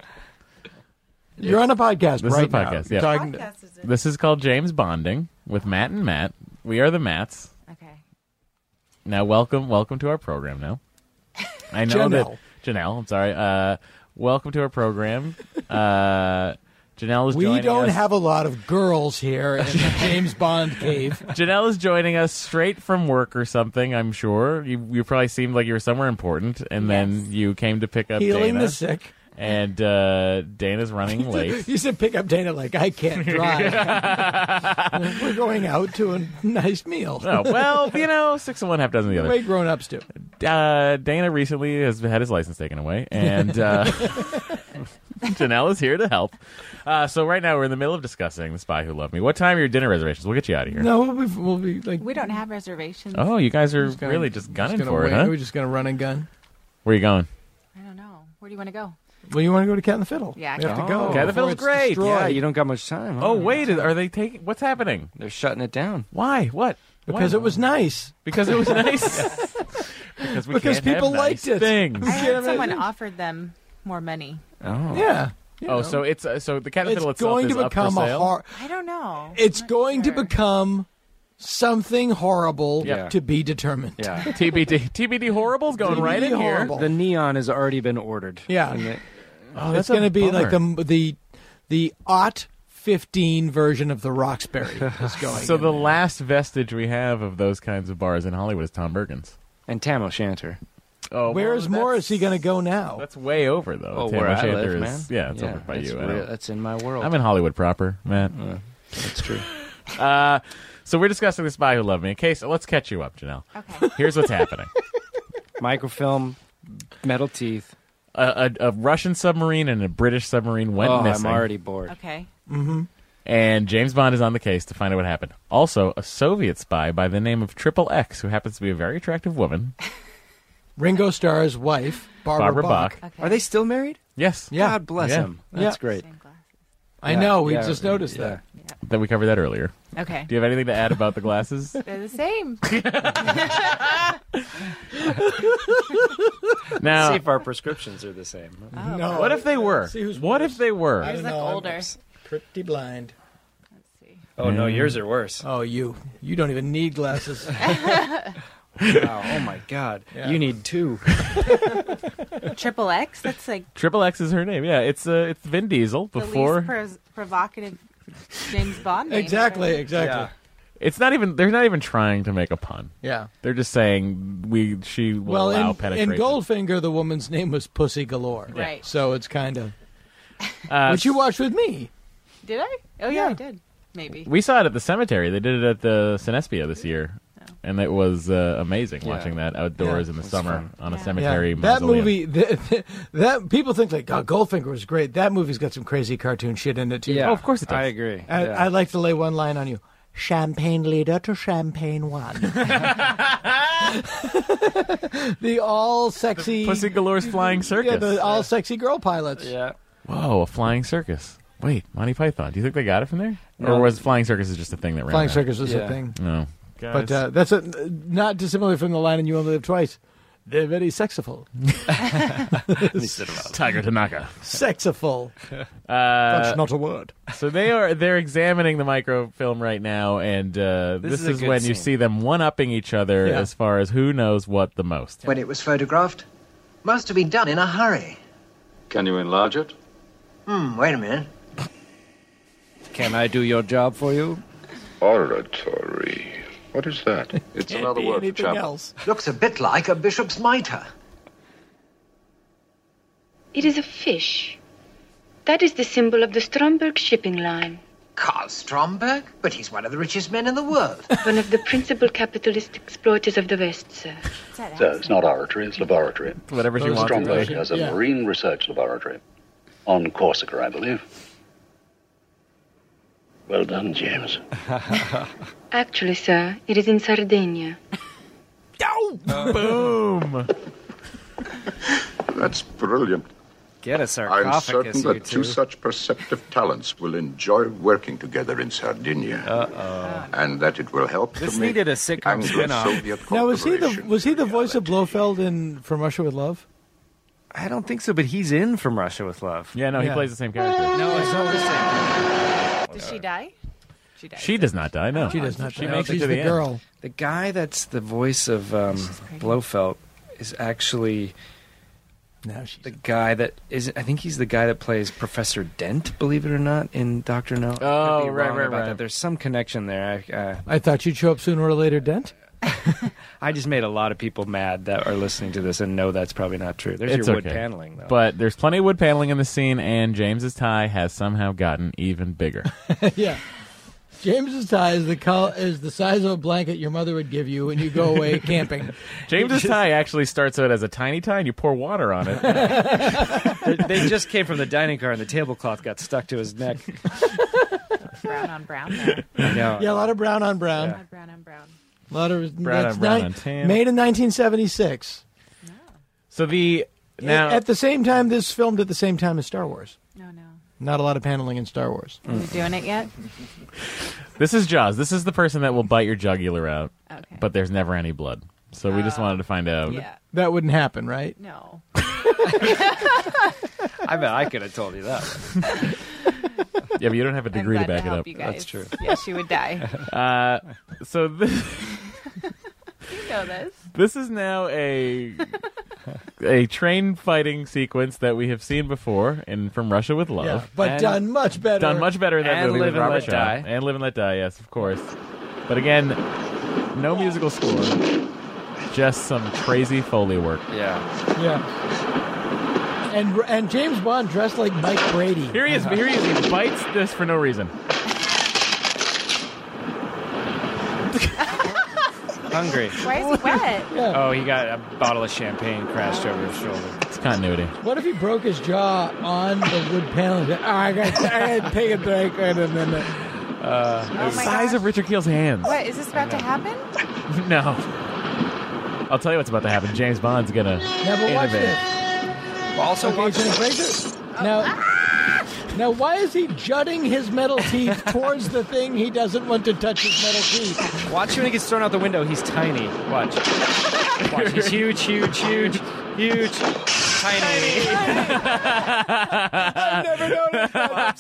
Speaker 8: You're on a podcast
Speaker 6: This
Speaker 8: right
Speaker 6: is a podcast.
Speaker 8: now.
Speaker 6: Yeah.
Speaker 8: Talking-
Speaker 6: This is called James Bonding with Matt and Matt. We are the Matts.
Speaker 18: Okay.
Speaker 6: Now, welcome, welcome to our program. Now, I know that Janelle. I'm sorry. Uh, welcome to our program. Uh, Janelle is.
Speaker 8: We
Speaker 6: joining
Speaker 8: don't
Speaker 6: us-
Speaker 8: have a lot of girls here in the James Bond cave.
Speaker 6: Janelle is joining us straight from work or something. I'm sure you you probably seemed like you were somewhere important, and then you came to pick up
Speaker 8: Healing
Speaker 6: Dana,
Speaker 8: the sick.
Speaker 6: And uh, Dana's running late.
Speaker 8: You said pick up Dana like I can't drive. We're going out to a nice meal.
Speaker 6: Oh, well, you know, six and one half dozen of the
Speaker 8: the
Speaker 6: other.
Speaker 8: way grown ups do.
Speaker 6: Uh, Dana recently has had his license taken away, and uh, Janelle is here to help. Uh, so right now we're in the middle of discussing The Spy Who Loved Me. What time are your dinner reservations? We'll get you out of here.
Speaker 8: No, we'll be, we'll be like.
Speaker 18: We don't have reservations.
Speaker 6: Oh, you guys are
Speaker 8: Just gonna-
Speaker 6: really just gunning
Speaker 8: gonna
Speaker 6: for
Speaker 8: wait.
Speaker 6: it, huh?
Speaker 8: We're just going to run and gun.
Speaker 6: Where are you going?
Speaker 18: I don't know. Where do you want to go?
Speaker 8: Well, you want to go to Cat and the Fiddle?
Speaker 18: Yeah,
Speaker 8: we have to
Speaker 18: Cat-
Speaker 8: go.
Speaker 18: Oh.
Speaker 6: Okay, the
Speaker 8: before
Speaker 6: film's
Speaker 8: it's
Speaker 6: great.
Speaker 8: destroyed.
Speaker 15: yeah, you don't got much time. huh?
Speaker 6: Oh wait, are they taking? What's happening?
Speaker 15: They're shutting it down.
Speaker 6: Why? What?
Speaker 8: Because
Speaker 6: Why?
Speaker 8: it was nice.
Speaker 6: Because it was nice. because we
Speaker 8: Because
Speaker 6: can't have
Speaker 8: people
Speaker 6: nice
Speaker 8: liked it.
Speaker 6: Things.
Speaker 18: I heard someone offered them more money.
Speaker 6: Oh.
Speaker 8: Yeah. you
Speaker 6: Oh,
Speaker 8: know.
Speaker 6: so it's uh, so the cat and
Speaker 8: It's
Speaker 6: fiddle itself
Speaker 8: going
Speaker 6: is
Speaker 8: to
Speaker 6: up for
Speaker 8: become a
Speaker 6: sale.
Speaker 8: hor-
Speaker 18: I don't know.
Speaker 8: It's going to become something horrible
Speaker 6: Yeah.
Speaker 8: to be determined.
Speaker 15: Yeah.
Speaker 6: TBD. TBD horrible's going
Speaker 8: TBD
Speaker 6: right in
Speaker 8: horrible.
Speaker 15: The neon has already been ordered.
Speaker 8: Yeah.
Speaker 15: And it-
Speaker 6: Oh,
Speaker 8: it's
Speaker 6: that's a
Speaker 8: going to be like
Speaker 6: bummer.
Speaker 8: the the the Ott 15 version of the Roxbury is
Speaker 6: here.
Speaker 8: going.
Speaker 6: So the last vestige we have of those kinds of bars in Hollywood is Tom Bergen's
Speaker 15: and Tam O'Shanter.
Speaker 6: Oh,
Speaker 8: Where is Morrissey going to go now?
Speaker 6: That's way over though.
Speaker 15: Oh,
Speaker 6: Tam
Speaker 15: where I
Speaker 6: O'Shanter
Speaker 15: live, man.
Speaker 6: is- Yeah, it's over by
Speaker 15: that's
Speaker 6: you. I
Speaker 15: real-
Speaker 6: don't-
Speaker 15: that's in my world.
Speaker 6: I'm in Hollywood proper, Matt.
Speaker 15: that's true.
Speaker 6: Uh, so we're discussing the spy who loved me. Okay, so let's catch you up, Janelle. Okay. Here's what's happening.
Speaker 15: Microfilm, metal teeth.
Speaker 6: a, a, a Russian submarine and a British submarine went
Speaker 15: oh,
Speaker 6: missing.
Speaker 15: I'm already bored.
Speaker 18: Okay.
Speaker 8: Mm-hmm.
Speaker 6: And James Bond is on the case to find out what happened. Also, a Soviet spy by the name of Triple X, who happens to be a very attractive woman,
Speaker 8: Ringo Starr's wife, Barbara,
Speaker 6: Barbara Bach.
Speaker 8: Bach.
Speaker 15: Are they still married?
Speaker 6: Yes.
Speaker 8: Yeah.
Speaker 6: God bless him. That's great.
Speaker 8: I
Speaker 6: Yeah,
Speaker 8: know. We
Speaker 6: yeah,
Speaker 8: just noticed
Speaker 6: yeah.
Speaker 8: that.
Speaker 6: That we covered that earlier.
Speaker 18: Okay.
Speaker 6: Do you have anything to add about the glasses?
Speaker 18: They're the same.
Speaker 6: Now-
Speaker 15: see if our prescriptions are the same.
Speaker 8: No.
Speaker 6: What if they were?
Speaker 8: See who's
Speaker 6: what if they were?
Speaker 8: I don't know. I'm pretty blind.
Speaker 15: Oh no,
Speaker 6: Mm.
Speaker 15: yours are worse.
Speaker 8: Oh, you. You don't even need glasses.
Speaker 15: wow. Oh my God.
Speaker 8: Yeah.
Speaker 15: You need two.
Speaker 18: Triple X? That's like
Speaker 6: Triple X is her name. Yeah, it's uh, it's Vin Diesel
Speaker 18: the
Speaker 6: before.
Speaker 18: least pros- provocative James Bond name.
Speaker 8: Exactly,
Speaker 18: ever.
Speaker 8: exactly.
Speaker 6: It's not even. They're not even trying to make a pun.
Speaker 8: Yeah.
Speaker 6: They're just saying we. She will
Speaker 8: Well,
Speaker 6: allow
Speaker 8: in, in
Speaker 6: penetration.
Speaker 8: Goldfinger, the woman's name was Pussy Galore.
Speaker 18: Yeah. Right.
Speaker 8: So it's kind of.
Speaker 6: Uh,
Speaker 8: which you watched with me.
Speaker 18: Did I? Oh, yeah, I did. Maybe.
Speaker 6: We saw it at the cemetery. They did it at the Sinespia this year,
Speaker 8: Oh.
Speaker 6: and it was uh, amazing
Speaker 15: Yeah.
Speaker 6: watching that outdoors
Speaker 15: Yeah.
Speaker 6: in the
Speaker 15: It was
Speaker 6: summer
Speaker 15: fun.
Speaker 6: on a
Speaker 8: Yeah.
Speaker 6: cemetery.
Speaker 8: That
Speaker 6: mausoleum.
Speaker 8: movie, th th- that people think like, oh, Goldfinger was great. That movie's got some crazy cartoon shit in it Uh, too.
Speaker 15: Yeah. Oh, of course it does. I agree.
Speaker 8: I,
Speaker 15: Yeah.
Speaker 8: I'd like to lay one line on you: Champagne leader to Champagne one. the all sexy
Speaker 6: Pussy Galore's flying circus.
Speaker 8: Yeah, the all sexy girl pilots.
Speaker 15: Yeah.
Speaker 6: Whoa, a flying circus. Wait, Monty Python. Do you think they got it from there,
Speaker 8: No.
Speaker 6: or was flying circus is just a thing that ran?
Speaker 8: Flying
Speaker 6: around?
Speaker 8: circus was a Yeah. thing.
Speaker 6: No,
Speaker 8: But uh, that's a, not dissimilar from the line in "You Only Live Twice." They're very sexiful.
Speaker 6: Tiger Tanaka.
Speaker 8: sexiful.
Speaker 6: Uh,
Speaker 8: That's not a word.
Speaker 6: So they are they're examining the microfilm right now, and uh,
Speaker 17: This
Speaker 6: this,
Speaker 17: is a
Speaker 6: is,
Speaker 17: good
Speaker 6: when you
Speaker 17: scene.
Speaker 6: see them one upping each other
Speaker 17: Yeah.
Speaker 6: as far as who knows what the most.
Speaker 17: When it was photographed, must have been done in a hurry.
Speaker 11: Can you enlarge it?
Speaker 17: Hmm, wait a minute.
Speaker 15: Can I do your job for you?
Speaker 16: Oratory. What is that?
Speaker 11: It's
Speaker 17: another word for
Speaker 11: anything chapel. else.
Speaker 17: Looks a bit like a bishop's mitre.
Speaker 9: It is a fish. That is the symbol of the Stromberg shipping line.
Speaker 17: Carl Stromberg? But he's one of the richest men in the world.
Speaker 9: One of the principal capitalist exploiters of the West, sir.
Speaker 11: So it's not oratory, it's laboratory.
Speaker 6: Whatever
Speaker 9: she wants,
Speaker 11: Stromberg
Speaker 9: right?
Speaker 11: has a
Speaker 9: Yeah.
Speaker 11: marine research laboratory on Corsica, I believe. Well done, James.
Speaker 9: Actually, sir, it is in Sardinia.
Speaker 6: Boom!
Speaker 16: That's brilliant.
Speaker 15: Get a
Speaker 16: I'm
Speaker 15: sarcophagus.
Speaker 16: certain
Speaker 15: you
Speaker 16: that
Speaker 15: two.
Speaker 16: two such perceptive talents will enjoy working together in Sardinia. Uh-oh. And that it will help
Speaker 15: This
Speaker 16: to make
Speaker 15: needed a sitcom
Speaker 16: Anglo-Soviet
Speaker 8: Now was he the was he the voice of Blofeld in From Russia with Love?
Speaker 15: I don't think so, but he's in From Russia with Love.
Speaker 6: Yeah, no, he
Speaker 15: Yeah.
Speaker 6: plays the same character.
Speaker 15: No, it's all the same.
Speaker 18: Did she die?
Speaker 6: She does not die. No,
Speaker 15: She does not
Speaker 6: She
Speaker 15: die.
Speaker 6: makes it
Speaker 15: She's
Speaker 6: to the,
Speaker 15: the
Speaker 6: end.
Speaker 15: girl. The guy that's the voice of um, Blofeld is actually
Speaker 8: now she's
Speaker 15: the guy that is. I think he's the guy that plays Professor Dent. Believe it or not, in Doctor No. I could
Speaker 8: Oh,
Speaker 15: be
Speaker 8: right,
Speaker 15: wrong
Speaker 8: right,
Speaker 15: about
Speaker 8: right.
Speaker 15: That. There's some connection there. I, uh,
Speaker 8: I thought you'd show up sooner or later, Dent.
Speaker 15: I just made a lot of people mad that are listening to this and know that's probably not true. There's
Speaker 6: It's
Speaker 15: your wood
Speaker 6: okay.
Speaker 15: paneling though.
Speaker 6: But there's plenty of wood paneling in the scene, and James's tie has somehow gotten even bigger.
Speaker 8: yeah. James's tie is the col- is the size of a blanket your mother would give you when you go away camping.
Speaker 6: James's tie actually starts out as a tiny tie, and you pour water on it.
Speaker 15: they, they just came from the dining car and the tablecloth got stuck to his neck.
Speaker 18: Brown on brown. There.
Speaker 15: I know.
Speaker 8: Yeah, a lot of brown on brown.
Speaker 18: Yeah. Brown on brown.
Speaker 8: A lot of
Speaker 6: Brown
Speaker 8: that's
Speaker 6: on brown
Speaker 8: ni-
Speaker 6: on tan.
Speaker 8: Made in 1976.
Speaker 6: So the now
Speaker 8: at the same time, this filmed at the same time as Star Wars.
Speaker 18: No, no.
Speaker 8: Not a lot of paneling in Star Wars.
Speaker 6: Mm.
Speaker 18: Are we doing it yet?
Speaker 6: This is Jaws. This is the person that will bite your jugular out.
Speaker 18: Okay. Oh.
Speaker 6: But there's never any blood. So we just wanted to find out.
Speaker 18: yeah.
Speaker 8: That wouldn't happen, right?
Speaker 18: No.
Speaker 15: I bet I could have told you that.
Speaker 6: Yeah, but you don't have a
Speaker 18: I'm
Speaker 6: degree
Speaker 18: glad
Speaker 6: to back it
Speaker 18: help
Speaker 6: up.
Speaker 18: You guys. Yeah, she would die.
Speaker 6: Uh, so this,
Speaker 18: you know this.
Speaker 6: this is now a a train fighting sequence that we have seen before in From Russia with Love.
Speaker 8: Yeah, but
Speaker 6: And-
Speaker 8: done much better.
Speaker 6: Done much better in that
Speaker 15: And
Speaker 6: movie
Speaker 15: Live
Speaker 6: with
Speaker 15: and
Speaker 6: Robert
Speaker 15: Let
Speaker 6: Shaw.
Speaker 15: Die.
Speaker 6: And Live and Let Die, yes, of course. But again, no musical score. Just some crazy foley work.
Speaker 15: Yeah.
Speaker 8: Yeah. And and James Bond dressed like Mike Brady. Uh-huh.
Speaker 6: Here he is. Here he is. He bites this for no reason.
Speaker 15: Hungry.
Speaker 18: Why is he wet?
Speaker 15: Oh, he got a bottle of champagne crashed over his shoulder.
Speaker 6: It's continuity.
Speaker 8: What if he broke his jaw on the wood panel? Oh, I got I got to take a break right a minute.
Speaker 6: Uh,
Speaker 18: my
Speaker 6: size of Richard Keel's hands.
Speaker 18: What is this about to happen?
Speaker 6: No. I'll tell you what's about to happen. James Bond's gonna
Speaker 8: Now, but watch
Speaker 6: innovate.
Speaker 8: this.
Speaker 15: Also,
Speaker 8: okay, Jenny Fraser. Now, now, why is he jutting his metal teeth towards the thing he doesn't want to touch his metal teeth?
Speaker 4: Watch when he gets thrown out the window. He's tiny. Watch. Watch. He's huge, huge, huge, huge, tiny.
Speaker 6: I've
Speaker 8: never noticed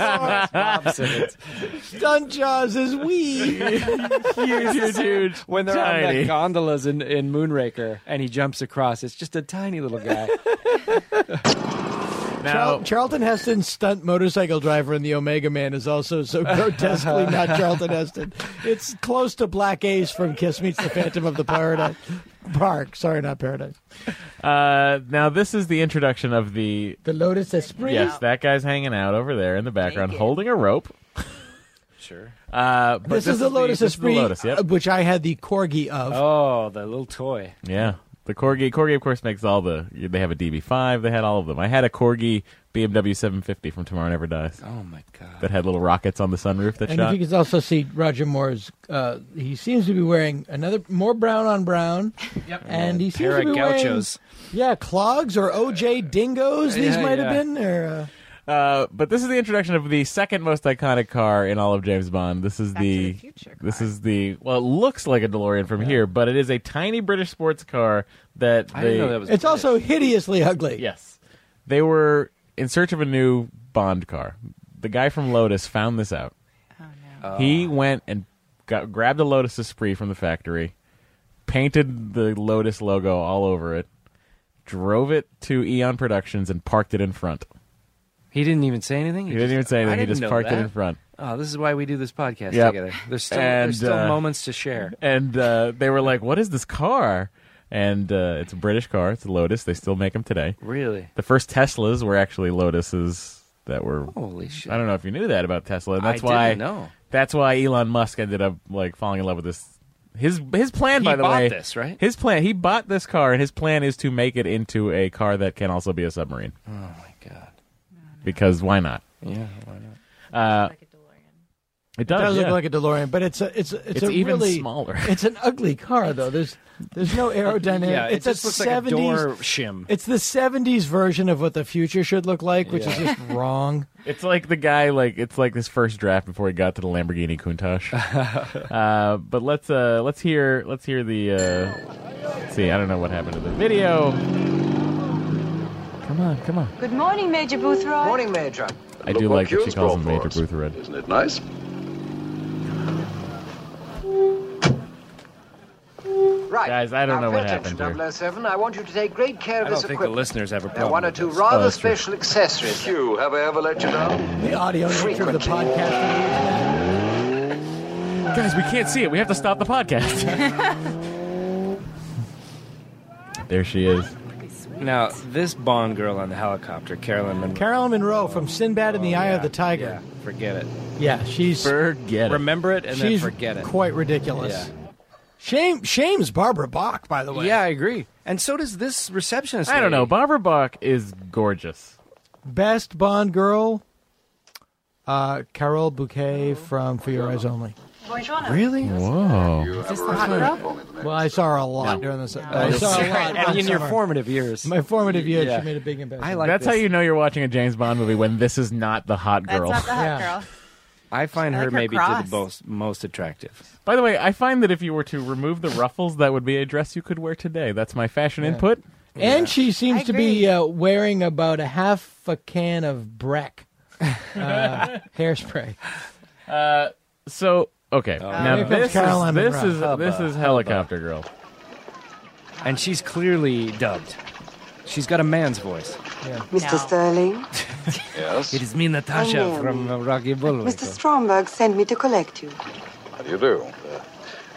Speaker 8: that Stunt Jaws is wee.
Speaker 15: huge,
Speaker 4: huge, huge.
Speaker 15: When they're on
Speaker 4: Tiny.
Speaker 15: the gondolas in, in Moonraker and he jumps across, it's just a tiny little guy.
Speaker 8: Charl- Charlton Heston's stunt motorcycle driver in the Omega Man is also so grotesquely not Charlton Heston. It's close to Black Ace from Kiss Meets the Phantom of the Paradise Park. Sorry, not Paradise.
Speaker 6: Uh, now this is the introduction of the
Speaker 8: the Lotus Esprit.
Speaker 6: Yes, that guy's hanging out over there in the background, holding a rope.
Speaker 15: sure.
Speaker 6: Uh, but
Speaker 8: this, is the Lotus
Speaker 6: this is the
Speaker 8: Esprit,
Speaker 6: Lotus, yep.
Speaker 8: uh, which I had the corgi of.
Speaker 15: Oh, the little toy.
Speaker 6: Yeah. The Corgi, Corgi, of course, makes all the. They have a DB5. They had all of them. I had a Corgi BMW 750 from Tomorrow Never Dies.
Speaker 15: Oh my god!
Speaker 6: That had little rockets on the sunroof that
Speaker 8: and
Speaker 6: shot.
Speaker 8: if you can also see Roger Moore's, uh, he seems to be wearing another more brown on brown. Yep. And he seems
Speaker 15: Pair
Speaker 8: to
Speaker 15: of
Speaker 8: be wearing-
Speaker 15: gauchos.
Speaker 8: yeah, clogs or OJ dingoes. These
Speaker 6: yeah,
Speaker 8: might
Speaker 6: yeah.
Speaker 8: have been. Or, uh,
Speaker 6: Uh, but this is the introduction of the second most iconic car in all of James Bond. This is the, this is the well, it looks like a DeLorean from here, but it is a tiny British sports car that they
Speaker 8: I didn't know that was It's also hideously ugly.
Speaker 6: Yes, they were in search of a new Bond car. The guy from Lotus found this out.
Speaker 15: no.
Speaker 6: He went and got, grabbed a Lotus Esprit from the factory, painted the Lotus logo all over it, drove it to Eon Productions, and parked it in front.
Speaker 15: He didn't even say anything.
Speaker 6: He didn't even say anything.
Speaker 15: I
Speaker 6: He
Speaker 15: didn't
Speaker 6: just
Speaker 15: know
Speaker 6: parked it
Speaker 15: that.
Speaker 6: in front.
Speaker 15: Oh, this is why we do this podcast
Speaker 6: Yep.
Speaker 15: together. There's still,
Speaker 6: And,
Speaker 15: there's still
Speaker 6: uh,
Speaker 15: moments to share.
Speaker 6: And uh, they were like, "What is this car?" And uh, it's a British car. It's a Lotus. They still make them today.
Speaker 15: Really?
Speaker 6: The first Teslas were actually Lotuses that were.
Speaker 15: Holy shit!
Speaker 6: I don't know if you knew that about Tesla. And
Speaker 15: Oh, I
Speaker 6: that's why.
Speaker 15: didn't know.
Speaker 6: That's why Elon Musk ended up like falling in love with this. His his plan,
Speaker 15: He
Speaker 6: by the
Speaker 15: bought
Speaker 6: way,
Speaker 15: this, right?
Speaker 6: His plan. He bought this car, and his plan is to make it into a car that can also be a submarine.
Speaker 15: Oh my god!
Speaker 6: Because why not?
Speaker 15: Yeah, why not?
Speaker 6: Uh, it does.
Speaker 8: look
Speaker 6: yeah.
Speaker 8: like a DeLorean, but it's a it's a, it's,
Speaker 6: It's
Speaker 8: a
Speaker 6: even
Speaker 8: really,
Speaker 6: smaller.
Speaker 8: It's an ugly car though. There's there's no aerodynamic.
Speaker 15: Yeah, it
Speaker 8: it's
Speaker 15: just
Speaker 8: a
Speaker 15: looks like a
Speaker 8: 70s,
Speaker 15: door shim.
Speaker 8: It's the '70s version of what the future should look like, which is
Speaker 15: Yeah.
Speaker 8: just wrong.
Speaker 6: It's like the guy, like it's like his first draft before he got to the Lamborghini Countach. uh, but let's uh, let's hear let's hear the. Uh, let's see, I don't know what happened to the video. Come on, come on.
Speaker 17: Good morning, Major Boothroyd. Morning, Major.
Speaker 6: I do like that she calls him Major Boothroyd.
Speaker 16: Isn't it nice?
Speaker 17: Right.
Speaker 6: Guys, I don't
Speaker 17: now
Speaker 6: know what
Speaker 17: pay attention,
Speaker 6: happened here.
Speaker 17: 007. I want you to take great care of
Speaker 15: I
Speaker 17: this
Speaker 15: don't think the
Speaker 17: equipment.
Speaker 15: listeners have a
Speaker 17: there are
Speaker 15: problem.
Speaker 17: one or two
Speaker 15: with this. Oh,
Speaker 17: rather
Speaker 6: that's true.
Speaker 17: special accessories.
Speaker 16: Hugh, have I ever let you down?
Speaker 8: The audio nature of the podcast.
Speaker 6: Guys, we can't see it. We have to stop the podcast. there she is.
Speaker 15: Now, this Bond girl on the helicopter, Carolyn Monroe.
Speaker 8: Carolyn Monroe from Sinbad and the Eye of the Tiger.
Speaker 15: yeah, forget it.
Speaker 8: Yeah, she's
Speaker 6: Forget it.
Speaker 15: Remember it and
Speaker 8: she's
Speaker 15: then forget it.
Speaker 8: quite ridiculous. Shame shame's Barbara Bach, by the way.
Speaker 15: Yeah, I agree. And so does this receptionist.
Speaker 6: I don't know.
Speaker 15: lady.
Speaker 6: Barbara Bach is gorgeous.
Speaker 8: Best Bond girl, uh, Carol
Speaker 15: Oh.
Speaker 8: Bouquet from For Your Eyes Only.
Speaker 15: Really?
Speaker 6: Whoa.
Speaker 18: Is this the hot girl?
Speaker 8: Well, I saw her a lot during this. I
Speaker 15: That's
Speaker 8: saw her a lot
Speaker 15: right.
Speaker 8: last
Speaker 15: And in your
Speaker 8: summer.
Speaker 15: formative years.
Speaker 8: My formative years,
Speaker 15: Yeah.
Speaker 8: she made a big impact.
Speaker 15: I
Speaker 8: on me.
Speaker 15: like
Speaker 6: That's
Speaker 15: this.
Speaker 6: how you know you're watching a James Bond movie when this is not the hot
Speaker 18: That's
Speaker 6: girl.
Speaker 18: not the hot
Speaker 8: Yeah.
Speaker 18: girl.
Speaker 15: I find
Speaker 18: I
Speaker 15: her
Speaker 18: like her
Speaker 15: maybe to
Speaker 18: cross.
Speaker 15: the most, most attractive.
Speaker 6: By the way, I find that if you were to remove the ruffles, that would be a dress you could wear today. That's my fashion input.
Speaker 8: And she seems
Speaker 18: I
Speaker 8: to be
Speaker 18: agree.
Speaker 8: uh, wearing about a half a can of Breck uh, hairspray.
Speaker 6: So okay, now
Speaker 15: Uh,
Speaker 8: Here comes
Speaker 6: this is,
Speaker 8: Caroline
Speaker 6: this
Speaker 8: Monroe.
Speaker 6: is this is helicopter girl.
Speaker 15: And she's clearly dubbed. She's got a man's voice.
Speaker 9: Mr. Sterling,
Speaker 16: Yes.
Speaker 15: It is me, Natasha,
Speaker 9: Oh, no.
Speaker 15: from uh, Rocky Bullwinkle.
Speaker 9: Mr. Stromberg sent me to collect you.
Speaker 16: How do you do? Uh,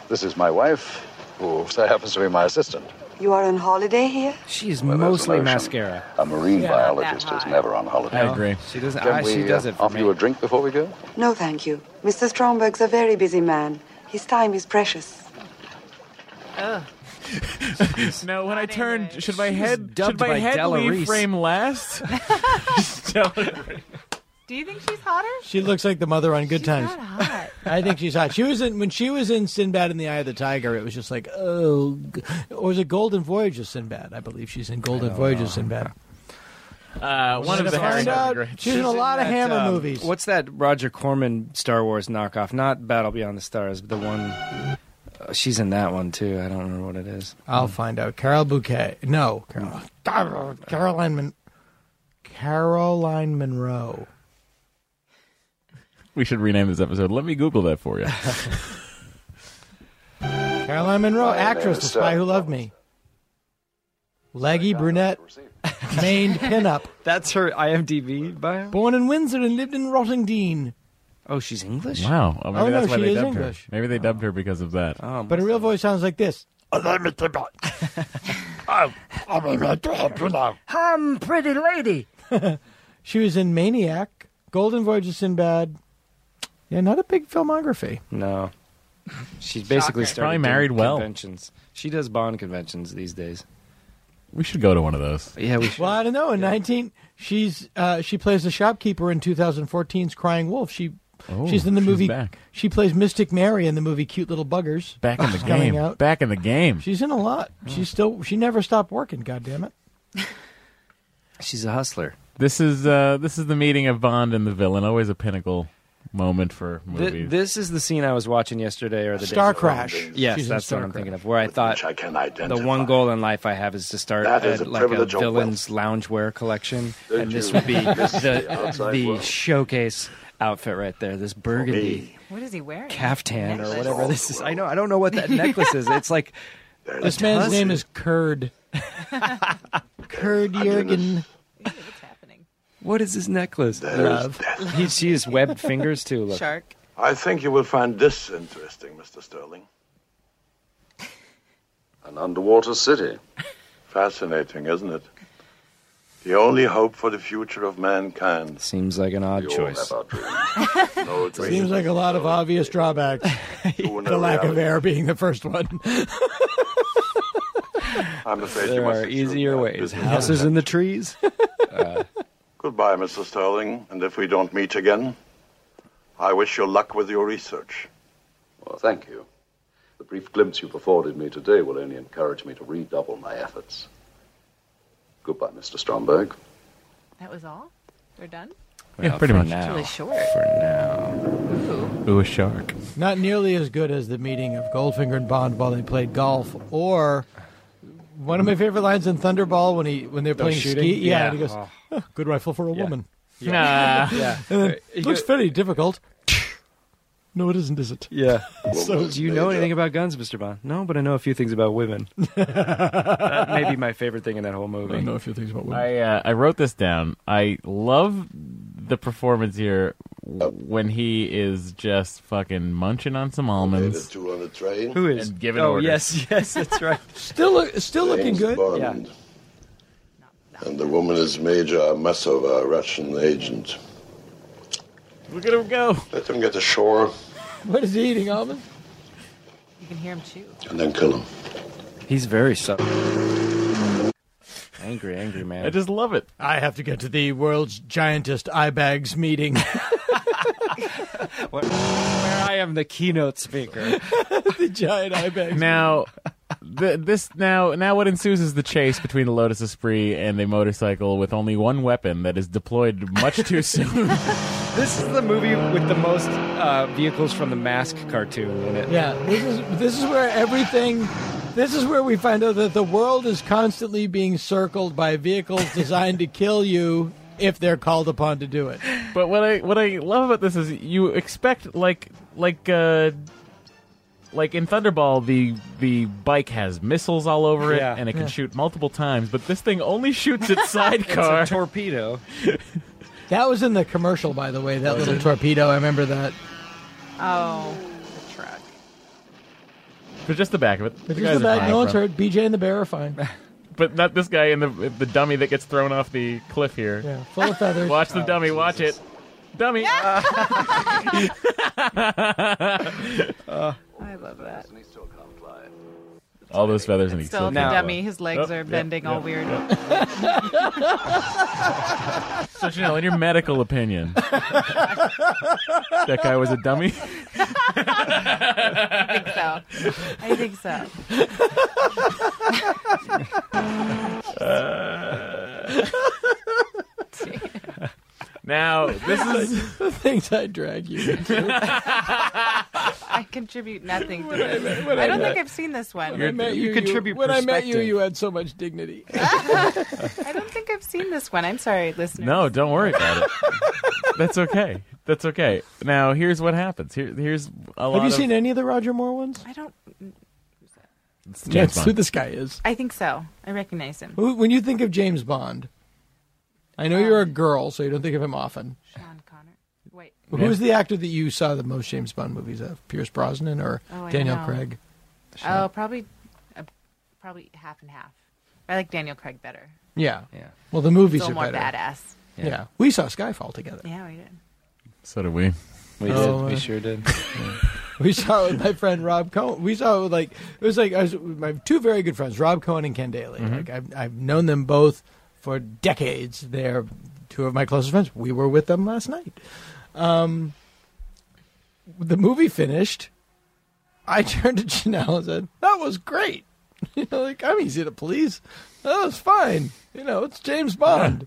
Speaker 16: this is my wife, who so happens to be my assistant.
Speaker 9: You are on holiday here?
Speaker 15: She is
Speaker 16: Well, there's
Speaker 15: mostly
Speaker 16: an ocean.
Speaker 15: mascara.
Speaker 16: A marine
Speaker 8: Yeah,
Speaker 9: not that
Speaker 16: biologist is
Speaker 9: high.
Speaker 16: never on holiday.
Speaker 6: I agree.
Speaker 15: She doesn't.
Speaker 16: Can
Speaker 15: I,
Speaker 16: we
Speaker 15: she
Speaker 16: uh,
Speaker 15: does it for
Speaker 16: offer
Speaker 15: me.
Speaker 16: you a drink before we go?
Speaker 9: No, thank you. Mr. Stromberg's a very busy man. His time is precious.
Speaker 6: Now, when I turned, should my
Speaker 15: She's
Speaker 6: head should
Speaker 15: dubbed
Speaker 6: my
Speaker 15: by
Speaker 6: head
Speaker 15: Della
Speaker 6: leave
Speaker 15: Reese.
Speaker 6: frame last?
Speaker 18: Do you think she's hotter?
Speaker 8: She looks like the mother on Good
Speaker 18: she's
Speaker 8: Times.
Speaker 18: not hot.
Speaker 8: I think she's hot. She was in when she was in Sinbad and the Eye of the Tiger. It was just like oh, g- or was it Golden Voyage of Sinbad? I believe she's in Golden Voyage of Sinbad.
Speaker 6: Uh, one of the Harry Potter greats.
Speaker 4: um, What's that Roger Corman Star Wars knockoff? Not Battle Beyond the Stars, but the one. uh, she's in that one too. I don't remember what it is.
Speaker 8: I'll find out. Carol Bouquet. No, Carol. Caroline Mon- Caroline Monroe.
Speaker 6: We should rename this episode. Let me Google that for you.
Speaker 8: Caroline Monroe, actress, The Spy Who Loved Me. Leggy brunette, maned pinup.
Speaker 15: That's her IMDb bio.
Speaker 8: Born in Windsor and lived in Rottingdean.
Speaker 15: Oh, she's English.
Speaker 6: Wow. Oh, maybe
Speaker 8: Oh, no,
Speaker 6: that's why
Speaker 8: she
Speaker 6: they
Speaker 8: is
Speaker 6: dubbed
Speaker 8: English.
Speaker 6: her. Maybe they dubbed her because of that.
Speaker 15: Oh,
Speaker 8: But her real voice sounds like this.
Speaker 13: I'm pretty lady.
Speaker 8: she was in Maniac, Golden Voyage of Sinbad. Yeah, not a big filmography.
Speaker 4: No, she's basically
Speaker 8: Shocker.
Speaker 4: started
Speaker 8: Probably
Speaker 4: doing
Speaker 8: married well.
Speaker 4: Conventions. She does Bond conventions these days.
Speaker 6: We should go to one of those.
Speaker 4: Yeah, we should.
Speaker 8: Well, I don't know. In 19, she's uh, she plays the shopkeeper in 2014's Crying Wolf. She
Speaker 6: Oh,
Speaker 8: she's in the
Speaker 6: she's
Speaker 8: movie.
Speaker 6: back.
Speaker 8: She plays Mystic Mary in the movie Cute Little Buggers.
Speaker 6: Back in the
Speaker 8: It's coming
Speaker 6: game.
Speaker 8: out.
Speaker 6: Back in the game.
Speaker 8: She's in a lot. She's still she never stopped working. God damn it.
Speaker 4: She's a hustler.
Speaker 6: This is uh, this is the meeting of Bond and the villain. Always a pinnacle moment for
Speaker 4: Th-
Speaker 6: movies.
Speaker 4: this is the scene I was watching yesterday, or the
Speaker 6: Star
Speaker 4: day before.
Speaker 6: Crash.
Speaker 4: Yes,
Speaker 6: She's in
Speaker 4: that's
Speaker 6: Star
Speaker 4: what I'm thinking of. Where I thought
Speaker 11: I can
Speaker 4: the
Speaker 11: identify.
Speaker 4: one goal in life I have is to start
Speaker 11: That is
Speaker 4: a,
Speaker 11: a
Speaker 4: like a
Speaker 11: privilege of
Speaker 4: villain's loungewear collection,
Speaker 11: Did
Speaker 4: and
Speaker 11: you
Speaker 4: this would be
Speaker 11: miss the
Speaker 4: the
Speaker 11: outside
Speaker 4: the
Speaker 11: world?
Speaker 4: showcase outfit right there. This
Speaker 16: Oh,
Speaker 4: burgundy
Speaker 18: What is he wearing?
Speaker 4: caftan or
Speaker 18: Necklace.
Speaker 4: whatever this is. I know. I don't know what that necklace is. It's like a
Speaker 8: This man's
Speaker 4: dozen.
Speaker 8: name is Kurd. Kurd Jurgen.
Speaker 4: What is this necklace?
Speaker 8: Love.
Speaker 4: He, she has webbed fingers too. Look.
Speaker 18: Shark.
Speaker 19: I think you will find this interesting, Mr. Sterling.
Speaker 16: An underwater city. Fascinating, isn't it? The only hope for the future of mankind.
Speaker 4: Seems like an odd
Speaker 16: choice. no, it's
Speaker 8: Seems like a lot of obvious drawbacks. the lack of air being the first one.
Speaker 16: I'm afraid you
Speaker 4: There
Speaker 16: must
Speaker 4: are easier ways.
Speaker 16: business
Speaker 4: Houses in the trees.
Speaker 16: Goodbye, Mr. Sterling, and if we don't meet again, I wish you luck with your research.
Speaker 11: Well, thank you. The brief glimpse you've afforded me today will only encourage me to redouble my efforts. Goodbye, Mr. Stromberg.
Speaker 18: That was all? We're done?
Speaker 6: Yeah, pretty
Speaker 4: for
Speaker 6: much.
Speaker 4: now.
Speaker 18: It's really short.
Speaker 6: Ooh, a shark.
Speaker 8: Not nearly as good as the meeting of Goldfinger and Bond while they played golf, or one of my favorite lines in Thunderball when he when they're
Speaker 4: Those
Speaker 8: playing
Speaker 4: shooting?
Speaker 8: ski. Yeah,
Speaker 4: Yeah.
Speaker 8: and he goes,
Speaker 4: Oh.
Speaker 8: "Huh, "Good rifle for a woman."
Speaker 4: Yeah. Nah. Yeah.
Speaker 8: And then,
Speaker 4: You
Speaker 8: looks
Speaker 4: go-
Speaker 8: very difficult. no, it isn't, is it?
Speaker 4: Yeah.
Speaker 8: So-
Speaker 4: do you know anything about guns, Mr. Bond? No, but I know a few things about women. that may be my favorite thing in that whole movie.
Speaker 8: I know a few things about women.
Speaker 6: I uh, I wrote this down. I love the performance here w- when he is just fucking munching on some almonds.
Speaker 16: Two on the train.
Speaker 6: Who is- And giving Oh, orders. yes,
Speaker 4: yes, that's right.
Speaker 8: still, look, still looking
Speaker 16: James
Speaker 8: good.
Speaker 16: Bond. And the woman is Major Masova, a Russian agent.
Speaker 6: Look at him go.
Speaker 16: Let them get ashore
Speaker 8: What is he eating, almond?
Speaker 18: You can hear him chew.
Speaker 16: and then kill them.
Speaker 4: He's very subtle. Angry, angry man.
Speaker 8: I
Speaker 6: just love it.
Speaker 8: I have to get to the world's giantest eye bags meeting.
Speaker 4: Where I am the keynote speaker.
Speaker 8: the giant eye bags.
Speaker 6: Now, the, this now now what ensues is the chase between the Lotus Esprit and the motorcycle with only one weapon that is deployed much too soon.
Speaker 4: This is the movie with the most uh, vehicles from the Mask cartoon in it.
Speaker 8: Yeah, this is this is where everything. This is where we find out that the world is constantly being circled by vehicles designed to kill you if they're called upon to do it.
Speaker 6: But what I what I love about this is you expect like like uh like in Thunderball the the bike has missiles all over it
Speaker 4: Yeah.
Speaker 6: and it
Speaker 4: Yeah.
Speaker 6: can shoot multiple times, but this thing only shoots its sidecar.
Speaker 4: It's a torpedo.
Speaker 8: That was in the commercial, by the way. That
Speaker 4: Was
Speaker 8: little
Speaker 4: it?
Speaker 8: torpedo. I remember that.
Speaker 18: Oh, the truck.
Speaker 6: but just the back of it.
Speaker 8: But
Speaker 6: The
Speaker 8: just
Speaker 6: guys
Speaker 8: the
Speaker 6: are
Speaker 8: back,
Speaker 6: fine
Speaker 8: no one's
Speaker 6: from-
Speaker 8: hurt. BJ and the bear are fine.
Speaker 6: But not this guy and the the dummy that gets thrown off the cliff here.
Speaker 8: Yeah, Oh, full of feathers.
Speaker 6: Watch the dummy. Watch it, dummy. Ah.
Speaker 18: I love that.
Speaker 6: all those feathers and he
Speaker 18: Still
Speaker 6: still
Speaker 18: the
Speaker 6: can't fly.
Speaker 18: dummy. His legs
Speaker 6: Oh,
Speaker 18: are
Speaker 6: yeah,
Speaker 18: bending all
Speaker 6: yeah,
Speaker 18: weird.
Speaker 6: yeah. So Janelle, in your medical opinion, that guy was a dummy.
Speaker 18: I think so. I think so.
Speaker 6: Uh, Now this is
Speaker 8: the things I drag you
Speaker 18: I contribute nothing to
Speaker 8: I
Speaker 18: this.
Speaker 8: met- when
Speaker 18: I
Speaker 8: I
Speaker 18: don't
Speaker 8: met-
Speaker 18: think I've seen this one.
Speaker 8: When I met When I met you, you had so much dignity.
Speaker 18: I don't think I've seen this one. I'm sorry, listener.
Speaker 6: No, don't worry about it. That's okay. That's okay. Now here's what happens. Here, here's a lot.
Speaker 8: Have you
Speaker 6: of-
Speaker 8: seen any of the Roger Moore ones?
Speaker 18: I don't.
Speaker 6: It's
Speaker 8: That's
Speaker 6: James
Speaker 8: who
Speaker 6: Bond.
Speaker 8: this guy is.
Speaker 18: I think so. I recognize him.
Speaker 8: Who- When you think of James Bond, I know you're a girl, so you don't think of him often.
Speaker 18: Sean Connor. Wait.
Speaker 8: Who's the actor that you saw the most James Bond movies of? Pierce Brosnan or
Speaker 18: Oh, I
Speaker 8: Daniel
Speaker 18: know.
Speaker 8: Craig?
Speaker 18: Oh, probably, uh, probably half and half. I like Daniel Craig better.
Speaker 8: Yeah. Yeah. Well, the movies
Speaker 18: Still
Speaker 8: are
Speaker 18: more
Speaker 8: better.
Speaker 18: badass.
Speaker 8: Yeah. We saw Skyfall together.
Speaker 18: Yeah, we did.
Speaker 6: So do we.
Speaker 4: We did.
Speaker 8: Oh,
Speaker 4: we
Speaker 8: uh,
Speaker 4: sure did.
Speaker 8: We saw it with my friend Rob Cohen. We saw it with like it was like I was with my two very good friends, Rob Cohen and Ken Daly. Like I've I've known them both for decades. They're two of my closest friends. We were with them last night. Um, the movie finished. I turned to Janelle and said, "That was great." You know, like I'm easy to please. That was fine. You know, it's James Bond.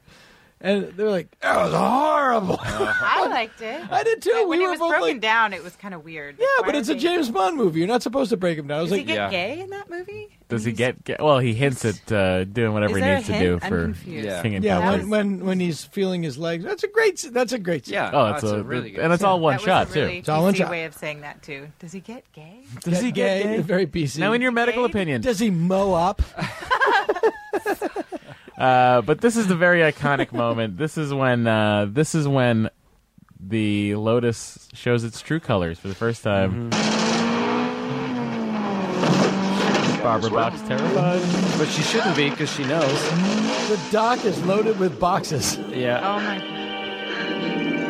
Speaker 8: And they're like, "That was horrible."
Speaker 18: I liked it.
Speaker 8: I did too.
Speaker 18: But when
Speaker 8: We
Speaker 18: it
Speaker 8: were
Speaker 18: was
Speaker 8: both
Speaker 18: broken
Speaker 8: like-
Speaker 18: down, it was kind of weird. Like,
Speaker 8: yeah,
Speaker 18: why
Speaker 8: but
Speaker 18: are
Speaker 8: it's a
Speaker 18: they-
Speaker 8: James Bond movie. You're not supposed to break him down. I was
Speaker 18: Does he
Speaker 8: like,
Speaker 18: get
Speaker 6: Yeah.
Speaker 18: gay in that movie?
Speaker 6: Does he get, get? Well, he hints at uh, doing whatever
Speaker 18: Is
Speaker 6: he
Speaker 18: there a
Speaker 6: needs to
Speaker 18: hint?
Speaker 6: do
Speaker 18: I'm
Speaker 6: for
Speaker 18: confused. Yeah.
Speaker 6: King and
Speaker 8: Yeah,
Speaker 6: Country.
Speaker 8: when, when when he's feeling his legs, that's a great. s- That's a great. Scene.
Speaker 6: Yeah, Oh, that's that's a a- really good and it's scene. all one
Speaker 18: that
Speaker 6: shot,
Speaker 18: was
Speaker 6: too.
Speaker 18: a really
Speaker 8: It's all one
Speaker 18: PC
Speaker 8: shot.
Speaker 18: way of saying that too. Does he get gay?
Speaker 6: Does he get gay?
Speaker 8: Very PC.
Speaker 6: Now, in your medical opinion,
Speaker 8: does he mow up?
Speaker 6: Uh, but this is the very iconic moment. This is when uh, this is when the lotus shows its true colors for the first time.
Speaker 18: Mm-hmm.
Speaker 6: Barbara Bach's terrified,
Speaker 4: but she shouldn't be because she knows.
Speaker 8: The dock is loaded with boxes.
Speaker 4: Yeah.
Speaker 18: Oh my!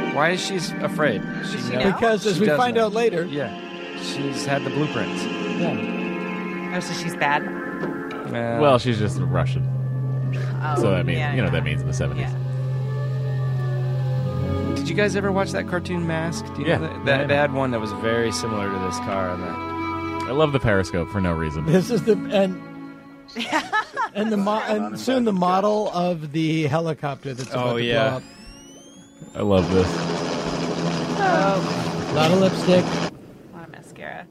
Speaker 4: Um, Why is she s- afraid? She
Speaker 18: she
Speaker 4: knows-
Speaker 18: know?
Speaker 8: Because as
Speaker 4: she
Speaker 8: we
Speaker 4: does
Speaker 8: find
Speaker 4: know.
Speaker 8: out later,
Speaker 4: yeah, she's had the blueprints.
Speaker 18: Oh, so she's bad.
Speaker 6: well, she's just Russian,
Speaker 18: Oh,
Speaker 6: so that means
Speaker 18: yeah,
Speaker 6: you know
Speaker 18: yeah.
Speaker 6: that means in the seventies.
Speaker 4: Did you guys ever watch that cartoon Mask? Do you
Speaker 6: Yeah.
Speaker 4: know that? that They had one that was very similar to this car. And that.
Speaker 6: I love the periscope for no reason.
Speaker 8: this is the and and the mo- and soon the model of the helicopter that's about
Speaker 6: Oh,
Speaker 8: to blow
Speaker 6: yeah.
Speaker 8: up.
Speaker 6: I love this.
Speaker 8: A lot of lipstick,
Speaker 18: Oh. A lot of mascara.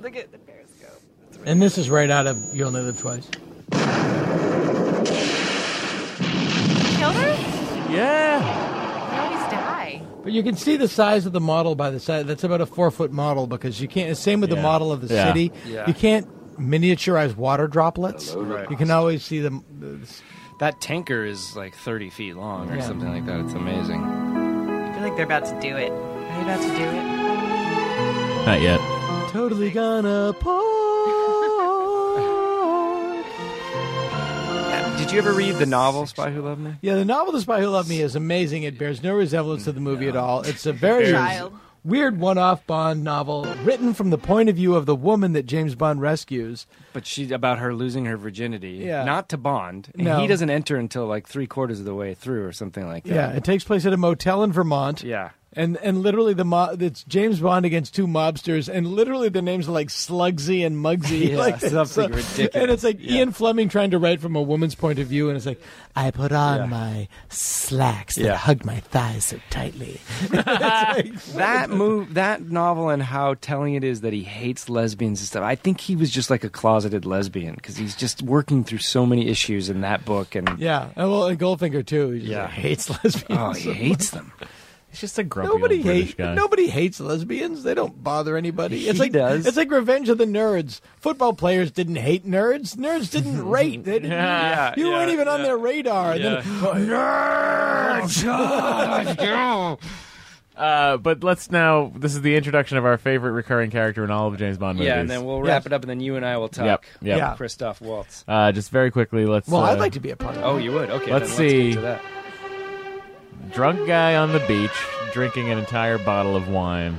Speaker 18: Look at the periscope.
Speaker 8: and this is right out of "You Only Live Twice."
Speaker 18: Killed her?
Speaker 6: Yeah,
Speaker 18: They always die.
Speaker 8: But you can see the size of the model by the side. That's about a four foot model because you can't. Same with the
Speaker 6: Yeah.
Speaker 8: model of the
Speaker 6: Yeah.
Speaker 8: city.
Speaker 4: Yeah.
Speaker 8: You can't miniaturize water droplets.
Speaker 4: Right.
Speaker 8: You can always see them.
Speaker 4: that tanker is like 30 feet long or
Speaker 8: Yeah.
Speaker 4: something like that. It's amazing.
Speaker 18: I feel like they're about to do it. Are they about to do it?
Speaker 6: not yet.
Speaker 8: Totally gonna pour.
Speaker 4: Did you ever read the novels by Who Loved Me?
Speaker 8: yeah, the novel The Spy Who Loved Me is amazing. It bears no resemblance to the movie at all. It's a very
Speaker 18: Child.
Speaker 8: weird one off Bond novel written from the point of view of the woman that James Bond rescues.
Speaker 4: But she about her losing her virginity,
Speaker 8: Yeah.
Speaker 4: not to Bond. And
Speaker 8: No.
Speaker 4: he doesn't enter until like three quarters of the way through or something like
Speaker 8: Yeah,
Speaker 4: that.
Speaker 8: it takes place at a motel in Vermont.
Speaker 4: Yeah.
Speaker 8: And and literally the mo- it's James Bond against two mobsters, and literally the names are like Slugsy and Mugsy,
Speaker 4: Yeah,
Speaker 8: like
Speaker 4: something ridiculous.
Speaker 8: And it's like Ian Fleming trying to write from a woman's point of view, and it's like I put on
Speaker 4: Yeah.
Speaker 8: my slacks that
Speaker 4: Yeah.
Speaker 8: hugged my thighs so tightly.
Speaker 4: That move, that novel, and how telling it is that he hates lesbians and stuff. I think he was just like a closeted lesbian because he's just working through so many issues in that book. And
Speaker 8: Yeah, and well, and Goldfinger too. He just
Speaker 4: Yeah.
Speaker 8: hates lesbians.
Speaker 4: oh, he hates them.
Speaker 6: It's just a grumpy
Speaker 8: Nobody
Speaker 6: old British
Speaker 8: hates
Speaker 6: guy.
Speaker 8: nobody hates lesbians. They don't bother anybody. It's
Speaker 4: He
Speaker 8: like
Speaker 4: does.
Speaker 8: it's like Revenge of the Nerds. Football players didn't hate nerds. Nerds didn't rate. They didn't,
Speaker 6: Yeah,
Speaker 8: you
Speaker 6: yeah,
Speaker 8: weren't even on
Speaker 6: yeah. Oh,
Speaker 8: their radar. "Oh, And then,
Speaker 6: Uh, but let's now. This is the introduction of our favorite recurring character in all of James Bond movies.
Speaker 4: Yeah, and then we'll wrap it up, and then you and I will talk.
Speaker 6: Yep, yep.
Speaker 8: Yeah.
Speaker 4: Christoph Waltz.
Speaker 6: Uh, just very quickly, let's.
Speaker 8: well, I'd
Speaker 6: uh,
Speaker 8: like to be a part of.
Speaker 4: Oh, you would. Okay, then
Speaker 6: Let's see.
Speaker 4: Let's get to that.
Speaker 6: drunk guy on the beach drinking an entire bottle of wine.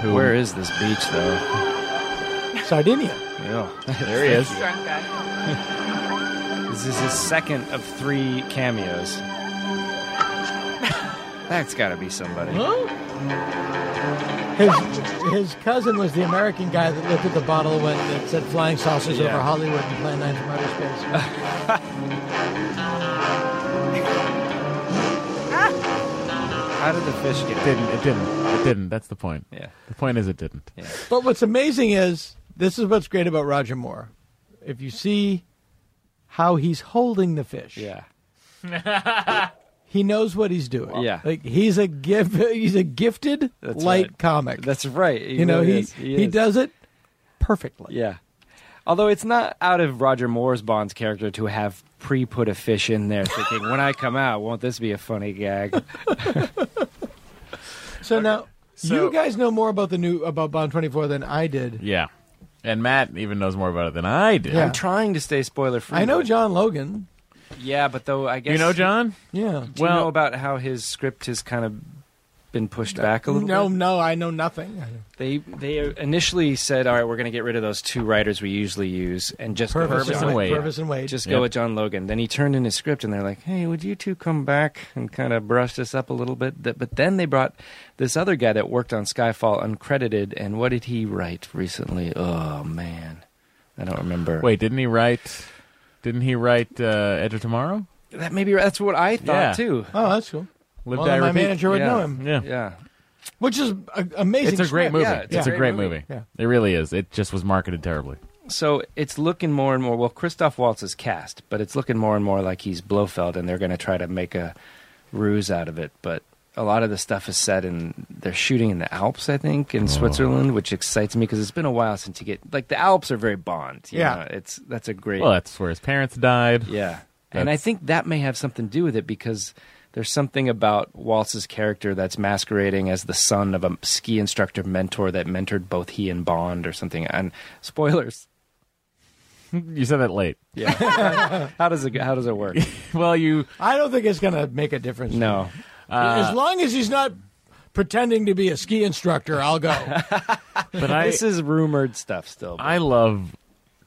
Speaker 6: Who-
Speaker 4: Where is this beach, though?
Speaker 6: Oh.
Speaker 8: it. Sardinia.
Speaker 4: Yeah.
Speaker 6: There he is.
Speaker 18: Drunk guy.
Speaker 4: This is his second of three cameos. That's got to be somebody.
Speaker 8: His his cousin was the American guy that looked at the bottle when that said "Flying Saucers
Speaker 4: Yeah.
Speaker 8: over Hollywood" and "Plan 9 from Outer Space."
Speaker 15: How did the fish get
Speaker 6: It didn't. It didn't. It didn't. That's the point. Yeah. The point is it didn't. Yeah.
Speaker 8: But what's amazing is this is what's great about Roger Moore. If you see how he's holding the fish, yeah, he knows what he's doing.
Speaker 4: Yeah.
Speaker 8: like he's a gift. He's a gifted
Speaker 4: That's
Speaker 8: light
Speaker 4: right.
Speaker 8: comic.
Speaker 15: That's right. He
Speaker 8: you know
Speaker 4: really
Speaker 8: he
Speaker 4: is. He is.
Speaker 8: does it perfectly.
Speaker 4: Yeah. Although it's not out of Roger Moore's Bond's character to have pre put a fish in there thinking, when I come out, won't this be a funny gag?
Speaker 8: So now you guys know more about the new about Bond twenty four than I did.
Speaker 6: Yeah. And Matt even knows more about it than I do.
Speaker 8: Yeah. I'm
Speaker 4: trying to stay spoiler free.
Speaker 8: I know John Logan.
Speaker 4: yeah, but though I guess.
Speaker 6: You know Oh, John?
Speaker 8: Yeah.
Speaker 4: Do you know about how his script has kind of been pushed back a little
Speaker 8: no,
Speaker 4: bit?
Speaker 8: no, I know nothing.
Speaker 4: They they initially said, all right, we're going to get rid of those two writers we usually use and just go
Speaker 8: Purvis
Speaker 4: with
Speaker 8: and
Speaker 4: John-
Speaker 8: Wade. Purvis and Wade.
Speaker 4: Just
Speaker 8: Yep.
Speaker 4: go with John Logan. Then he turned in his script and they're like, hey, would you two come back and kind of brush this up a little bit? Th- But then they brought this other guy that worked on Skyfall uncredited. And what did he write recently? Oh, man. I don't remember.
Speaker 6: Wait, didn't he write? Didn't he write uh, Edge of Tomorrow?
Speaker 4: That maybe that's what I thought
Speaker 6: Yeah.
Speaker 4: too.
Speaker 8: Oh, that's cool.
Speaker 6: Live,
Speaker 8: well,
Speaker 6: die,
Speaker 8: then my
Speaker 6: repeat.
Speaker 8: manager would
Speaker 6: Yeah.
Speaker 8: know him.
Speaker 6: Yeah.
Speaker 4: Yeah.
Speaker 8: Which is a, amazing.
Speaker 6: It's a great
Speaker 8: script.
Speaker 6: movie.
Speaker 8: Yeah,
Speaker 6: it's a great movie.
Speaker 8: Yeah.
Speaker 6: It really is. It just was marketed terribly.
Speaker 4: So it's looking more and more. Well, Christoph Waltz is cast, but it's looking more and more like he's Blofeld, and they're going to try to make a ruse out of it. But a lot of the stuff is set in. They're shooting in the Alps, I think,
Speaker 6: Oh.
Speaker 4: in Switzerland, which excites me because it's been a while since you get like the Alps are very Bond. you
Speaker 6: Yeah.
Speaker 4: know? it's that's a great.
Speaker 6: Well, that's where his parents died.
Speaker 4: Yeah. and I
Speaker 6: That's-
Speaker 4: think that may have something to do with it because there's something about Waltz's character that's masquerading as the son of a ski instructor mentor that mentored both he and Bond or something. And spoilers.
Speaker 6: You said that late.
Speaker 4: Yeah. how does it how does it work?
Speaker 6: well, you
Speaker 8: I don't think it's going to make a difference.
Speaker 4: No. Uh,
Speaker 8: as long as he's not pretending to be a ski instructor, I'll go.
Speaker 6: But I,
Speaker 4: this is rumored stuff still.
Speaker 6: I love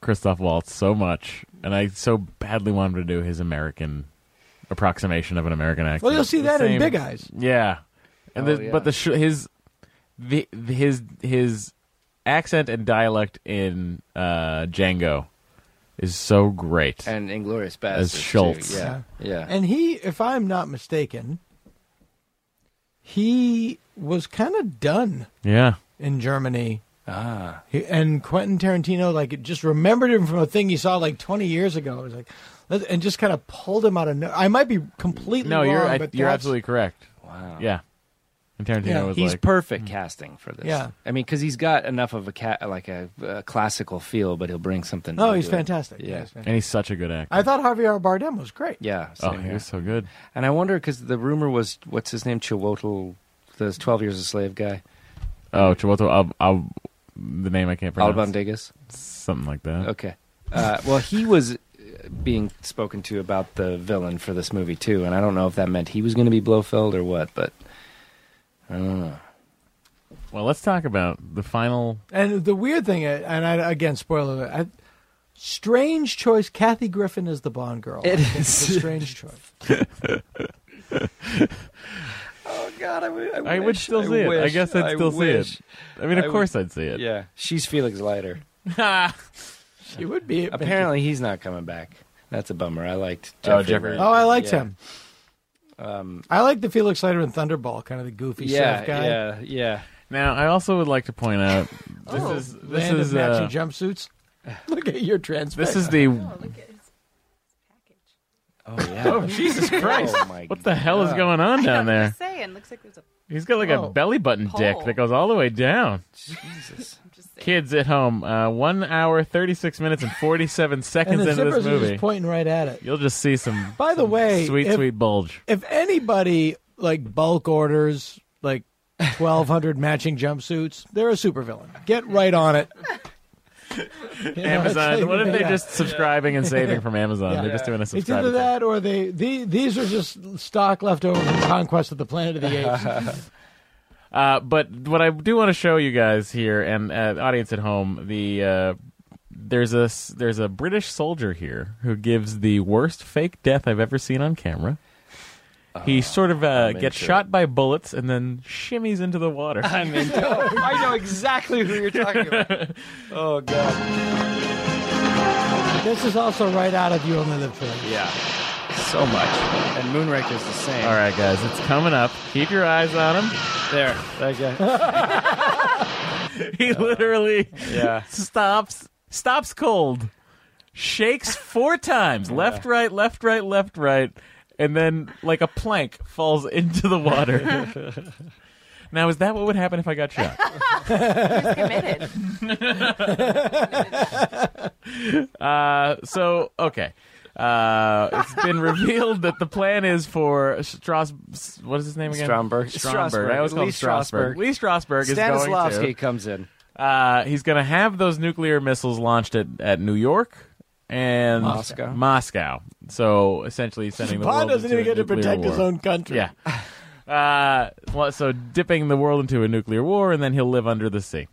Speaker 6: Christoph Waltz so much, and I so badly wanted to do his American approximation of an American accent.
Speaker 8: well, you'll see
Speaker 6: The
Speaker 8: that in
Speaker 6: same-
Speaker 8: Big Eyes.
Speaker 6: Yeah, and
Speaker 8: Oh,
Speaker 6: the,
Speaker 8: yeah.
Speaker 6: but the sh- his the the- his his accent and dialect in uh, Django is so great.
Speaker 4: And Inglorious
Speaker 6: As
Speaker 4: Bastards.
Speaker 6: Schultz.
Speaker 4: too. Yeah. Yeah.
Speaker 8: And he, if I'm not mistaken, he was kind of done
Speaker 6: yeah,
Speaker 8: in Germany.
Speaker 4: Ah.
Speaker 8: He, and Quentin Tarantino, like, just remembered him from a thing he saw like 20 years ago. It was like, let- and just kind of pulled him out of. No- I might be completely
Speaker 6: no,
Speaker 8: wrong,
Speaker 6: you're I,
Speaker 8: but
Speaker 6: you're
Speaker 8: that's-
Speaker 6: absolutely correct.
Speaker 4: Wow.
Speaker 6: Yeah, and Tarantino
Speaker 4: Yeah.
Speaker 6: was
Speaker 4: he's
Speaker 6: like,
Speaker 4: perfect casting for this.
Speaker 8: Yeah.
Speaker 4: I mean, because he's got enough of a cat like a, a classical feel, but he'll bring something.
Speaker 8: No,
Speaker 4: new
Speaker 8: he's
Speaker 4: to it.
Speaker 8: fantastic. Yeah,
Speaker 4: Yeah,
Speaker 8: he's fantastic.
Speaker 6: and he's such a good actor.
Speaker 8: I thought Javier Bardem was great.
Speaker 4: Yeah.
Speaker 6: Oh,
Speaker 4: same
Speaker 6: he
Speaker 4: here.
Speaker 6: was so good.
Speaker 4: And I wonder because the rumor was what's his name Chiwetel, the Twelve Years a Slave guy.
Speaker 6: Oh, Chiwetel, I'll, I'll, the name I can't pronounce.
Speaker 4: Albandigas?
Speaker 6: Something like that.
Speaker 4: Okay. Uh, well, he was uh, being spoken to about the villain for this movie too, and I don't know if that meant he was going to be Blofeld or what, but I don't know.
Speaker 6: Well, let's talk about the final.
Speaker 8: And the weird thing, uh, and I, again, spoiler alert, I, strange choice. Kathy Griffin is the Bond girl.
Speaker 4: It
Speaker 8: I think
Speaker 4: is.
Speaker 8: it's a strange choice.
Speaker 4: Oh God, I would.
Speaker 6: I would still see it. I guess I'd still see it. I mean, of course I'd see it.
Speaker 4: Yeah, she's Felix Leiter.
Speaker 8: She would be.
Speaker 4: Apparently, he's not coming back. That's a bummer. I liked.
Speaker 6: Oh,
Speaker 4: Jeffrey.
Speaker 6: Jeffrey.
Speaker 8: Oh, I liked
Speaker 4: Yeah.
Speaker 8: him.
Speaker 4: Um,
Speaker 8: I like the Felix Leiter and Thunderball, kind of the goofy
Speaker 4: yeah,
Speaker 8: surf guy.
Speaker 4: yeah, Uh, yeah.
Speaker 6: Now, I also would like to point out this
Speaker 8: Oh,
Speaker 6: is this
Speaker 8: land
Speaker 6: is
Speaker 8: of
Speaker 6: uh,
Speaker 8: matching jumpsuits. Look at your transfer.
Speaker 6: this is the
Speaker 4: Oh yeah.
Speaker 6: oh Jesus Christ!
Speaker 4: Oh, my
Speaker 6: what the hell is going on down there?
Speaker 20: Saying, looks like there's a
Speaker 6: He's got like
Speaker 20: Oh.
Speaker 6: a belly button dick
Speaker 20: Pole.
Speaker 6: that goes all the way down.
Speaker 20: Jesus. I'm just saying.
Speaker 6: Kids at home, uh, one hour thirty six minutes and forty seven
Speaker 8: and
Speaker 6: seconds
Speaker 8: the
Speaker 6: into
Speaker 8: zippers
Speaker 6: this
Speaker 8: are
Speaker 6: movie.
Speaker 8: just pointing right at it.
Speaker 6: You'll just see some
Speaker 8: By the way,
Speaker 6: sweet
Speaker 8: if,
Speaker 6: sweet bulge.
Speaker 8: if anybody like bulk orders like twelve hundred matching jumpsuits, they're a supervillain. Get right on it.
Speaker 6: Amazon. what if they're
Speaker 8: Yeah.
Speaker 6: just subscribing and saving from Amazon?
Speaker 8: Yeah.
Speaker 6: They're just doing a
Speaker 8: It's either
Speaker 6: subscribe.
Speaker 8: that or they, the these are just stock left over from Conquest of the Planet of the Apes.
Speaker 6: Uh, but what I do want to show you guys here and uh, the audience at home, the uh, there's a s- there's a British soldier here who gives the worst fake death I've ever seen on camera. He sort of uh,
Speaker 4: I'm
Speaker 6: gets
Speaker 4: into
Speaker 6: shot by bullets and then shimmies into the water.
Speaker 4: I'm into. I know exactly who you're talking about. Oh God.
Speaker 8: this is also right out of You Only Live Twice.
Speaker 4: Yeah. so much. And Moonraker is the same.
Speaker 6: All right, guys, it's coming up. Keep your eyes on him.
Speaker 4: There, that guy.
Speaker 6: He literally
Speaker 4: yeah.
Speaker 6: stops stops cold, shakes four times, left, right, left, right, left, right, and then like a plank falls into the water. now, is that what would happen if I got shot?
Speaker 18: committed.
Speaker 6: Uh, so okay. Uh, it's been revealed that the plan is for Strauss. What is his name again?
Speaker 4: Stromberg.
Speaker 6: Stromberg. I always call him
Speaker 4: Lee
Speaker 6: Strasberg.
Speaker 4: Strasberg.
Speaker 6: Lee Strasberg is going
Speaker 4: Stanislavski
Speaker 6: to.
Speaker 4: comes in.
Speaker 6: Uh, he's going to have those nuclear missiles launched at, at New York and
Speaker 4: Moscow.
Speaker 6: Moscow. So essentially, sending the
Speaker 8: Bond
Speaker 6: world
Speaker 8: doesn't
Speaker 6: into
Speaker 8: even get
Speaker 6: a
Speaker 8: to
Speaker 6: nuclear
Speaker 8: protect
Speaker 6: war.
Speaker 8: his own country.
Speaker 6: Yeah. Uh, well, so dipping the world into a nuclear war, and then he'll live under the sea.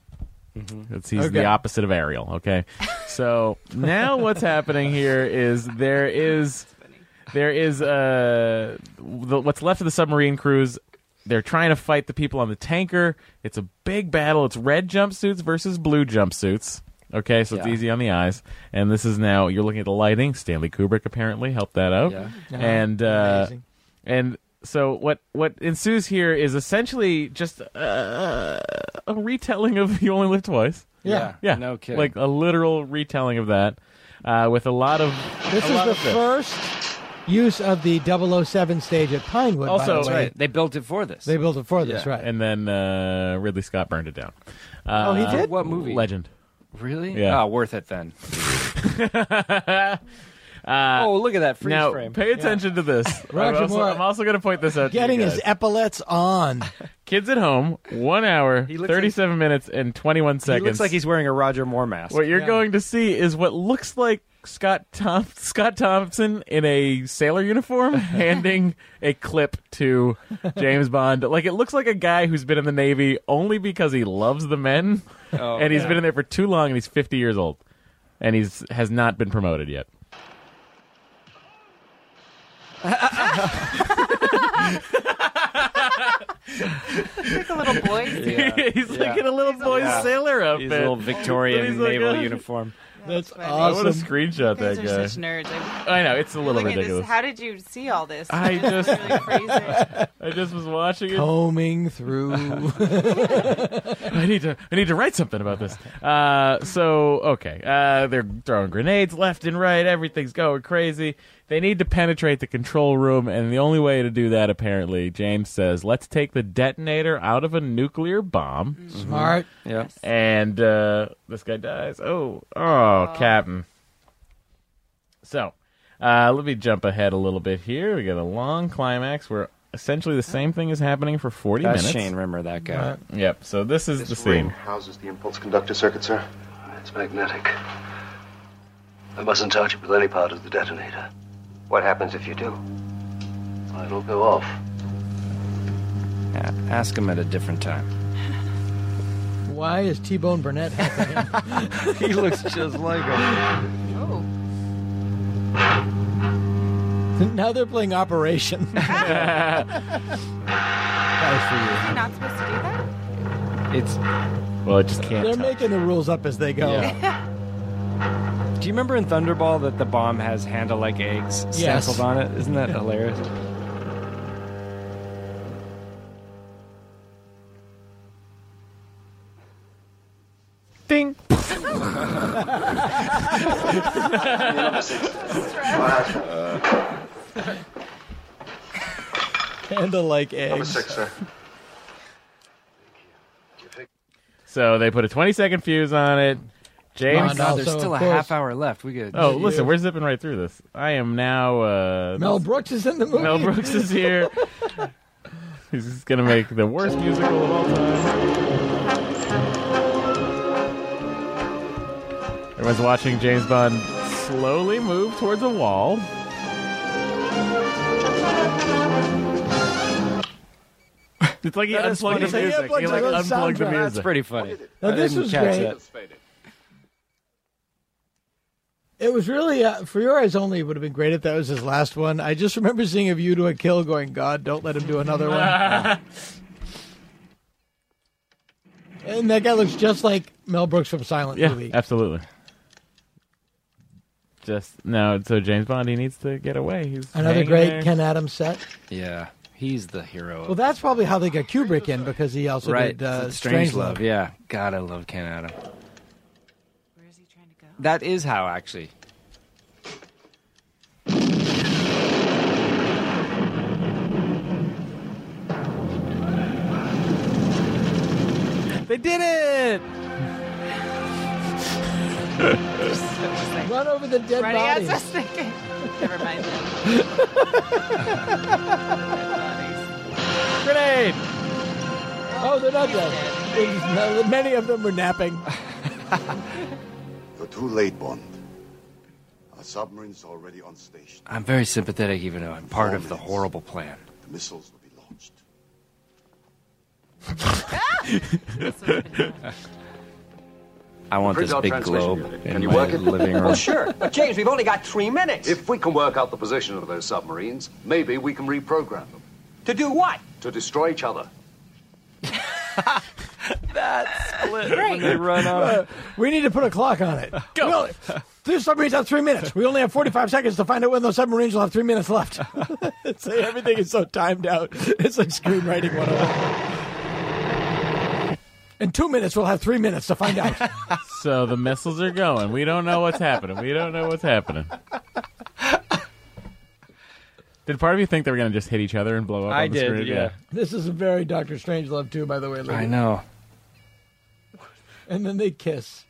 Speaker 6: That's he's
Speaker 8: Okay.
Speaker 6: the opposite of Ariel. Okay, so now what's happening here is there is there is uh the, what's left of the submarine crews. They're trying to fight the people on the tanker. It's a big battle. It's red jumpsuits versus blue jumpsuits. Okay, so it's
Speaker 4: Yeah.
Speaker 6: easy on the eyes. And this is now you're looking at the lighting. Stanley Kubrick apparently helped that out.
Speaker 4: Yeah.
Speaker 8: Yeah.
Speaker 6: And uh,
Speaker 8: Amazing.
Speaker 6: and so what what ensues here is essentially just uh, a retelling of You Only Live Twice.
Speaker 8: Yeah.
Speaker 6: Yeah,
Speaker 4: No kidding.
Speaker 6: Like a literal retelling of that, uh, with a lot of
Speaker 8: This
Speaker 6: a
Speaker 8: is
Speaker 6: lot
Speaker 8: the
Speaker 6: of this.
Speaker 8: first use of the 007 stage at Pinewood. by
Speaker 6: Also-
Speaker 8: the
Speaker 6: That's
Speaker 8: way.
Speaker 6: right.
Speaker 4: They built it for this.
Speaker 8: they built it for this,
Speaker 4: Yeah.
Speaker 8: right?
Speaker 6: And then uh, Ridley Scott burned it down. Uh,
Speaker 8: Oh, he did?
Speaker 4: What movie?
Speaker 6: Legend.
Speaker 4: really?
Speaker 6: Yeah.
Speaker 4: Oh, worth it then.
Speaker 6: uh,
Speaker 4: oh, look at that freeze
Speaker 6: now,
Speaker 4: frame.
Speaker 6: pay attention to this. I'm
Speaker 8: Roger
Speaker 6: also,
Speaker 8: Moore
Speaker 6: going to point this out. to you
Speaker 8: Getting his
Speaker 6: guys.
Speaker 8: epaulets on.
Speaker 6: kids at home, one hour,
Speaker 4: He looks like-
Speaker 6: thirty-seven minutes, and twenty-one
Speaker 4: He
Speaker 6: seconds.
Speaker 4: looks like he's wearing a Roger Moore mask.
Speaker 6: What you're
Speaker 8: Yeah.
Speaker 6: going to see is what looks like Scott Tom- Scott Thompson in a sailor uniform handing a clip to James Bond. Like it looks like a guy who's been in the Navy only because he loves the men,
Speaker 4: Oh,
Speaker 6: and he's
Speaker 4: yeah.
Speaker 6: been in there for too long, and he's 50 years old, and he's has not been promoted yet.
Speaker 18: Like a little boy.
Speaker 4: Yeah.
Speaker 6: he's like
Speaker 4: Yeah.
Speaker 6: in a little boy
Speaker 4: Yeah.
Speaker 6: sailor
Speaker 4: He's
Speaker 6: outfit.
Speaker 4: a little
Speaker 6: But he's
Speaker 4: Victorian
Speaker 6: like,
Speaker 4: naval
Speaker 6: uh,
Speaker 4: uniform.
Speaker 8: That's
Speaker 18: funny.
Speaker 6: I want to
Speaker 8: awesome.
Speaker 6: screenshot
Speaker 18: You guys
Speaker 6: that
Speaker 18: are
Speaker 6: guy.
Speaker 18: such nerds. I'm
Speaker 6: I know it's a little
Speaker 18: looking at this.
Speaker 6: ridiculous.
Speaker 18: How did you see all this?
Speaker 6: I
Speaker 18: This is
Speaker 6: just-
Speaker 18: really crazy.
Speaker 6: I just was watching it.
Speaker 8: Combing through.
Speaker 6: Mm-hmm. I need to I need to write something about this. Uh, so okay, uh, they're throwing grenades left and right. Everything's going crazy. They need to penetrate the control room, and the only way to do that, apparently, James says, let's take the detonator out of a nuclear bomb,
Speaker 8: Smart.
Speaker 4: Yeah.
Speaker 6: and uh, this guy dies. Oh, oh, Captain. So uh, let me jump ahead a little bit here. We get a long climax where essentially the same thing is happening for forty
Speaker 4: That's
Speaker 6: minutes.
Speaker 4: Shane Rimmer, that guy.
Speaker 6: Yep. So this is the
Speaker 10: This
Speaker 6: scene.
Speaker 10: ring houses the impulse conductor circuit, sir.
Speaker 11: It's magnetic. I mustn't touch it with any part of the detonator.
Speaker 17: What happens if you do?
Speaker 11: It'll go off.
Speaker 4: Yeah, Ask him at a different time.
Speaker 6: Mm-hmm.
Speaker 8: Why is T Bone Burnett helping him?
Speaker 4: he looks just like him.
Speaker 18: Oh,
Speaker 8: now they're playing Operation. that
Speaker 18: you're not supposed to do that.
Speaker 4: It's.
Speaker 6: Well, it just
Speaker 8: was
Speaker 6: can't.
Speaker 8: for you. They're
Speaker 6: touch.
Speaker 8: making the rules up as they go.
Speaker 4: Do you remember in Thunderball that the bomb has handle like eggs
Speaker 8: Yes.
Speaker 4: stenciled on it? Isn't that hilarious?
Speaker 6: Ding.
Speaker 8: Handle like
Speaker 10: Number
Speaker 8: eggs.
Speaker 10: six, sir.
Speaker 6: So they put a 20 second fuse on it.
Speaker 8: Oh,
Speaker 6: James.
Speaker 8: no,
Speaker 4: there's
Speaker 8: so,
Speaker 4: still a
Speaker 8: of course-
Speaker 4: half hour left. We could.
Speaker 6: Oh, listen, we're zipping right through this. I am now. Uh,
Speaker 8: Mel Brooks is in the movie.
Speaker 6: Mel Brooks is here. He's gonna make the worst musical of all time. Everyone's watching James Bond slowly move towards a wall. It's like he
Speaker 4: That is
Speaker 6: unplugged the
Speaker 4: funny. He
Speaker 6: music. He
Speaker 8: unplugged
Speaker 6: like
Speaker 8: the
Speaker 6: unplugged the
Speaker 8: soundtrack.
Speaker 6: music.
Speaker 4: That's pretty funny.
Speaker 8: Now,
Speaker 4: I
Speaker 8: this
Speaker 4: didn't
Speaker 8: was
Speaker 4: catch
Speaker 8: great.
Speaker 4: that.
Speaker 8: It's It was really uh, for your eyes only. Would have been great if that was his last one. I just remember seeing a view to a kill, going, "God, don't let him do another one." and that guy looks just like Mel Brooks from Silent
Speaker 6: Yeah,
Speaker 8: Movie.
Speaker 6: absolutely. Just no. So James Bond, he needs to get away. He's
Speaker 8: Another
Speaker 6: hanging
Speaker 8: great
Speaker 6: there.
Speaker 8: Ken Adams set.
Speaker 4: Yeah, he's the hero.
Speaker 8: Well, that's probably how they got Kubrick in because he also
Speaker 4: right,
Speaker 8: did uh,
Speaker 4: Strange
Speaker 8: Love.
Speaker 4: Love. Yeah, God, I love Ken Adam. Where is he trying to go? That is how actually.
Speaker 6: They did it.
Speaker 8: Run over the dead
Speaker 18: Right, I
Speaker 8: bodies.
Speaker 18: was just thinking. Never mind then.
Speaker 6: Grenade.
Speaker 8: Oh, they're not dead. Many of them were napping.
Speaker 21: You're too late, Bond. Our submarine's already on station.
Speaker 4: I'm very sympathetic, even though I'm part of the horrible plan.
Speaker 21: The missiles will be launched.
Speaker 4: I want
Speaker 11: Print
Speaker 4: this
Speaker 11: out
Speaker 4: big
Speaker 11: transmission
Speaker 4: globe
Speaker 11: unit.
Speaker 4: in
Speaker 11: Can you
Speaker 4: my
Speaker 11: work it?
Speaker 4: living room.
Speaker 11: Oh, sure.
Speaker 17: But, James, we've only got three minutes.
Speaker 11: If we can work out the position of those submarines, maybe we can reprogram them.
Speaker 17: To do what?
Speaker 11: To destroy each other.
Speaker 8: Great.
Speaker 18: Oh,
Speaker 4: they run out.
Speaker 8: Uh, we need to put a clock on it. Go. this submarine's have three minutes. We only have 45 seconds to find out when those submarines will have three minutes left. It's like everything is so timed out. It's like screenwriting 101. In two minutes, we'll have three minutes to find out.
Speaker 6: So the missiles are going. We don't know what's happening. We don't know what's happening. Did part of you think they were going to just hit each other and blow up?
Speaker 4: I
Speaker 6: on the
Speaker 4: did,
Speaker 6: Screen?
Speaker 4: yeah.
Speaker 8: this is a very Doctor Strangelove, too, by the way. Lady.
Speaker 4: I know.
Speaker 8: And then they kiss.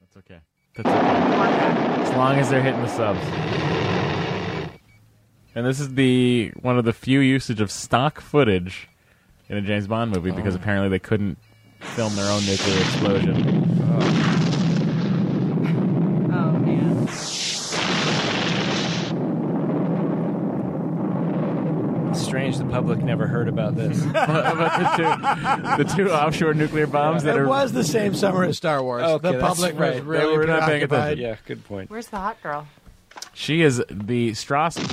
Speaker 6: That's okay. That's okay. As long as they're hitting the subs. And this is the one of the few usage of stock footage in a James Bond movie because apparently they couldn't film their own nuclear explosion.
Speaker 4: Strange, the public never heard about this.
Speaker 6: How about the two, the two offshore nuclear bombs that
Speaker 8: it
Speaker 6: are
Speaker 8: was the same summer as Star Wars.
Speaker 4: Okay,
Speaker 8: the
Speaker 4: that's
Speaker 8: public
Speaker 4: right.
Speaker 8: was
Speaker 4: They
Speaker 8: really
Speaker 4: were not paying
Speaker 8: preoccupied.
Speaker 4: attention. Yeah, good point.
Speaker 18: Where's the hot girl?
Speaker 6: She is the Strasbourg.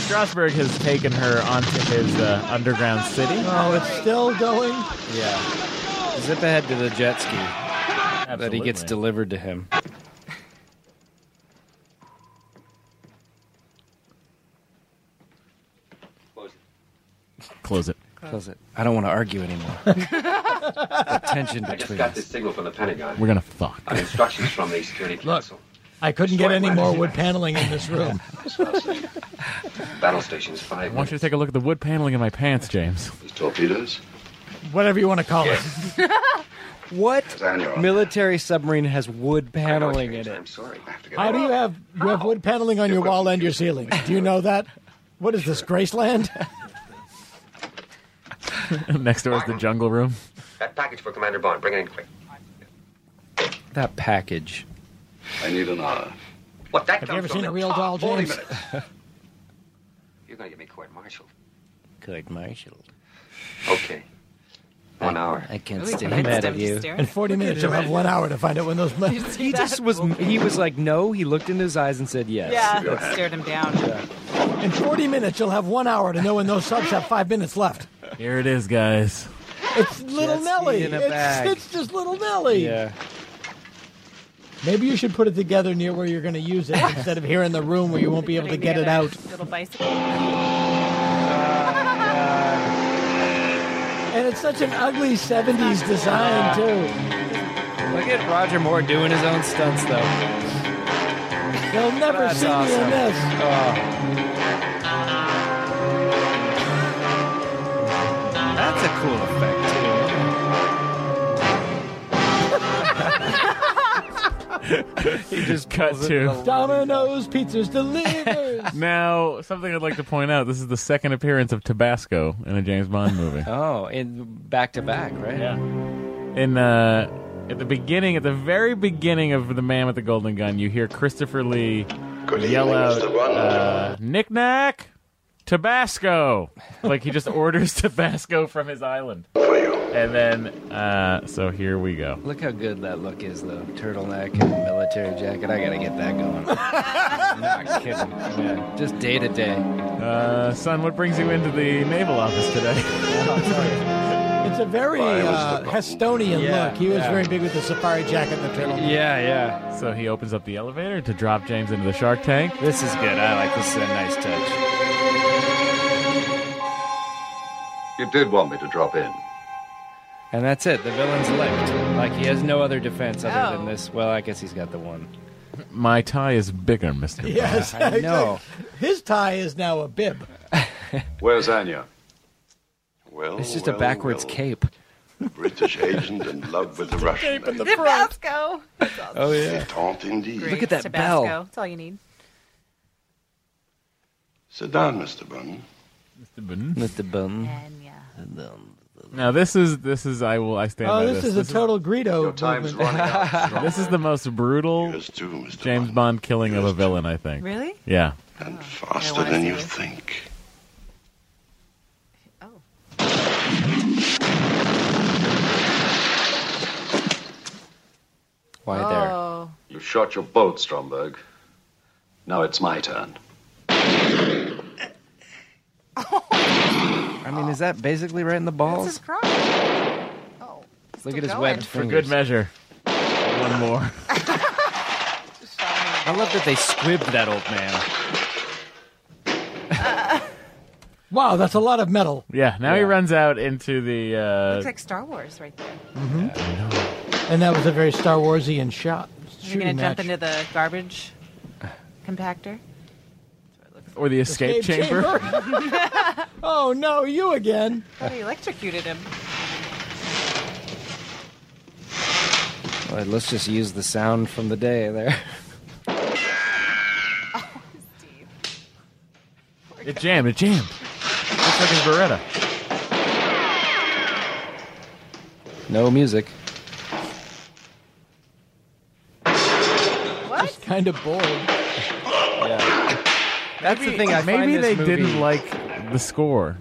Speaker 6: Strasbourg has taken her onto his uh, underground city.
Speaker 8: Oh, it's still going.
Speaker 4: Yeah. Zip ahead to the jet ski that he gets
Speaker 6: Absolutely.
Speaker 4: delivered to him.
Speaker 6: Close it.
Speaker 4: Close it. I don't want to argue anymore. the tension
Speaker 22: I just
Speaker 4: between
Speaker 22: got
Speaker 4: us.
Speaker 22: this signal from the Pentagon.
Speaker 6: We're gonna fuck.
Speaker 22: I have instructions from the security council.
Speaker 8: I couldn't get any more wood paneling in this room.
Speaker 22: Battle stations
Speaker 6: I
Speaker 22: five.
Speaker 6: want you to take a look at the wood paneling in my pants, James.
Speaker 22: These torpedoes.
Speaker 8: Whatever you want to call
Speaker 4: What
Speaker 22: Daniel.
Speaker 4: military submarine has wood paneling in it? I'm
Speaker 22: sorry. I have to
Speaker 8: it. How do you have you have wood paneling on your wall and your ceiling? Do you know that? What is this, Graceland?
Speaker 6: Next door is the jungle room.
Speaker 22: That package for Commander Bond. Bring it in quick.
Speaker 4: That package.
Speaker 22: I need an hour. What that
Speaker 8: Have
Speaker 22: comes
Speaker 8: you ever
Speaker 22: from
Speaker 8: seen
Speaker 22: the
Speaker 8: a real
Speaker 22: top
Speaker 8: doll,
Speaker 22: 40
Speaker 8: James?
Speaker 22: minutes. You're going to get me court-martialed.
Speaker 4: Good Marshall.
Speaker 22: Okay. One hour.
Speaker 4: I can't
Speaker 22: Ooh,
Speaker 4: stay
Speaker 22: I
Speaker 4: mad
Speaker 22: just-
Speaker 4: at
Speaker 22: I'm just
Speaker 4: you.
Speaker 22: staring.
Speaker 8: In 40 minutes, you'll have one hour to find out when those.
Speaker 4: He just was. He was like, no. He looked into his eyes and said, yes.
Speaker 18: Yeah, stared him down.
Speaker 8: In 40 minutes, you'll have one hour to know when those subs have five minutes left.
Speaker 6: Here it is, guys.
Speaker 8: It's little
Speaker 4: Jet ski
Speaker 8: Nelly.
Speaker 4: in a
Speaker 8: It's,
Speaker 4: bag.
Speaker 8: it's just little Nelly. Maybe you should put it together near where you're going to use it instead of here in the room where you won't be able to get it out.
Speaker 18: Little bicycle.
Speaker 8: And it's such an ugly 70s design, too.
Speaker 4: Look at Roger Moore doing his own stunts, though.
Speaker 8: They'll never
Speaker 4: That's
Speaker 8: see me in
Speaker 4: awesome.
Speaker 8: this.
Speaker 4: Oh. That's a cool effect, too. he just
Speaker 6: Cut
Speaker 4: pulls it
Speaker 6: to-
Speaker 4: with a-
Speaker 8: Domino's Pizza's delivered.
Speaker 6: Now, something I'd like to point out: this is the second appearance of Tabasco in a James Bond movie.
Speaker 4: Oh, and back to back, right?
Speaker 6: Yeah. In uh, at the beginning, at the very beginning of the Man with the Golden Gun, you hear Christopher Lee yell out, uh, "Knick knack, Tabasco!" like he just orders Tabasco from his island. And then, uh, so here we go.
Speaker 4: Look how good that look is, though. Turtleneck and military jacket. I gotta get that going. I'm not kidding. Man, just day to day.
Speaker 6: Uh, son, what brings you into the naval office today?
Speaker 4: Oh, sorry.
Speaker 8: It's a very
Speaker 4: Why was
Speaker 8: uh,
Speaker 4: the
Speaker 8: Hestonian
Speaker 4: Yeah,
Speaker 8: look. He was
Speaker 4: yeah.
Speaker 8: very big with the safari jacket and the turtle.
Speaker 4: Yeah, yeah.
Speaker 6: So he opens up the elevator to drop James into the shark tank.
Speaker 4: This is good. I like this. is a nice touch.
Speaker 11: You did want me to drop in.
Speaker 4: And that's it. The villain's licked. Like he has no other defense other
Speaker 18: Oh.
Speaker 4: than this. Well, I guess he's got the one.
Speaker 6: My tie is bigger, Mister.
Speaker 8: Yes,
Speaker 4: I know.
Speaker 8: His tie is now a bib.
Speaker 11: Where's Anya? Well,
Speaker 4: It's just a
Speaker 11: well,
Speaker 4: backwards cape.
Speaker 11: British agent in love with the Russian.
Speaker 18: The Tabasco.
Speaker 4: Oh yeah.
Speaker 11: Taunt indeed.
Speaker 18: Great. Tabasco. That's all you need.
Speaker 11: Sit down, Mr. Bunn.
Speaker 6: Mr. Bunn.
Speaker 4: Mr. Bunn.
Speaker 6: Now this is this is I will I stand by
Speaker 8: Oh,
Speaker 6: this.
Speaker 8: this is a total Greedo. Your
Speaker 11: time's
Speaker 6: this is the most brutal James Bond killing of a villain, I think.
Speaker 18: Really?
Speaker 6: Yeah.
Speaker 11: And faster than you think.
Speaker 4: Why
Speaker 18: oh.
Speaker 11: You shot your bolt, Stromberg. Now it's my turn.
Speaker 4: I mean, is that basically right in the balls?
Speaker 18: That's his crotch.
Speaker 4: Look at his
Speaker 18: Oh, going.
Speaker 4: webbed
Speaker 6: For
Speaker 4: fingers.
Speaker 6: good measure. One more.
Speaker 4: I love that they squibbed that old man.
Speaker 8: Wow, that's a lot of metal.
Speaker 6: Yeah. Now he runs out into the. Uh,
Speaker 18: Looks like Star Wars right there.
Speaker 8: hmm And that was a very Star Warsian shot.
Speaker 18: You're gonna
Speaker 8: shooting match.
Speaker 18: jump into the garbage compactor.
Speaker 6: or the escape,
Speaker 8: Escape
Speaker 6: chamber.
Speaker 8: chamber. oh no, you again!
Speaker 18: Thought he electrocuted him.
Speaker 4: All right, let's just use the sound from the day there.
Speaker 6: It jammed. It jammed. Looks like his Beretta.
Speaker 4: No music.
Speaker 18: What? Just
Speaker 8: kind of bored.
Speaker 4: That's the thing. I
Speaker 6: maybe
Speaker 4: find this
Speaker 6: they
Speaker 4: movie-
Speaker 6: didn't like the score.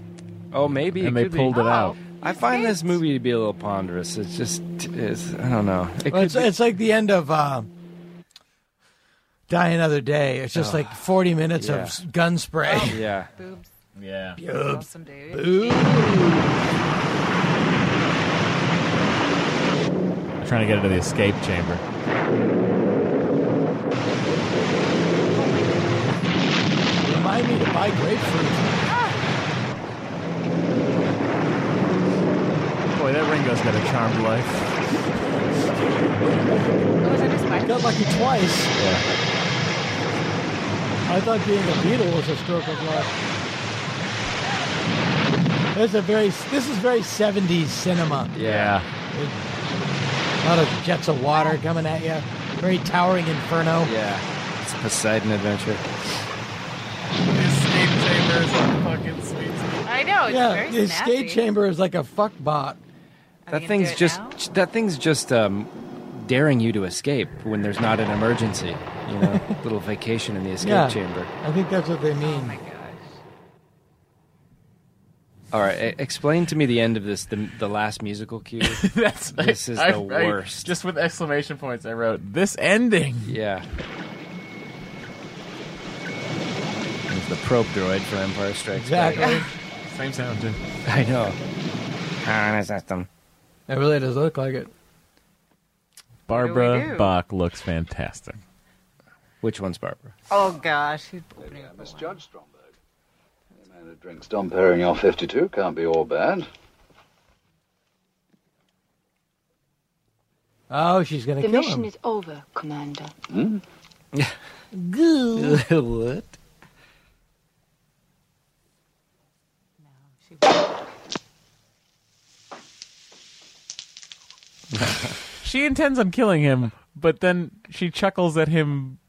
Speaker 4: Oh, maybe.
Speaker 6: And
Speaker 4: it
Speaker 6: they
Speaker 4: could be.
Speaker 6: pulled it out.
Speaker 4: I find this movie to be a little ponderous. It's just, it's, I don't know. It
Speaker 8: Well,
Speaker 4: could
Speaker 8: it's,
Speaker 4: be-
Speaker 8: it's like the end of uh, Die Another Day. It's just
Speaker 4: Oh.
Speaker 8: like 40 minutes of
Speaker 4: Yeah.
Speaker 8: s- gun spray.
Speaker 18: Oh,
Speaker 4: yeah.
Speaker 18: Boobs.
Speaker 6: Yeah.
Speaker 8: Boobs.
Speaker 18: Awesome, dude.
Speaker 6: I'm trying to get into the escape chamber.
Speaker 8: Remind me to buy grapefruit.
Speaker 6: Boy, that Ringo's got a charmed life.
Speaker 8: Got lucky twice.
Speaker 6: Yeah.
Speaker 8: I thought being a beetle was a stroke of luck. That's a very. This is very 70s cinema.
Speaker 6: Yeah.
Speaker 8: A lot of jets of water coming at you. Very towering inferno.
Speaker 4: Yeah. It's a Poseidon adventure.
Speaker 6: Escape chamber is a fucking sweet.
Speaker 18: I know. It's
Speaker 8: yeah,
Speaker 18: very
Speaker 8: the
Speaker 18: snappy.
Speaker 8: escape chamber is like a fuck bot.
Speaker 4: That thing's just, that thing's just um, daring you to escape when there's not an emergency. You know, little vacation in the escape
Speaker 8: yeah,
Speaker 4: chamber.
Speaker 8: I think that's what they mean.
Speaker 4: All right, e- explain to me the end of this, the, the last musical cue.
Speaker 6: That's
Speaker 4: this is
Speaker 6: I- I-
Speaker 4: the worst.
Speaker 6: just with exclamation points, I wrote this ending.
Speaker 4: yeah. It's the probe droid for Empire Strikes Back.
Speaker 8: Exactly.
Speaker 6: Same sound too.
Speaker 4: I know. Honor system.
Speaker 8: It really does look like it.
Speaker 6: Barbara
Speaker 18: do?
Speaker 6: Bach looks fantastic.
Speaker 4: Which one's Barbara?
Speaker 18: Oh gosh. Who-
Speaker 11: Misjudged Stromberg. A man who drinks Dom Perignon 52 can't be all bad.
Speaker 8: Oh, she's gonna
Speaker 9: The
Speaker 8: kill
Speaker 9: mission
Speaker 8: him.
Speaker 9: is over, Commander.
Speaker 11: Hmm?
Speaker 8: Goo.
Speaker 4: what?
Speaker 6: She intends on killing him, but then she chuckles at him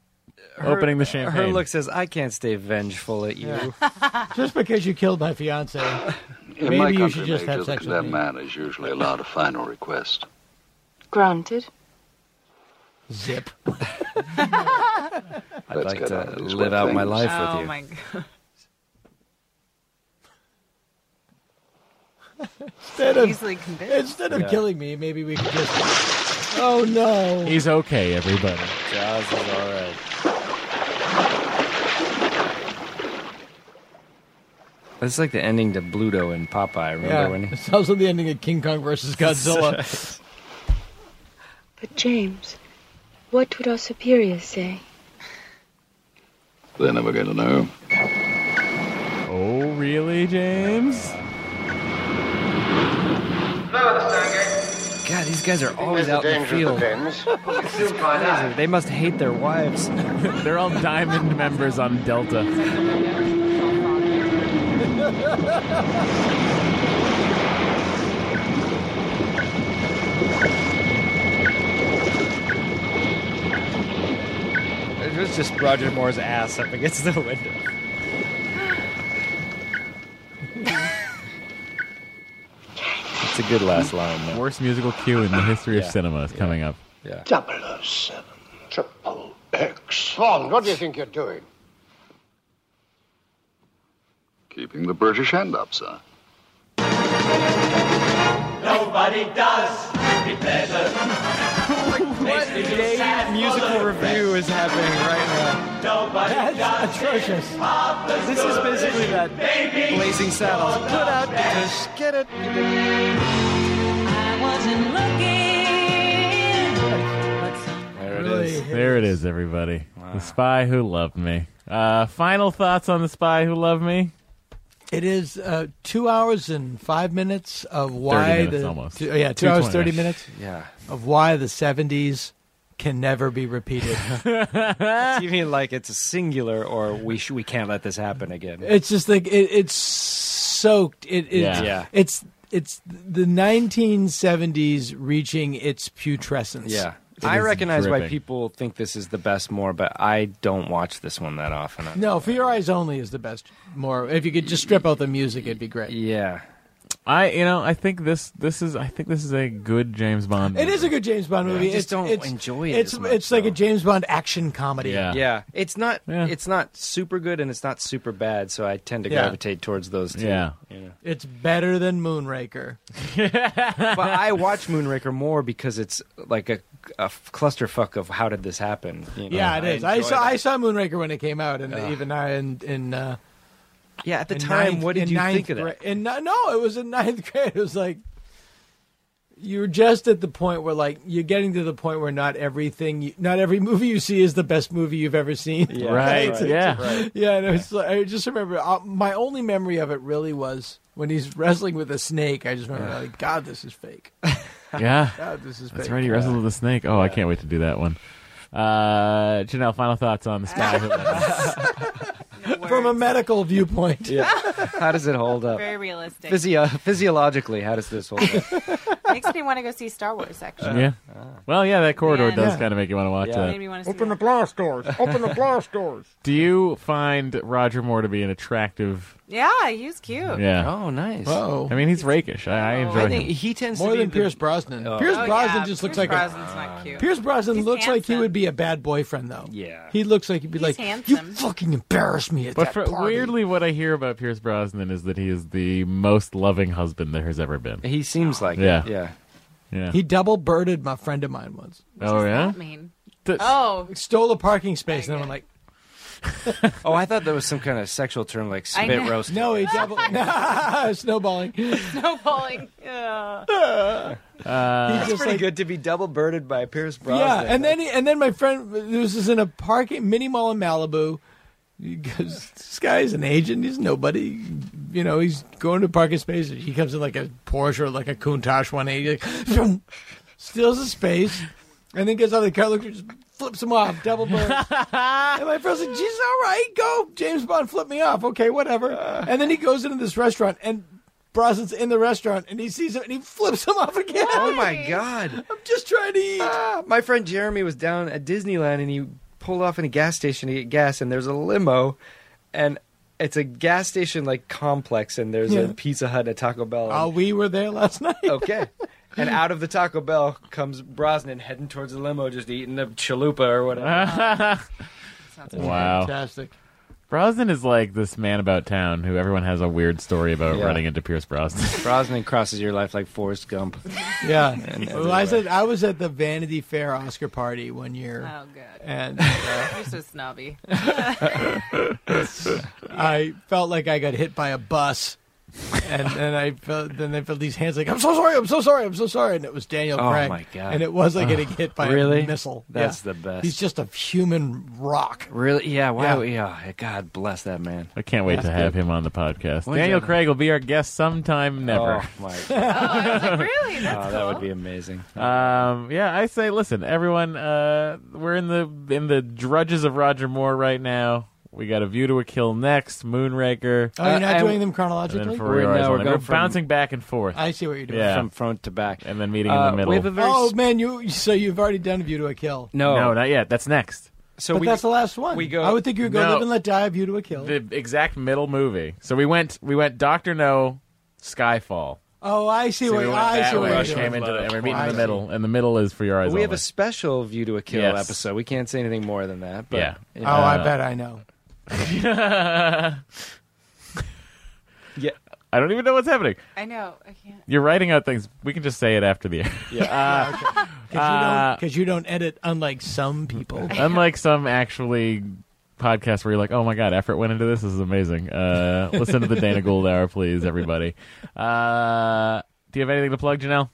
Speaker 6: opening the champagne.
Speaker 4: Her look says, "I can't stay vengeful at you."
Speaker 8: Just because you killed my fiance,
Speaker 11: In
Speaker 8: maybe
Speaker 11: my
Speaker 8: you
Speaker 11: country,
Speaker 8: should just
Speaker 11: they
Speaker 8: have sex with
Speaker 11: condemn
Speaker 8: me.
Speaker 11: man is usually allowed a final request.
Speaker 9: Granted.
Speaker 8: Zip.
Speaker 4: I'd
Speaker 11: Let's
Speaker 4: like
Speaker 11: get
Speaker 4: to
Speaker 11: on these
Speaker 4: live
Speaker 11: wet
Speaker 4: out my
Speaker 11: things.
Speaker 4: life
Speaker 18: oh
Speaker 4: with you.
Speaker 18: my god.
Speaker 8: Instead of
Speaker 18: Easily convinced.
Speaker 8: instead of
Speaker 6: Yeah.
Speaker 8: killing me, maybe we could just. Oh no!
Speaker 6: He's okay, everybody.
Speaker 4: Jaws is all right. It's like the ending to Bluto in Popeye. Remember
Speaker 8: Yeah,
Speaker 4: when he?
Speaker 8: it's also the ending of King Kong versus Godzilla.
Speaker 9: But, James, what would our superiors say?
Speaker 11: They're never going to know.
Speaker 6: Oh, really, James?
Speaker 4: God, these guys are always out in the
Speaker 6: danger
Speaker 4: field.
Speaker 6: of the
Speaker 4: It's crazy. They must hate their wives.
Speaker 6: They're all diamond members on Delta.
Speaker 15: It was just Roger Moore's ass up against the window.
Speaker 6: It's a good last line. Worst musical cue in the history of
Speaker 12: Yeah.
Speaker 6: cinema is coming up.
Speaker 4: Yeah.
Speaker 12: 007. Triple X. Vaughn, what do you think you're doing?
Speaker 11: Keeping the British hand up, sir.
Speaker 7: Nobody does it better. what
Speaker 15: gay musical review is happening right now.
Speaker 7: Nobody
Speaker 15: That's atrocious. This is basically that Blazing Saddles. Put out the dish, get it.
Speaker 1: I wasn't looking.
Speaker 6: There it
Speaker 1: Really
Speaker 6: is.
Speaker 1: hit
Speaker 6: There it is, everybody. The Spy Who Loved Me. Uh, final thoughts on The Spy Who Loved Me?
Speaker 8: it is uh, two hours and five minutes of why
Speaker 6: minutes
Speaker 8: the
Speaker 6: almost.
Speaker 8: two- yeah two hours
Speaker 6: 220.
Speaker 8: thirty minutes
Speaker 6: Yeah.
Speaker 8: of why the seventies can never be repeated.
Speaker 15: you mean like it's a singular, or we sh- we can't let this happen again?
Speaker 8: It's just like it, it's soaked. It, it
Speaker 15: Yeah. Yeah.
Speaker 8: It's it's the 1970s reaching its putrescence.
Speaker 4: Yeah.
Speaker 8: It
Speaker 4: I
Speaker 8: is
Speaker 4: recognize why
Speaker 8: dripping.
Speaker 4: people think this is the best more, but I don't watch this one that often.
Speaker 8: No, for your eyes only is the best. More if you could just strip out the music, it'd be great.
Speaker 4: Yeah.
Speaker 6: I you know I think this this is I think this is a good James Bond.
Speaker 8: It is a good James Bond
Speaker 6: Yeah.
Speaker 8: movie.
Speaker 6: I just
Speaker 8: it's,
Speaker 6: don't
Speaker 8: it's,
Speaker 6: enjoy it
Speaker 8: It's
Speaker 6: as much,
Speaker 8: it's like a James Bond action comedy.
Speaker 4: Yeah. It's not it's not super good and it's not super bad, so I tend to
Speaker 8: Yeah.
Speaker 4: gravitate towards those two.
Speaker 8: Yeah.
Speaker 4: You know.
Speaker 8: It's better than Moonraker.
Speaker 4: but I watch Moonraker more because it's like a, a clusterfuck of how did this happen? you know?
Speaker 8: yeah, it is. I
Speaker 4: enjoy
Speaker 8: saw
Speaker 4: that.
Speaker 8: I saw Moonraker when it came out, and
Speaker 4: Ugh.
Speaker 8: even I in in uh,
Speaker 4: yeah at the
Speaker 8: in
Speaker 4: time,
Speaker 8: ninth-
Speaker 4: what did
Speaker 8: in
Speaker 4: you
Speaker 8: ninth
Speaker 4: think of that?
Speaker 8: gra- in ni- no, it was in ninth grade. It was like you're just at the point where like you're getting to the point where not everything, you, not every movie you see is the best movie you've ever seen.
Speaker 6: Yeah. Right,
Speaker 8: It's-
Speaker 6: yeah.
Speaker 8: it's-
Speaker 6: Right.
Speaker 8: yeah. And it was, like- I just remember uh, my only memory of it really was when he's wrestling with a snake. I just remember
Speaker 6: Yeah.
Speaker 8: like, God, this is fake.
Speaker 6: yeah.
Speaker 8: God, this is fake.
Speaker 6: That's right. He wrestled with the snake. Oh, I can't wait to do that one. Uh, Janelle, final thoughts on the Spy Who Loved Me?
Speaker 8: From a medical viewpoint.
Speaker 4: Yeah. how does it hold up?
Speaker 18: Very realistic.
Speaker 4: Physio- physiologically, how does this hold up?
Speaker 18: Makes me want to go see Star Wars. Actually,
Speaker 6: Yeah. Well, yeah, that corridor
Speaker 18: Yeah.
Speaker 6: does
Speaker 18: Yeah.
Speaker 6: kind of make you want to watch
Speaker 4: Uh,
Speaker 18: Yeah.
Speaker 6: that.
Speaker 18: Made me want to see
Speaker 13: Open
Speaker 18: that.
Speaker 13: the blast doors. Open the blast doors.
Speaker 6: Do you find Roger Moore to be an attractive?
Speaker 18: Yeah, he was cute.
Speaker 6: Yeah.
Speaker 4: Oh, nice.
Speaker 6: Whoa. I mean, he's rakish.
Speaker 8: Oh,
Speaker 6: I, I enjoy
Speaker 4: I think
Speaker 6: him.
Speaker 4: he tends
Speaker 8: More
Speaker 4: to be
Speaker 8: than
Speaker 4: the-
Speaker 8: Pierce Brosnan.
Speaker 4: Oh.
Speaker 8: Pierce
Speaker 18: Oh,
Speaker 8: Brosnan
Speaker 18: yeah.
Speaker 8: just looks like
Speaker 18: Pierce Brosnan's
Speaker 8: a.
Speaker 4: Uh,
Speaker 18: not cute.
Speaker 8: Pierce Brosnan
Speaker 18: He's
Speaker 8: looks like he would be a bad boyfriend, though.
Speaker 4: Yeah.
Speaker 8: He looks like he'd be
Speaker 18: He's
Speaker 8: like,
Speaker 18: handsome.
Speaker 8: you fucking embarrass me at
Speaker 6: But
Speaker 8: that
Speaker 6: for,
Speaker 8: party.
Speaker 6: weirdly, what I hear about Pierce Brosnan is that he is the most loving husband there has ever been.
Speaker 4: He seems like it,
Speaker 6: yeah.
Speaker 4: yeah.
Speaker 6: Yeah.
Speaker 8: He double birded my friend of mine once.
Speaker 6: oh, yeah?
Speaker 18: mean?
Speaker 6: Th-
Speaker 18: oh,
Speaker 8: Stole a parking space, and I'm like,
Speaker 4: Oh, I thought that was some kind of sexual term like
Speaker 8: I
Speaker 4: spit
Speaker 8: know.
Speaker 4: roast.
Speaker 8: no, he double.
Speaker 6: Uh,
Speaker 8: snowballing.
Speaker 18: snowballing. Yeah.
Speaker 4: Uh,
Speaker 8: He's
Speaker 4: it's
Speaker 8: just
Speaker 4: pretty
Speaker 8: like-
Speaker 4: good to be double birded by Pierce Brosnan.
Speaker 8: Yeah, and then he, and then my friend this is in a parking mini mall in Malibu. He goes, this guy's an agent. He's nobody. You know, he's going to parking space. He comes in like a Porsche or like a Countach 180. Like, steals a space, and then gets out of the car. Looks, just flips him off. Double bird. and my friend's like, "Jesus, all right, go, James Bond, flip me off. Okay, whatever."
Speaker 4: Uh.
Speaker 8: And then he goes into this restaurant and. Brosnan's in the restaurant and he sees him and he flips him off again.
Speaker 4: Oh my Ah. god!
Speaker 8: I'm just trying to eat.
Speaker 4: my friend Jeremy was down at Disneyland and he pulled off in a gas station to get gas, and there's a limo, and it's a gas station like complex, and there's
Speaker 8: Yeah.
Speaker 4: a Pizza Hut, and a Taco Bell.
Speaker 8: Oh,
Speaker 4: and-
Speaker 8: we were there last night.
Speaker 4: okay. And out of the Taco Bell comes Brosnan heading towards the limo, just eating a chalupa or whatever.
Speaker 6: wow.
Speaker 8: Fantastic.
Speaker 6: Brosnan is like this man about town who everyone has a weird story about
Speaker 4: Yeah.
Speaker 6: running into Pierce Brosnan.
Speaker 4: Brosnan crosses your life like Forrest Gump.
Speaker 8: Yeah.
Speaker 4: And
Speaker 8: Well, I, said, I was at the Vanity Fair Oscar party one year.
Speaker 18: Oh, good.
Speaker 8: And uh,
Speaker 18: You're so snobby.
Speaker 8: I felt like I got hit by a bus. and then I felt, then I felt these hands like I'm so sorry, I'm so sorry, I'm so sorry, and it was Daniel
Speaker 4: Oh,
Speaker 8: Craig.
Speaker 4: my God.
Speaker 8: And it was like getting
Speaker 4: Ugh.
Speaker 8: hit by
Speaker 4: Really?
Speaker 8: a missile.
Speaker 4: That's
Speaker 8: Yeah.
Speaker 4: the best.
Speaker 8: He's just a human rock.
Speaker 4: Really? Yeah. Wow.
Speaker 8: Yeah.
Speaker 4: Yeah. God bless that man.
Speaker 6: I can't wait
Speaker 4: That's
Speaker 6: to have
Speaker 4: good.
Speaker 6: him on the podcast.
Speaker 4: When's
Speaker 6: Daniel
Speaker 4: that?
Speaker 6: Craig will be our guest sometime never.
Speaker 4: Oh, my
Speaker 18: oh, I was like, really? That's
Speaker 4: Oh, that would be amazing.
Speaker 6: Um, yeah, I say, listen, everyone, uh, we're in the in the drudges of Roger Moore right now. We got a view to a kill next, Moonraker.
Speaker 8: Oh, you're not
Speaker 4: Uh, I-
Speaker 8: doing them
Speaker 6: and
Speaker 8: chronologically.
Speaker 6: then Ferrari Eyes Only. We're bouncing back and forth.
Speaker 8: I see what you're doing.
Speaker 6: Yeah.
Speaker 4: From front to back, Uh,
Speaker 6: and then meeting in the middle.
Speaker 4: We have a very
Speaker 8: oh man, you so you've already done View to a Kill.
Speaker 4: no.
Speaker 6: no, not yet. That's next.
Speaker 4: So
Speaker 8: but
Speaker 4: we
Speaker 8: that's the last one.
Speaker 4: we go-
Speaker 8: I would think you would go
Speaker 6: No.
Speaker 8: live and let die, View to a Kill.
Speaker 6: The exact middle movie. So we went. We went. Doctor No, Skyfall.
Speaker 8: oh, I see
Speaker 6: So
Speaker 8: what
Speaker 6: we went
Speaker 8: I
Speaker 6: that
Speaker 8: see what
Speaker 6: way,
Speaker 8: you're
Speaker 6: came
Speaker 8: doing. Oh,
Speaker 6: into the- and we're meeting in
Speaker 8: I
Speaker 6: the
Speaker 8: see.
Speaker 6: middle, and the middle is for your eyes.
Speaker 4: we have
Speaker 6: Only.
Speaker 4: a special view to a kill
Speaker 6: Yes.
Speaker 4: episode. We can't say anything more than that. But
Speaker 6: Yeah.
Speaker 4: you
Speaker 8: Oh,
Speaker 4: know.
Speaker 8: I bet I know.
Speaker 6: yeah. I don't even know what's happening.
Speaker 18: I know. I can't.
Speaker 6: You're writing out things. We can just say it after the air.
Speaker 8: Yeah,
Speaker 6: Uh,
Speaker 8: okay. 'Cause you, don't- 'cause you don't edit, unlike some people.
Speaker 6: unlike some actually podcasts where you're like, oh my god, effort went into this. This is amazing. Uh, listen to the Dana Gould Hour, please, everybody. Uh, do you have anything to plug, Janelle?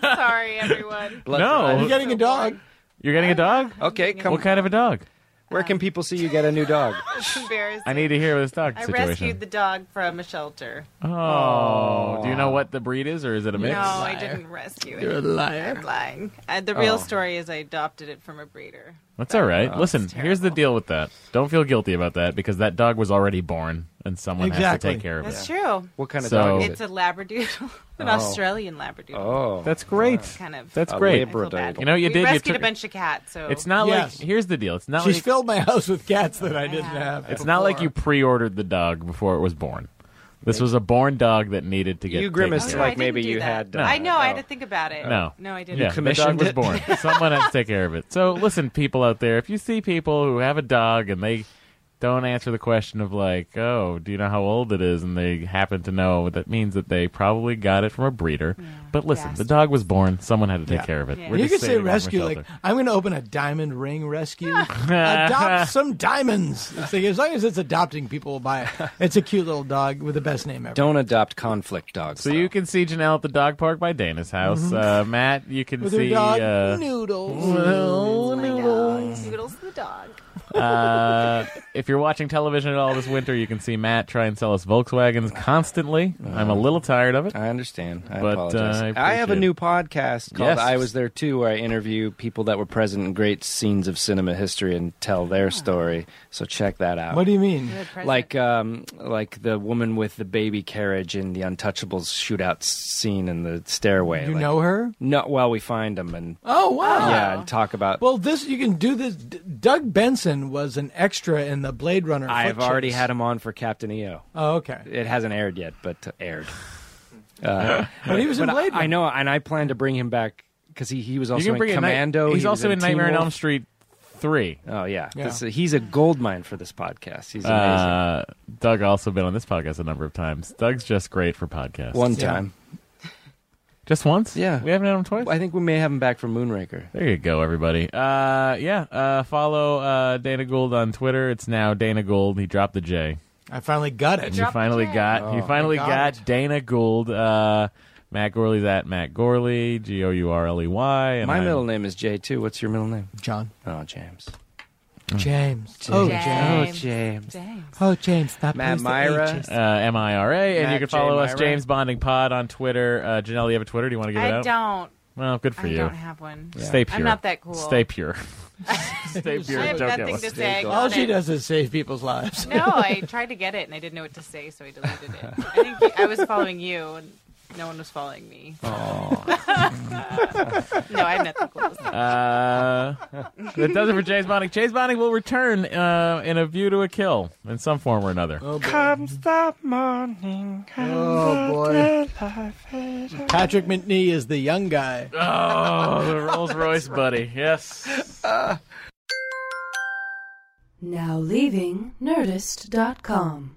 Speaker 18: Sorry, everyone.
Speaker 6: no.
Speaker 8: Uh, You're getting a dog.
Speaker 6: You're getting a dog?
Speaker 4: Okay, Oh, come.
Speaker 6: What kind of a dog?
Speaker 4: Where can people see you get a new dog?
Speaker 18: It's embarrassing.
Speaker 6: I need to hear this dog
Speaker 18: I
Speaker 6: situation.
Speaker 18: rescued the dog from a shelter.
Speaker 6: Oh, do you know what the breed is, or is it a mix?
Speaker 18: no, Oh, I didn't rescue it.
Speaker 6: You're a liar.
Speaker 18: I'm lying. Uh, the real
Speaker 6: Oh.
Speaker 18: story is I adopted it from a breeder.
Speaker 6: That's all right.
Speaker 4: Oh,
Speaker 6: Listen, here's the deal with that. Don't feel guilty about that because that dog was already born, and someone has to
Speaker 4: Exactly.
Speaker 6: take care of
Speaker 18: That's
Speaker 6: it.
Speaker 18: true.
Speaker 4: What kind of
Speaker 6: So-
Speaker 4: dog is it?
Speaker 18: It's a labradoodle, an
Speaker 6: Oh.
Speaker 18: Australian labradoodle.
Speaker 4: Oh.
Speaker 6: that's great.
Speaker 18: Kind of.
Speaker 6: That's
Speaker 18: I
Speaker 6: great.
Speaker 18: feel bad.
Speaker 6: You know, you
Speaker 18: we
Speaker 6: did. you
Speaker 18: rescued
Speaker 6: took-
Speaker 18: a bunch of cats, so
Speaker 6: It's not
Speaker 8: Yes.
Speaker 6: like here's the deal. It's not
Speaker 8: She's
Speaker 6: like
Speaker 8: filled my house with cats that I didn't have.
Speaker 6: it's not like you pre-ordered the dog before it was born. This was a born dog that needed to get.
Speaker 4: You
Speaker 6: taken
Speaker 18: Oh,
Speaker 4: grimaced
Speaker 6: care of.
Speaker 4: like I didn't maybe do you that. had done
Speaker 18: I know. I had
Speaker 4: No.
Speaker 18: to think about it.
Speaker 6: uh, No,
Speaker 18: no, I didn't.
Speaker 6: Yeah,
Speaker 4: commissioned
Speaker 6: the
Speaker 4: it?
Speaker 6: dog was born. Someone has to take care of it. So listen, people out there, if you see people who have a dog and they don't answer the question of like, oh, do you know how old it is, and they happen to know, that means that they probably got it from a breeder. But listen, the dog was born. Someone had to take care of it. We're
Speaker 8: you
Speaker 6: just
Speaker 8: could say
Speaker 6: saving it from a
Speaker 8: rescue, like
Speaker 6: shelter.
Speaker 8: I'm going to open a diamond ring rescue. Adopt some diamonds. It's like, as long as it's adopting, people will buy it. It's a cute little dog with the best name ever.
Speaker 4: Don't adopt conflict dogs.
Speaker 6: So you can see Janelle at the dog park by Dana's house. Uh, Matt, you can
Speaker 8: Mm-hmm. With her
Speaker 6: see
Speaker 8: dog,
Speaker 6: uh,
Speaker 8: Noodles.
Speaker 6: Well, Oh.
Speaker 18: Noodles. Noodles Oh, the dog.
Speaker 6: uh, if you're watching television at all this winter, you can see Matt try and sell us Volkswagens constantly. I'm a little tired of it.
Speaker 4: Uh, I understand. I
Speaker 6: but,
Speaker 4: apologize.
Speaker 6: Uh,
Speaker 4: I, have a
Speaker 6: appreciate
Speaker 4: new podcast called
Speaker 6: Yes.
Speaker 4: I Was There Too, where I interview people that were present in great scenes of cinema history and tell their story. So check that out.
Speaker 8: What do you mean?
Speaker 4: Like, um, like the woman with the baby carriage in the Untouchables shootout scene in the stairway.
Speaker 8: You
Speaker 4: Like-
Speaker 8: know her?
Speaker 4: No. Well, we find them and
Speaker 8: Oh wow!
Speaker 4: yeah, and talk about.
Speaker 8: Well, this you can do this. D- Doug Benson was an extra in the Blade Runner.
Speaker 4: I've
Speaker 8: foot
Speaker 4: already
Speaker 8: chase.
Speaker 4: had him on for Captain EO.
Speaker 8: Oh, okay.
Speaker 4: It hasn't aired yet, but uh, aired. Uh,
Speaker 8: But he was in Blade
Speaker 4: I, I know, and I plan to bring him back because he, he was
Speaker 6: You
Speaker 4: also
Speaker 6: can
Speaker 4: in
Speaker 6: bring it night-
Speaker 4: Commando.
Speaker 6: he's
Speaker 4: he was
Speaker 6: also in
Speaker 4: Teen
Speaker 6: Nightmare on
Speaker 4: Wolf.
Speaker 6: Elm Street three.
Speaker 4: Oh yeah,
Speaker 6: Yeah.
Speaker 4: This- he's a gold mine for this podcast. He's amazing.
Speaker 6: Uh, Doug also been on this podcast a number of times. Doug's just great for podcasts.
Speaker 4: One time,
Speaker 6: just once.
Speaker 4: Yeah,
Speaker 6: we haven't had him twice.
Speaker 4: I think we may have him back for Moonraker.
Speaker 6: There you go, everybody. Uh, yeah. Uh, follow uh, Dana Gould on Twitter. It's now Dana Gould. He dropped the J.
Speaker 8: I finally got it.
Speaker 6: And you finally got
Speaker 4: Oh,
Speaker 6: you finally
Speaker 8: I
Speaker 6: got,
Speaker 8: got
Speaker 6: Dana Gould. Uh, Matt Gorley's at Matt Gorley, G O U R L E Y. and
Speaker 4: My
Speaker 6: I'm-
Speaker 4: middle name is Jay too. What's your middle name?
Speaker 8: John.
Speaker 4: Oh, James.
Speaker 8: James. Oh, James.
Speaker 4: Oh, James.
Speaker 8: Oh, James. Stop
Speaker 4: Matt
Speaker 8: wasting
Speaker 4: Myra.
Speaker 8: ages.
Speaker 6: uh, M I R A, and you
Speaker 4: Matt
Speaker 6: can
Speaker 4: J.
Speaker 6: follow us,
Speaker 4: Myra.
Speaker 6: James Bonding Pod, on Twitter. Uh, Janelle, you have a Twitter? Do you want to give it
Speaker 18: I
Speaker 6: out?
Speaker 18: don't.
Speaker 6: Well, good for
Speaker 18: I
Speaker 6: you.
Speaker 18: don't have one. Yeah.
Speaker 6: Stay
Speaker 18: I'm
Speaker 6: pure.
Speaker 18: not that cool.
Speaker 6: Stay pure. Stay pure.
Speaker 18: I have
Speaker 6: don't
Speaker 18: nothing
Speaker 6: get
Speaker 18: to
Speaker 6: us.
Speaker 18: say.
Speaker 8: All Oh, she does is save people's lives.
Speaker 18: No, I tried to get it and I didn't know what to say, so I deleted it. I think you- I was following you and no one was following me. no, I have nothing cool to say.
Speaker 6: Uh, that does it for James Bonding. James Bonding will return uh, in a view to a kill in some form or another.
Speaker 2: Comes the morning. and
Speaker 8: Oh,
Speaker 2: the
Speaker 8: boy.
Speaker 2: day life is over.
Speaker 8: Patrick McNee is the young guy.
Speaker 6: Oh, the Rolls Royce buddy. Yes.
Speaker 5: Now leaving Nerdist.com.